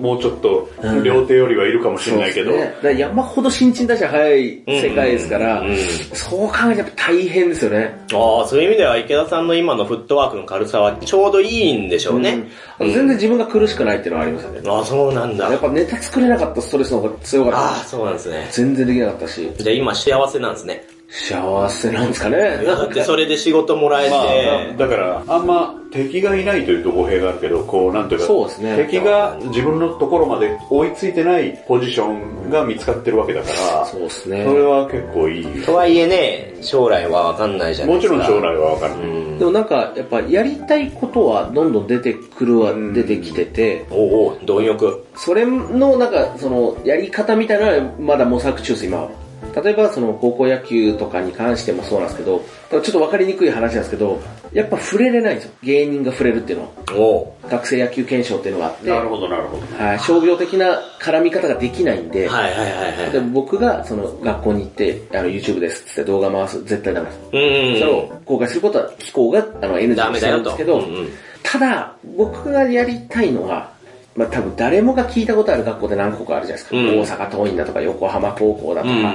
Speaker 3: もうちょっと両手よりはいるかもしれないけど、
Speaker 2: そうですねだから山ほど新陳代謝早い世界ですから、
Speaker 1: うんうんうん
Speaker 2: そう考えるとやっぱ大変ですよね。
Speaker 1: ああ、そういう意味では池田さんの今のフットワークの軽さはちょうどいいんでしょうね。
Speaker 2: うん全然自分が苦しくないっていうのはありますよね。
Speaker 1: ああ、そうなんだ。
Speaker 2: やっぱネタ作れなかったストレスの方が強かっ
Speaker 1: ああ、そうなんですね
Speaker 2: た。。全然できなかったし、
Speaker 1: じゃあ今幸せなんですね。
Speaker 2: 幸せなんですかね。
Speaker 1: だってそれで仕事もらえ
Speaker 3: まあ、
Speaker 1: て、
Speaker 3: だから、あんま敵がいないというと語弊があるけど、こう、なんというか、
Speaker 2: そうですね
Speaker 3: 敵が自分のところまで追いついてないポジションが見つかってるわけだか ら、
Speaker 2: そ
Speaker 3: そう
Speaker 2: ですね。
Speaker 3: れは結構いい。
Speaker 1: とはいえね、将来はわかんないじゃない
Speaker 3: も
Speaker 1: で
Speaker 3: ち
Speaker 1: すか。
Speaker 3: ろん将来はわかる。
Speaker 1: うん。
Speaker 2: でもなんか、やっぱやりたいことはどんどん出てくるは出てきてて、
Speaker 1: おうおう、貪欲。
Speaker 2: それのなんか、その、やり方みたいなのはまだ模索中です、今は。例えばその高校野球とかに関してもそうなんですけど、ちょっと分かりにくい話なんですけど、やっぱ触れれないんですよ。芸人が触れるっていうのは。
Speaker 1: お
Speaker 2: 学生野球検証っていうのがあって、
Speaker 3: なるほど、なるほど。
Speaker 2: はい商業的な絡み方ができないんで、
Speaker 1: はいはいはいはい。
Speaker 2: で僕がその学校に行って、あの YouTube ですっつって動画回す、絶対ダメです。
Speaker 1: うん。
Speaker 2: それを公開することは機構があの NG に
Speaker 1: ダメ
Speaker 2: して
Speaker 1: だ
Speaker 2: る
Speaker 1: よ
Speaker 2: んで
Speaker 1: と。
Speaker 2: すけど、
Speaker 1: うんうん
Speaker 2: ただ、僕がやりたいのは、まあ多分誰もが聞いたことある学校って何個かあるじゃないですか。
Speaker 1: うん
Speaker 2: 大阪桐蔭だとか横浜高校だとか、
Speaker 1: うんうん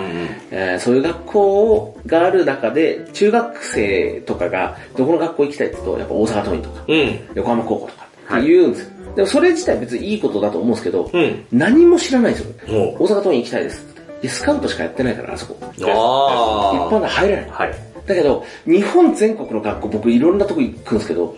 Speaker 2: えーそういう学校がある中で、中学生とかがどこの学校行きたいって言うと、やっぱ大阪桐蔭とか、
Speaker 1: うん。
Speaker 2: 横浜高校とかって言うんですよ。でもそれ自体別にいいことだと思うんですけど、
Speaker 1: うん
Speaker 2: 何も知らないんですよ。
Speaker 1: おう
Speaker 2: 大阪桐蔭行きたいですって。でスカウトしかやってないから、あそこ。一
Speaker 1: あ
Speaker 2: 般で入れない。
Speaker 3: はい。
Speaker 2: だけど、日本全国の学校、僕いろんなとこ行くんですけど、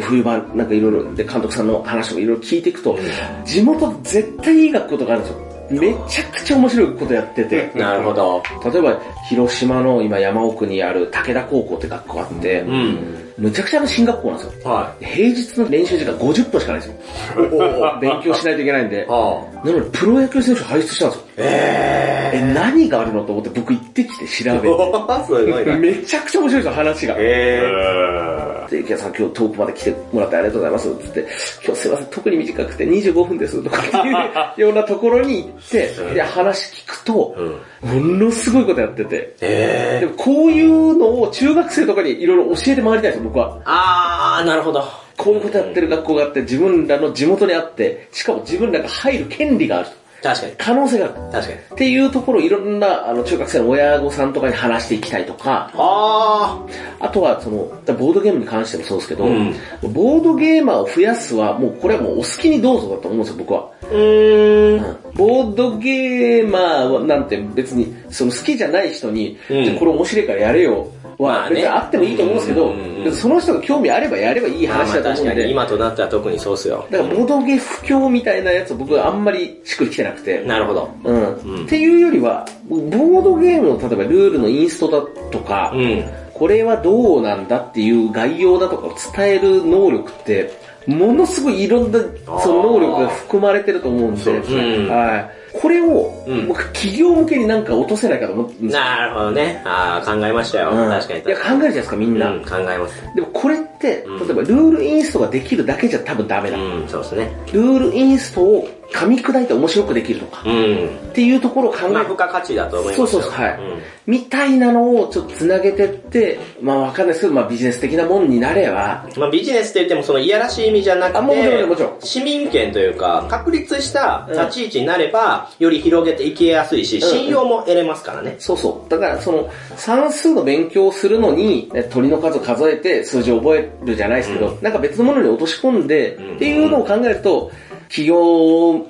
Speaker 2: 冬場なんかいろいろ、で、監督さんの話とかいろいろ聞いていくと、地元絶対いい学校とかあるんですよ。めちゃくちゃ面白いことやってて。
Speaker 1: あ。なるほど。
Speaker 2: 例えば、広島の今山奥にある武田高校って学校があって、
Speaker 1: うん。
Speaker 2: むちゃくちゃの進学校なんですよ。
Speaker 1: は
Speaker 2: 平日の練習時間50分しかないんですよ。
Speaker 1: い。おお。
Speaker 2: 勉強しないといけないんで。
Speaker 1: あ
Speaker 2: なので、プロ野球選手輩出したんですよ。ええ何があるのと思って僕行ってきて調べて。
Speaker 1: あ。すごいな。
Speaker 2: めちゃくちゃ面白いですよ、話が。
Speaker 1: えー。
Speaker 3: え
Speaker 2: で、池田さん今日遠くまで来てもらってありがとうございます、つって、今日すいません、特に短くて25分です、とかっていう ようなところに行って、で、話聞くと、ものすごいことやってて、
Speaker 1: え
Speaker 2: でもこういうのを中学生とかにいろいろ教えて回りたいんですよ、僕は。
Speaker 1: あー、なるほど。
Speaker 2: こういうことやってる学校があって、自分らの地元にあって、しかも自分らが入る権利がある。
Speaker 1: 確かに。
Speaker 2: 可能性がある。
Speaker 1: 確かに。
Speaker 2: っていうところをいろんな、あの、中学生の親御さんとかに話していきたいとか、
Speaker 1: あ
Speaker 2: あとは、その、ボードゲームに関してもそうですけど、
Speaker 1: ん
Speaker 2: ボードゲーマーを増やすは、もうこれはもうお好きにどうぞだと思うんですよ、僕は。
Speaker 1: ー。うーん。
Speaker 2: ボードゲーマーはなんて別に、その好きじゃない人に、
Speaker 1: うん
Speaker 2: じゃあこれ面白いからやれよ
Speaker 1: ま
Speaker 2: は、
Speaker 1: あね
Speaker 2: 別にあってもいいと思うんですけ
Speaker 1: うんうんうん
Speaker 2: ど、別にその人が興味あればやればいい
Speaker 1: まあま
Speaker 2: 話
Speaker 1: あ
Speaker 2: だと
Speaker 1: 確
Speaker 2: 思
Speaker 1: か
Speaker 2: うんで、
Speaker 1: に、今となっては特にそうっすよ。
Speaker 2: だからボードゲ不況みたいなやつ僕はあんまりしっくりきてなくて、
Speaker 1: なるほど。
Speaker 2: うん、っていうよりは、ボードゲームの例えばルールのインストだとか、
Speaker 1: うん。
Speaker 2: これはどうなんだっていう概要だとかを伝える能力って、ものすごいいろんなその能力が含まれてると思うんで、
Speaker 3: そうです
Speaker 1: ねうん
Speaker 2: はいこれを、
Speaker 1: うん
Speaker 2: 僕企業向けになんか落とせないかと思ってるんですよ。
Speaker 1: なるほどね。あー、考えましたよ。
Speaker 2: うん
Speaker 1: 確かに。
Speaker 2: いや、考えるじゃないですか、みんな。
Speaker 1: うん、考えます。
Speaker 2: でもこれって、例え
Speaker 1: うん
Speaker 2: ばルールインストができるだけじゃ多分ダメだ。
Speaker 1: うん、そうですね。
Speaker 2: ルールインストを噛み砕いて面白くできるとか、
Speaker 1: うん。
Speaker 2: っていうところを考え
Speaker 1: まあ、
Speaker 2: て
Speaker 1: 付加価値だと思います
Speaker 2: そ
Speaker 1: よ。
Speaker 2: うそうそう、はい。
Speaker 1: うん
Speaker 2: みたいなのをちょっと繋げてって、まあわかんないですけど、まあビジネス的なもんになれば、
Speaker 1: まあ、ビジネスって言ってもそのいやらしい意味じゃなくて、
Speaker 2: あもちろんもちろん
Speaker 1: 市民権というか、確立した
Speaker 2: うん
Speaker 1: 立ち位置になれば、より広げていきやすいし、
Speaker 2: ん
Speaker 1: 信用も得れますからね。
Speaker 2: そうそう。だからその算数の勉強をするのに、え鳥の数を数えて数字を覚えるじゃないですけど、なんか別のものに落とし込んで、
Speaker 1: うん
Speaker 2: っていうのを考えると、企業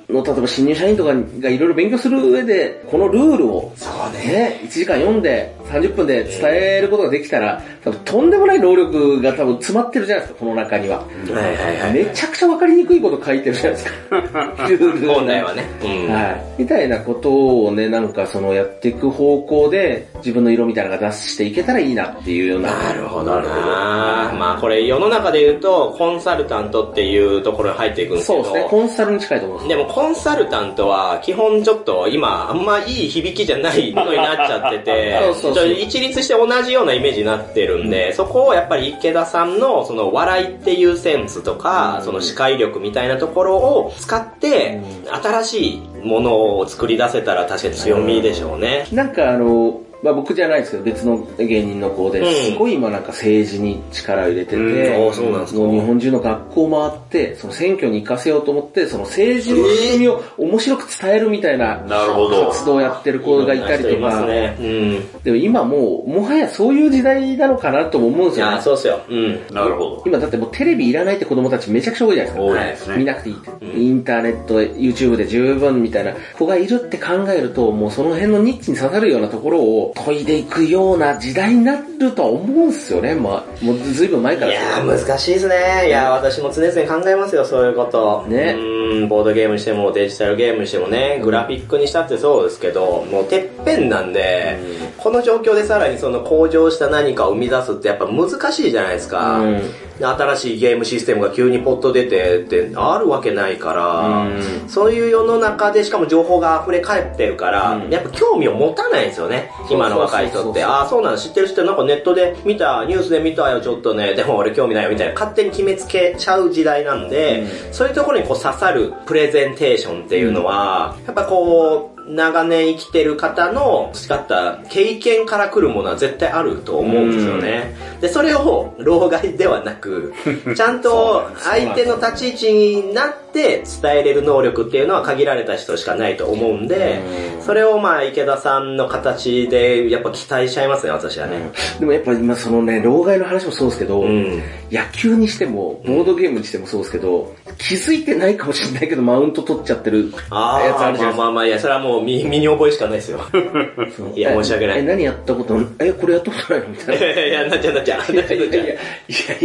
Speaker 2: の例えば新入社員とかがいろいろ勉強する上で、このルールを、
Speaker 1: そうね。
Speaker 2: ね、1時間読んで30分で伝えることができたら、多分とんでもない能力が多分詰まってるじゃないですか、この中には。
Speaker 1: はいはいはい。
Speaker 2: めちゃくちゃわかりにくいこと書いてるじゃないですか。ルール
Speaker 1: 本来はね。うん
Speaker 2: はい。みたいなことをね、なんかそのやっていく方向で自分の色みたいなのが出していけたらいいなっていうような。
Speaker 1: なるほどなまあこれ世の中で言うと、コンサルタントっていうところに入っていくんですけ
Speaker 2: そう
Speaker 1: ど、
Speaker 2: ですね。コンサルに近いと思うんで
Speaker 1: でもコンサルタントは基本ちょっと今あんまいい響きじゃないものになっちゃってて
Speaker 2: そうそうそう
Speaker 1: ちょっと一律して同じようなイメージになってるんで、そこをやっぱり池田さんのその笑いっていうセンスとか、その視界力みたいなところを使って、新しいものを作り出せたら確かに強みでしょうね。
Speaker 2: す。なんかあの、まあ僕じゃないですけど、別の芸人の子
Speaker 1: うん
Speaker 2: で、すごい今なんか政治に力を入れてて、
Speaker 1: うんあそうなんですか
Speaker 2: もう日本中の学校回って、その選挙に行かせようと思って、その政治の仕組みを面白く伝えるみたいな
Speaker 3: ー、なるほど。
Speaker 2: 活動をやってる子がいたりと
Speaker 1: いろんな人います
Speaker 2: か、
Speaker 1: ね。うん。
Speaker 2: でも今もう、もはやそういう時代なのかなとも思うんで
Speaker 1: い
Speaker 2: すよ
Speaker 1: や、
Speaker 2: ね。
Speaker 1: そうっすよ。うん。
Speaker 3: なるほ
Speaker 2: 今だってもうテレビいらないって子供たちめちゃくちゃ多いじゃないですか。
Speaker 3: ど。多いです
Speaker 2: 見
Speaker 3: ね。
Speaker 2: なくていいって。インターネット、YouTube で十分みたいな子がいるって考えると、もうその辺のニッチに刺さるようなところを研いでいくような時代になるとは思うんですよね。まあ、もうずいぶん前か
Speaker 1: い
Speaker 2: ら
Speaker 1: やー、難しいですね。いやー、私も常々考えますよ、そういうこと。
Speaker 2: ね
Speaker 1: うーん、ボードゲームにしても、デジタルゲームにしてもね、グラフィックにしたってそうですけど、もうてっぺんなんで、この状況でさらにその向上した何かを生み出すってやっぱ難しいじゃないですか。
Speaker 2: うん
Speaker 1: で新しいゲームシステムが急にポッと出てってあるわけないから、そういう世の中でしかも情報が溢れ返ってるから、やっぱ興味を持たないんですよね、今の若い人って。ああ、そうなの知ってる知ってる、なんかネットで見た、ニュースで見たよ、ちょっとね、でも俺興味ないよみたいな、勝手に決めつけちゃう時代なんで、そういうところにこう刺さるプレゼンテーションっていうのは、やっぱこう、長年生きてる方の培った経験から来るものは絶対あると思うんですよね。で、それを老害ではな く、ちゃんと相手の立ち位置になって伝えれる能力っていうのは限られた人しかないと思うんで、それをまあ池田さんの形でやっぱ期待しちゃいますね、私はね。
Speaker 2: でもやっぱ今そのね、老害の話もそうですけど、
Speaker 1: うん。
Speaker 2: 野球にしても、ボードゲームにしてもそうですけど、気づいてないかもしれないけど、マウント取っちゃってるやつ
Speaker 1: あ
Speaker 2: あ
Speaker 1: あ、
Speaker 2: るじ
Speaker 1: まあ
Speaker 2: ゃない
Speaker 1: まあまあ、いや、それはもう身身に覚えしかないです よ。
Speaker 2: ですか。
Speaker 1: いや申し訳ない
Speaker 2: え、何やったことえ、これやったことないのみた
Speaker 1: い
Speaker 2: いな。い
Speaker 1: やいや、な っちゃうなっちゃう。なっちゃうなっちゃ
Speaker 2: やいうや、いや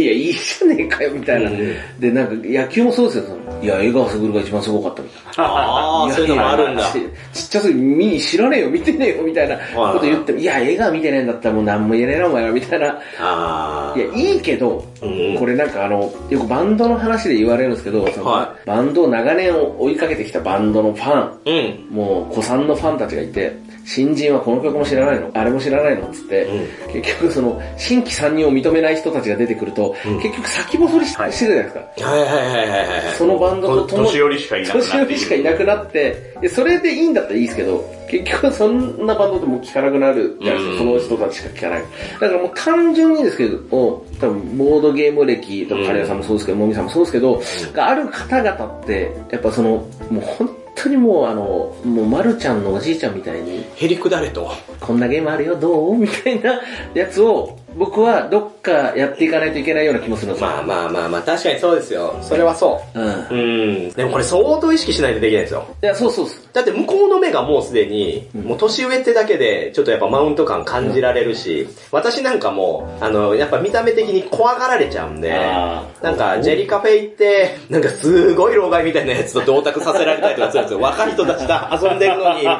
Speaker 2: いや、いいじゃねえかよ、みたいな。で、なんか、野球もそうですよ。そのいや、江川卓が一番すごかったみたいな。
Speaker 1: ああ、そういうのもあるんだ。
Speaker 2: いやいやちちっちゃすぎ、見に知らねえよ、見てねえよ、みたいなこと言っても、いや、映画見てねえんだったらもう何も言えねえな、お前は、みたいな。
Speaker 1: ああ
Speaker 2: い。や、いいけど、
Speaker 1: うん
Speaker 2: これなんかあの、よくバンドの話で言われるんですけど、その
Speaker 1: は
Speaker 2: バンドを長年追いかけてきたバンドのファン、
Speaker 1: うん。
Speaker 2: もう子さんのファンたちがいて、新人はこの曲も知らないの、あれも知らないのっつって、結局その、新規参入を認めない人たちが出てくると、結局先細りししてるじゃないですか。
Speaker 1: はいはいはいはいはい。
Speaker 2: そのバンドと
Speaker 3: と
Speaker 2: 共に
Speaker 3: 年寄りしかいなくなって
Speaker 2: 年寄りしかいなくなって、でそれでいいんだったらいいですけど、結局そんなバンドってもう聴かなくなるじゃないですか、
Speaker 1: う
Speaker 2: その人たちしか聴かない。だからもう単純にですけど、多分ボードゲーム歴、多分カレさんもそうですけど、もみさんもそうですけど、がある方々って、やっぱその、もう本当にもうあの、もうまるちゃんのおじいちゃんみたいに、
Speaker 1: へりくだれと。
Speaker 2: こんなゲームあるよ、どうみたいなやつを、僕はどっかやっていかないといけないような気もするんですよ。
Speaker 1: まあまあまあまあ、確かにそうですよ。それはそ
Speaker 2: うん。
Speaker 1: う。うん。でもこれ相当意識しないとできないですよ。
Speaker 2: いや、そうそうそう。
Speaker 1: だって向こうの目がもうすでに、もう年上ってだけで、ちょっとやっぱマウント感感じられるし、私なんかもう、あの、やっぱ見た目的に怖がられちゃうんで、
Speaker 2: あー
Speaker 1: なんかジェリカフェ行って、なんかすごい老害みたいなやつと同卓させられたりとかするん ですよ。若い人たちと遊んでるのに、みたいな。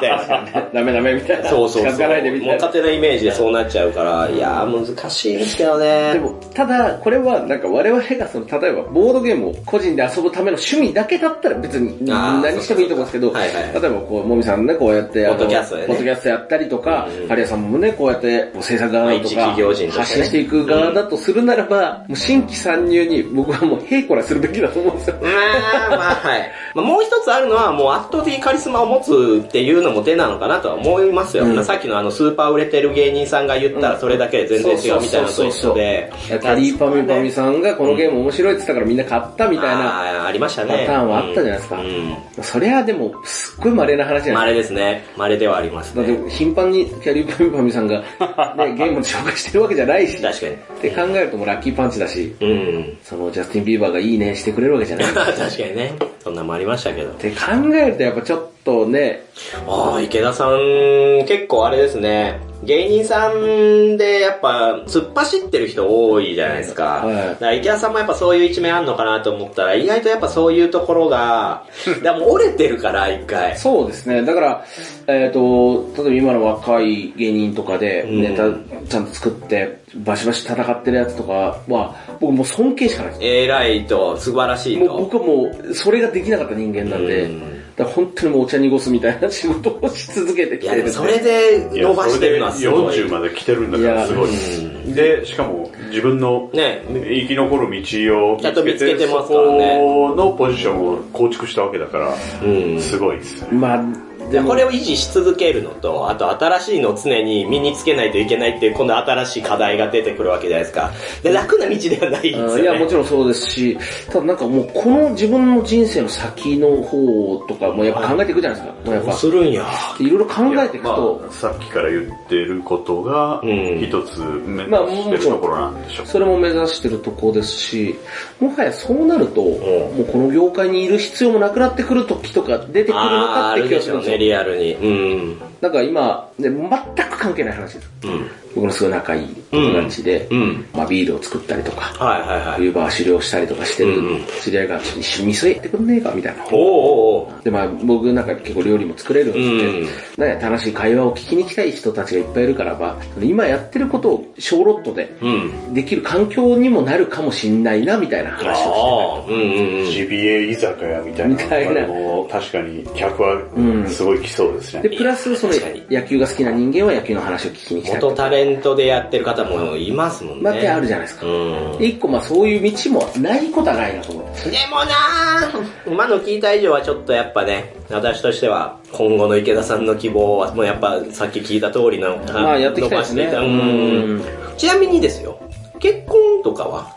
Speaker 2: ダメダメみたい な。
Speaker 1: そうそうそう。
Speaker 2: 近づかないでみた
Speaker 1: もう
Speaker 2: いな
Speaker 1: 勝。手なイメージでそうなっちゃうから、いやー難しいですけどね。
Speaker 2: でも、ただ、これは、なんか我々がその、例えば、ボードゲームを個人で遊ぶための趣味だけだったら別に
Speaker 1: あー
Speaker 2: 何してもいいと思うんですけど、
Speaker 1: そうかそうかはいはい
Speaker 2: 例えば、こう、もみさんね、こうやって、あの
Speaker 1: ポッドキャストでね
Speaker 2: ポッドキャストやったりとか、
Speaker 1: うん
Speaker 2: ハリアさんもね、こうやって、こう制作側と
Speaker 1: まあ
Speaker 2: か、
Speaker 1: 一企業人としてね
Speaker 2: 発信していく側だとするならば、もう新規参入に僕はもう、平こらするべきだと思うんですよ。
Speaker 1: まあまあはい。まあ、もう一つあるのはもう圧倒的カリスマを持つっていうのも手なのかなとは思いますよ。
Speaker 2: うん
Speaker 1: さっきのあのスーパー売れてる芸人さんが言ったらそれだけで全然違うみたいなのと一緒で。
Speaker 2: タリーパミパミさんがこのゲーム面白いって言ったからみんな買ったみたいな、
Speaker 1: あーありましたね。
Speaker 2: パターンはあったじゃないですか
Speaker 1: うん。
Speaker 2: それはでも、すっごい稀な話じ
Speaker 1: うん
Speaker 2: ゃないですか
Speaker 1: まれですね。まれではあります
Speaker 2: だっ
Speaker 1: ね。
Speaker 2: て頻繁にキャリーパミパミ さんが、ね、ゲームを紹介してるわけじゃないし、っ
Speaker 1: 確かに。
Speaker 2: て考えるともうラッキーパンチだし、
Speaker 1: うん。
Speaker 2: そのジャスティン・ビーバーがいいねしてくれるわけじゃない。っ
Speaker 1: 確かにね。そんなんもありましたけど。
Speaker 2: て考えるとやっぱちょっとね、
Speaker 1: ああ、池田さん、結構あれですね。芸人さんでやっぱ突っ走ってる人多いじゃないですか。
Speaker 2: はい
Speaker 1: だから池田さんもやっぱそういう一面あんのかなと思ったら、意外とやっぱそういうところ が、でもう折れてるから、一回。
Speaker 2: そうですね、だから、えっ、と、例えば今の若い芸人とかで
Speaker 1: うん
Speaker 2: ネタちゃんと作って、バシバシ戦ってるやつとかは、僕もう尊敬しかないです。
Speaker 1: 偉いと、素晴らしい
Speaker 2: もう
Speaker 1: と。
Speaker 2: 僕はもう、それができなかった人間なんで、
Speaker 1: うん
Speaker 2: だから本当にもうお茶濁すみたいな仕事をし続けて
Speaker 1: い
Speaker 2: きて
Speaker 1: や、で
Speaker 2: るん
Speaker 1: も
Speaker 2: で。
Speaker 1: それで
Speaker 3: いや
Speaker 1: 伸ばしてるのはすご
Speaker 3: そ
Speaker 1: い。
Speaker 3: れで40まで来てるんだからすごい。で、しかも自分の
Speaker 1: ね
Speaker 3: 生き残る道を
Speaker 1: ちゃんと見つけてますからね
Speaker 3: そこのポジションを構築したわけだから、
Speaker 1: うん
Speaker 3: すごいですよね。
Speaker 2: まあ、
Speaker 1: い
Speaker 2: で
Speaker 1: や
Speaker 2: も
Speaker 1: これを維持し続けるのと、あと新しいのを常に身につけないといけないっていう、今度新しい課題が出てくるわけじゃないですか。で、楽な道ではないですよ、
Speaker 2: あ
Speaker 1: ね。
Speaker 2: ーいや、もちろんそうですし、ただなんかもうこの自分の人生の先の方とかもやっぱ考えていくじゃないですか。もうやっ
Speaker 1: どう
Speaker 2: ぱ
Speaker 1: す、るんや。
Speaker 2: いろいろ考えていく
Speaker 3: ま
Speaker 2: と
Speaker 3: あ、さっきから言ってることが、
Speaker 1: うん
Speaker 3: 一つ目
Speaker 2: まあ
Speaker 3: 指してるところなんでしょう。
Speaker 2: それも目指してるとこですし、もはやそうなると、
Speaker 1: ん
Speaker 2: もうこの業界にいる必要もなくなってくる時とか出てくるの
Speaker 1: あー
Speaker 2: か
Speaker 1: あ
Speaker 2: って
Speaker 1: る
Speaker 2: 気が
Speaker 1: ですし
Speaker 2: るん
Speaker 1: ょう
Speaker 2: です
Speaker 1: ね、
Speaker 2: よ。
Speaker 1: リアルに。うん。
Speaker 2: なんか今、ね、全く関係ない話です。
Speaker 1: うん。
Speaker 2: 僕のすごい仲いい友達で、
Speaker 1: うん。
Speaker 2: まあビールを作ったりとか、
Speaker 1: はいはいはい。
Speaker 2: 冬場は狩猟したりとかしてる
Speaker 1: うんうん
Speaker 2: 知り合いが、一緒に味噌入れてくんねえかみたいな。
Speaker 1: おーおーおー
Speaker 2: で、まあ僕なんか結構料理も作れるんですけど、なんか楽しい会話を聞きに来たい人たちがいっぱいいるから、まあ、今やってることを小ロットで
Speaker 1: うん。
Speaker 2: できる環境にもなるかもしんないな、みたいな話をして
Speaker 1: ああ、うんうんうん。
Speaker 3: GBA 居酒屋みたい
Speaker 2: みたいな
Speaker 3: なのも確かに客はすごい来そうです
Speaker 2: で、
Speaker 3: ね。
Speaker 2: プラス、その
Speaker 1: 確かに、
Speaker 2: 野球が好きな人間は野球の話を聞きに来たりと
Speaker 1: 元
Speaker 2: か。
Speaker 1: タレントでやってる方もいますもんね。
Speaker 2: まあ、ってあるじゃないですか。
Speaker 1: うん。
Speaker 2: で一個、まあ、そういう道もないことはないなと思う。
Speaker 1: でもなぁ、今の聞いた以上はちょっとやっぱね、私としては、今後の池田さんの希望は、もうやっぱさっき聞いた通りの、
Speaker 2: まあ、やっていきたいですね。
Speaker 1: 伸ばしていたうん
Speaker 2: うん
Speaker 1: ちなみにですよ、結婚とかは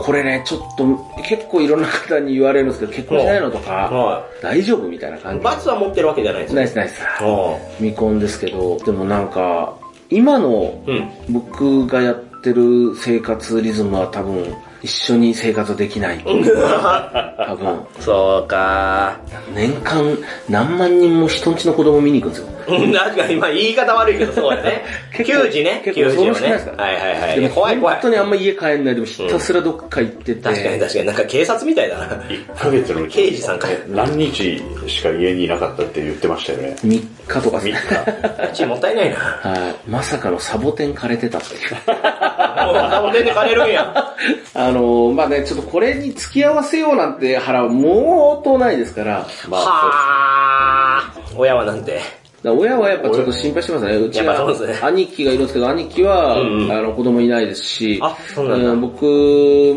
Speaker 2: これね、ちょっと、結構いろんな方に言われるんですけど、結婚しないのとか、
Speaker 1: は
Speaker 2: 大丈夫みたいな感
Speaker 1: い。
Speaker 2: じ。
Speaker 1: 罰は持ってるわけじゃないです
Speaker 2: ナ
Speaker 1: よ。
Speaker 2: イスナイス。
Speaker 1: は
Speaker 2: 未婚ですけど、でもなんか、今の
Speaker 1: いうん。
Speaker 2: 僕がやってる生活リズムは多分、一緒に生活でき ない。多分。
Speaker 1: そうか
Speaker 2: 年間何万人も人んちの子供見に行くんですよ。
Speaker 1: うん確かに、まあ言い方悪いけど、そうだね。
Speaker 2: 結構
Speaker 1: 球児ね、
Speaker 2: 結
Speaker 1: 球
Speaker 2: 構
Speaker 1: 児
Speaker 2: 恐
Speaker 1: を
Speaker 2: ろしく
Speaker 1: ね。
Speaker 2: ない
Speaker 1: は
Speaker 2: ですか
Speaker 1: いはいはい。
Speaker 2: で
Speaker 1: いや
Speaker 2: も
Speaker 1: 怖い怖い。
Speaker 2: 本当にあんま家帰んないでもひたすらどっか行ってて。
Speaker 1: 確かに確かに、なんか警察みたいだな。
Speaker 3: 1ヶ月のう
Speaker 1: 刑
Speaker 3: ち
Speaker 1: 事さんかよ。
Speaker 3: 何日しか家にいなかったって言ってましたよね。
Speaker 2: 3日とか ですね。
Speaker 1: ちもったいない な。
Speaker 2: はい。まさかのサボテン枯れてたっていう。
Speaker 1: もう、サボテンで枯れるんや。
Speaker 2: あのー、まあね、ちょっとこれに付き合わせようなんて腹はもうとないですから、だか
Speaker 3: まあ、
Speaker 1: はー親はなんて。
Speaker 2: ら親はやっぱちょっと心配してますね。うち
Speaker 1: やっぱそうですね
Speaker 2: は兄貴がいるんですけど、兄貴は、
Speaker 1: うんうん
Speaker 2: あの子供いないですし、
Speaker 1: あそうなんだ
Speaker 2: うん僕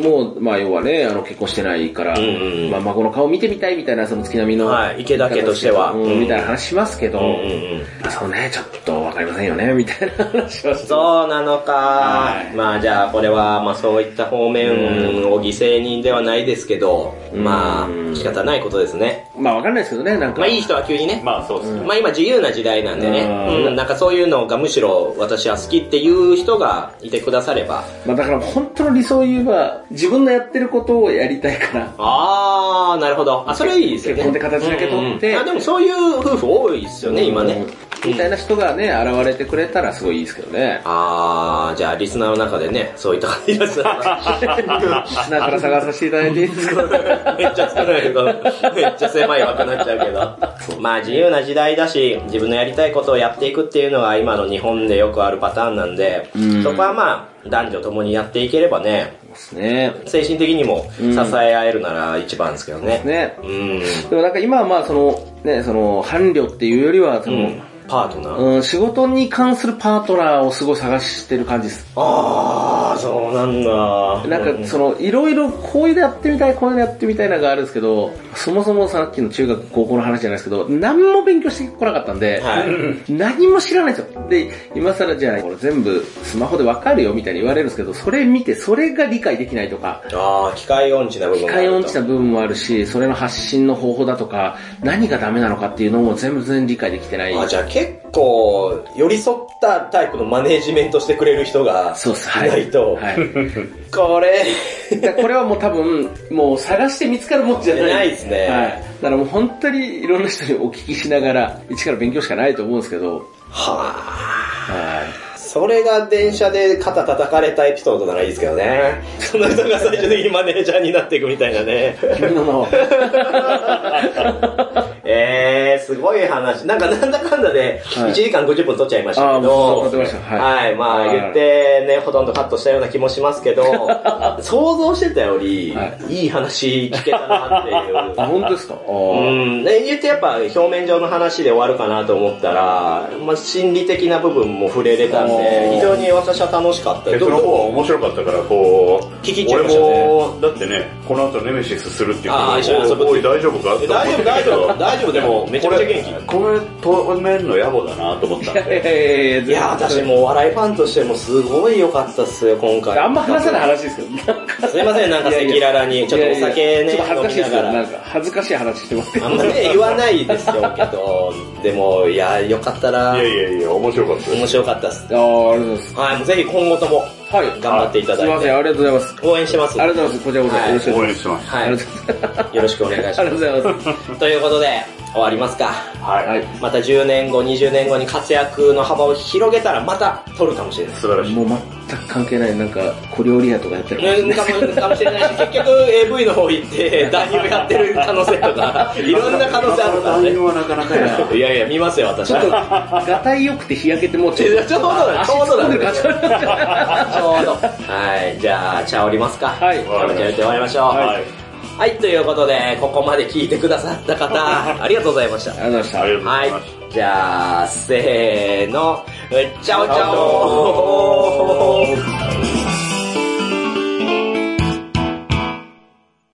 Speaker 2: も、まあ要はね、あの結婚してないから、
Speaker 1: うんうんうん
Speaker 2: まあ孫の顔見てみたいみたいな、その月並みの、
Speaker 1: はい池田家としては
Speaker 2: うん
Speaker 1: うん
Speaker 2: みたいな話しますけど、
Speaker 1: ん。
Speaker 2: そうね、ちょっとわかりませんよね、みたいな話をして。
Speaker 1: そうなのか、
Speaker 2: はい
Speaker 1: まあじゃあこれはまあそういった方面を犠牲にではないですけど、
Speaker 2: うん
Speaker 1: まあ仕方ないことですね。
Speaker 2: まあわかんないですけどね、なんか。
Speaker 1: まあいい人は急にね。
Speaker 3: まあそうですね。
Speaker 1: まあ今自由な時代なんでね、
Speaker 2: うん
Speaker 1: うん、なんかそういうのがむしろ私は好きっていう人がいてくだされば、
Speaker 2: まあだから本当の理想を言えば、自分のやってることをやりたいから、
Speaker 1: あー、なるほど。あ、それいいですよね。
Speaker 2: 結婚って形だけ取って
Speaker 1: うんうんあ、でもそういう夫婦多いですよね、今ね。
Speaker 2: うんみたいな人がね、現れてくれたらすごいいいですけどね。
Speaker 1: あー、じゃあリスナーの中でね、そういった方いらっしゃる。
Speaker 2: だから探させていただいていいですか
Speaker 1: めっちゃ少ないけど、めっちゃ狭い枠になっちゃうけど。まあ自由な時代だし、自分のやりたいことをやっていくっていうのが今の日本でよくあるパターンなんで、
Speaker 2: うん
Speaker 1: そこはまあ男女共にやっていければね、
Speaker 2: ですね。
Speaker 1: 精神的にも支え合えるなら一番ですけどね。
Speaker 2: ね。
Speaker 1: うん。
Speaker 2: でもなんか今はまあその、ね、その、伴侶っていうよりは、その、
Speaker 1: パートナー。
Speaker 2: うん、仕事に関するパートナーをすごい探してる感じです。
Speaker 1: ああ、そうなんだ。
Speaker 2: なんかその、いろいろこういうのやってみたい、こういうのやってみたいなのがあるんですけど、そもそもさっきの中学、高校の話じゃないですけど、何も勉強してこなかったんで、
Speaker 1: はい。
Speaker 2: 何も知らないんですよ。で、今更じゃない、これ全部スマホでわかるよみたいに言われるんですけど、それ見て、それが理解できないとか、
Speaker 1: ああ、機械音痴な部分
Speaker 2: 機
Speaker 1: がある
Speaker 2: 械
Speaker 1: と
Speaker 2: 音痴な部分もあるし、それの発信の方法だとか、何がダメなのかっていうのも全部全然理解できてない。
Speaker 1: あ、じゃあ結構、寄り添ったタイプのマネージメントしてくれる人が、
Speaker 2: そうです、はい。
Speaker 1: ないと
Speaker 2: はい。
Speaker 1: これ、
Speaker 2: だからこれはもう多分、もう探して見つかるもんじゃない。
Speaker 1: ないですね
Speaker 2: はい。だからもう本当にいろんな人にお聞きしながら、一から勉強しかないと思うんですけど、
Speaker 1: は
Speaker 2: はい。
Speaker 1: あ、それが電車で肩叩かれたエピソードならいいですけどね。その人が最終的にマネージャーになっていくみたいなね。
Speaker 2: 君の名は。
Speaker 1: えー、すごい話。なんかなんだかんだで、
Speaker 2: はい
Speaker 1: 1時間50分取っちゃいましたけ
Speaker 2: あーも
Speaker 1: ど、
Speaker 2: うそう取ってました
Speaker 1: は。
Speaker 2: はい
Speaker 1: まあ
Speaker 2: はい
Speaker 1: 言ってね、ほとんどカットしたような気もします けど、想像してたより
Speaker 2: は、
Speaker 1: いい話聞けたなっていう。
Speaker 2: あ、本当ですかあ
Speaker 1: う
Speaker 2: ー
Speaker 1: ん、ね言ってやっぱ表面上の話で終わるかなと思ったら、まあ、心理的な部分も触れれたんで
Speaker 2: お、ー
Speaker 1: 非常に私は楽しかった
Speaker 3: で
Speaker 1: です。
Speaker 3: その方は面白かったから、こう、
Speaker 1: 聞き入っちゃいましたね
Speaker 3: 俺も、だってね、この後ネメシスするっていう
Speaker 1: あー一緒に遊ぶ
Speaker 3: おい、大丈夫かって思
Speaker 1: え
Speaker 3: ってた
Speaker 1: 大丈
Speaker 3: け
Speaker 1: 夫、大丈夫、
Speaker 3: ど
Speaker 1: 大丈夫でも、めちゃめちゃ元気。
Speaker 3: これ、これ止めるの野暮だなと思ったん
Speaker 2: いやいやい
Speaker 3: で。
Speaker 2: やい
Speaker 1: いやー、私もうお笑いファンとしてもすごい良かったっすよ、今回。
Speaker 2: あんま話せない話ですけど、なんか。
Speaker 1: すいません、なんか赤裸々に、ちょっとお酒ね、
Speaker 2: いやいやちょっと恥ず
Speaker 1: 飲み
Speaker 2: かしい
Speaker 1: なが
Speaker 2: ですけど、な
Speaker 1: ら
Speaker 2: ん。か恥ずかしい話してますけど。
Speaker 1: あんまね、言わないですよけど、でも、いやー、良かった
Speaker 3: い
Speaker 1: な
Speaker 3: やいやいや、面白かったです。
Speaker 1: 面白かったっす。
Speaker 2: あーありがとうございます。
Speaker 1: はい、もうぜひ今後とも
Speaker 2: はい。
Speaker 1: 頑張っていただいて
Speaker 2: すみません、ありがとうございます。
Speaker 1: 応援してますんで。
Speaker 2: ありがとうございます。こちらこそよろしくお
Speaker 3: 応
Speaker 2: 願いし
Speaker 3: 援してまし
Speaker 2: ま
Speaker 3: た。
Speaker 2: す。
Speaker 1: はい。よろしくお願いします
Speaker 2: ありがとうございます。ありがとうございます。
Speaker 1: ということで、終わりますか。はい
Speaker 2: はい
Speaker 1: また10年後、20年後に活躍の幅を広げたらまた取るかもしれない。
Speaker 3: 素晴らしい。
Speaker 2: もう全く関係ない、なんか、小料理屋とかやってるかもしれ
Speaker 1: うんかもかもしれないし、結局 AV の方行って、男優やってる可能性とか、いろんな可能性あるから
Speaker 3: 男
Speaker 1: ね
Speaker 3: 優。はなかなかやな。
Speaker 1: いやいや、見ますよ、私
Speaker 2: ちょっと、
Speaker 1: は。
Speaker 2: がたいよくて日焼けてもうちょっ
Speaker 1: い
Speaker 2: と
Speaker 1: や、ちょうどだねちょうどだね
Speaker 2: 足突っ込んでる感じ
Speaker 1: ちょうど。はい、じゃあ、茶降りますか。
Speaker 2: はい
Speaker 1: 茶を入れて終わりましょう。
Speaker 3: はい。
Speaker 1: はい、ということで、ここまで聞いてくださった方、ありがとうございました。
Speaker 2: ありがとうございました
Speaker 3: あ。りがとうご
Speaker 1: は
Speaker 3: ざい
Speaker 1: い
Speaker 3: ます。。
Speaker 1: じゃあ、せーの、チャオチャ
Speaker 3: チャ
Speaker 1: オ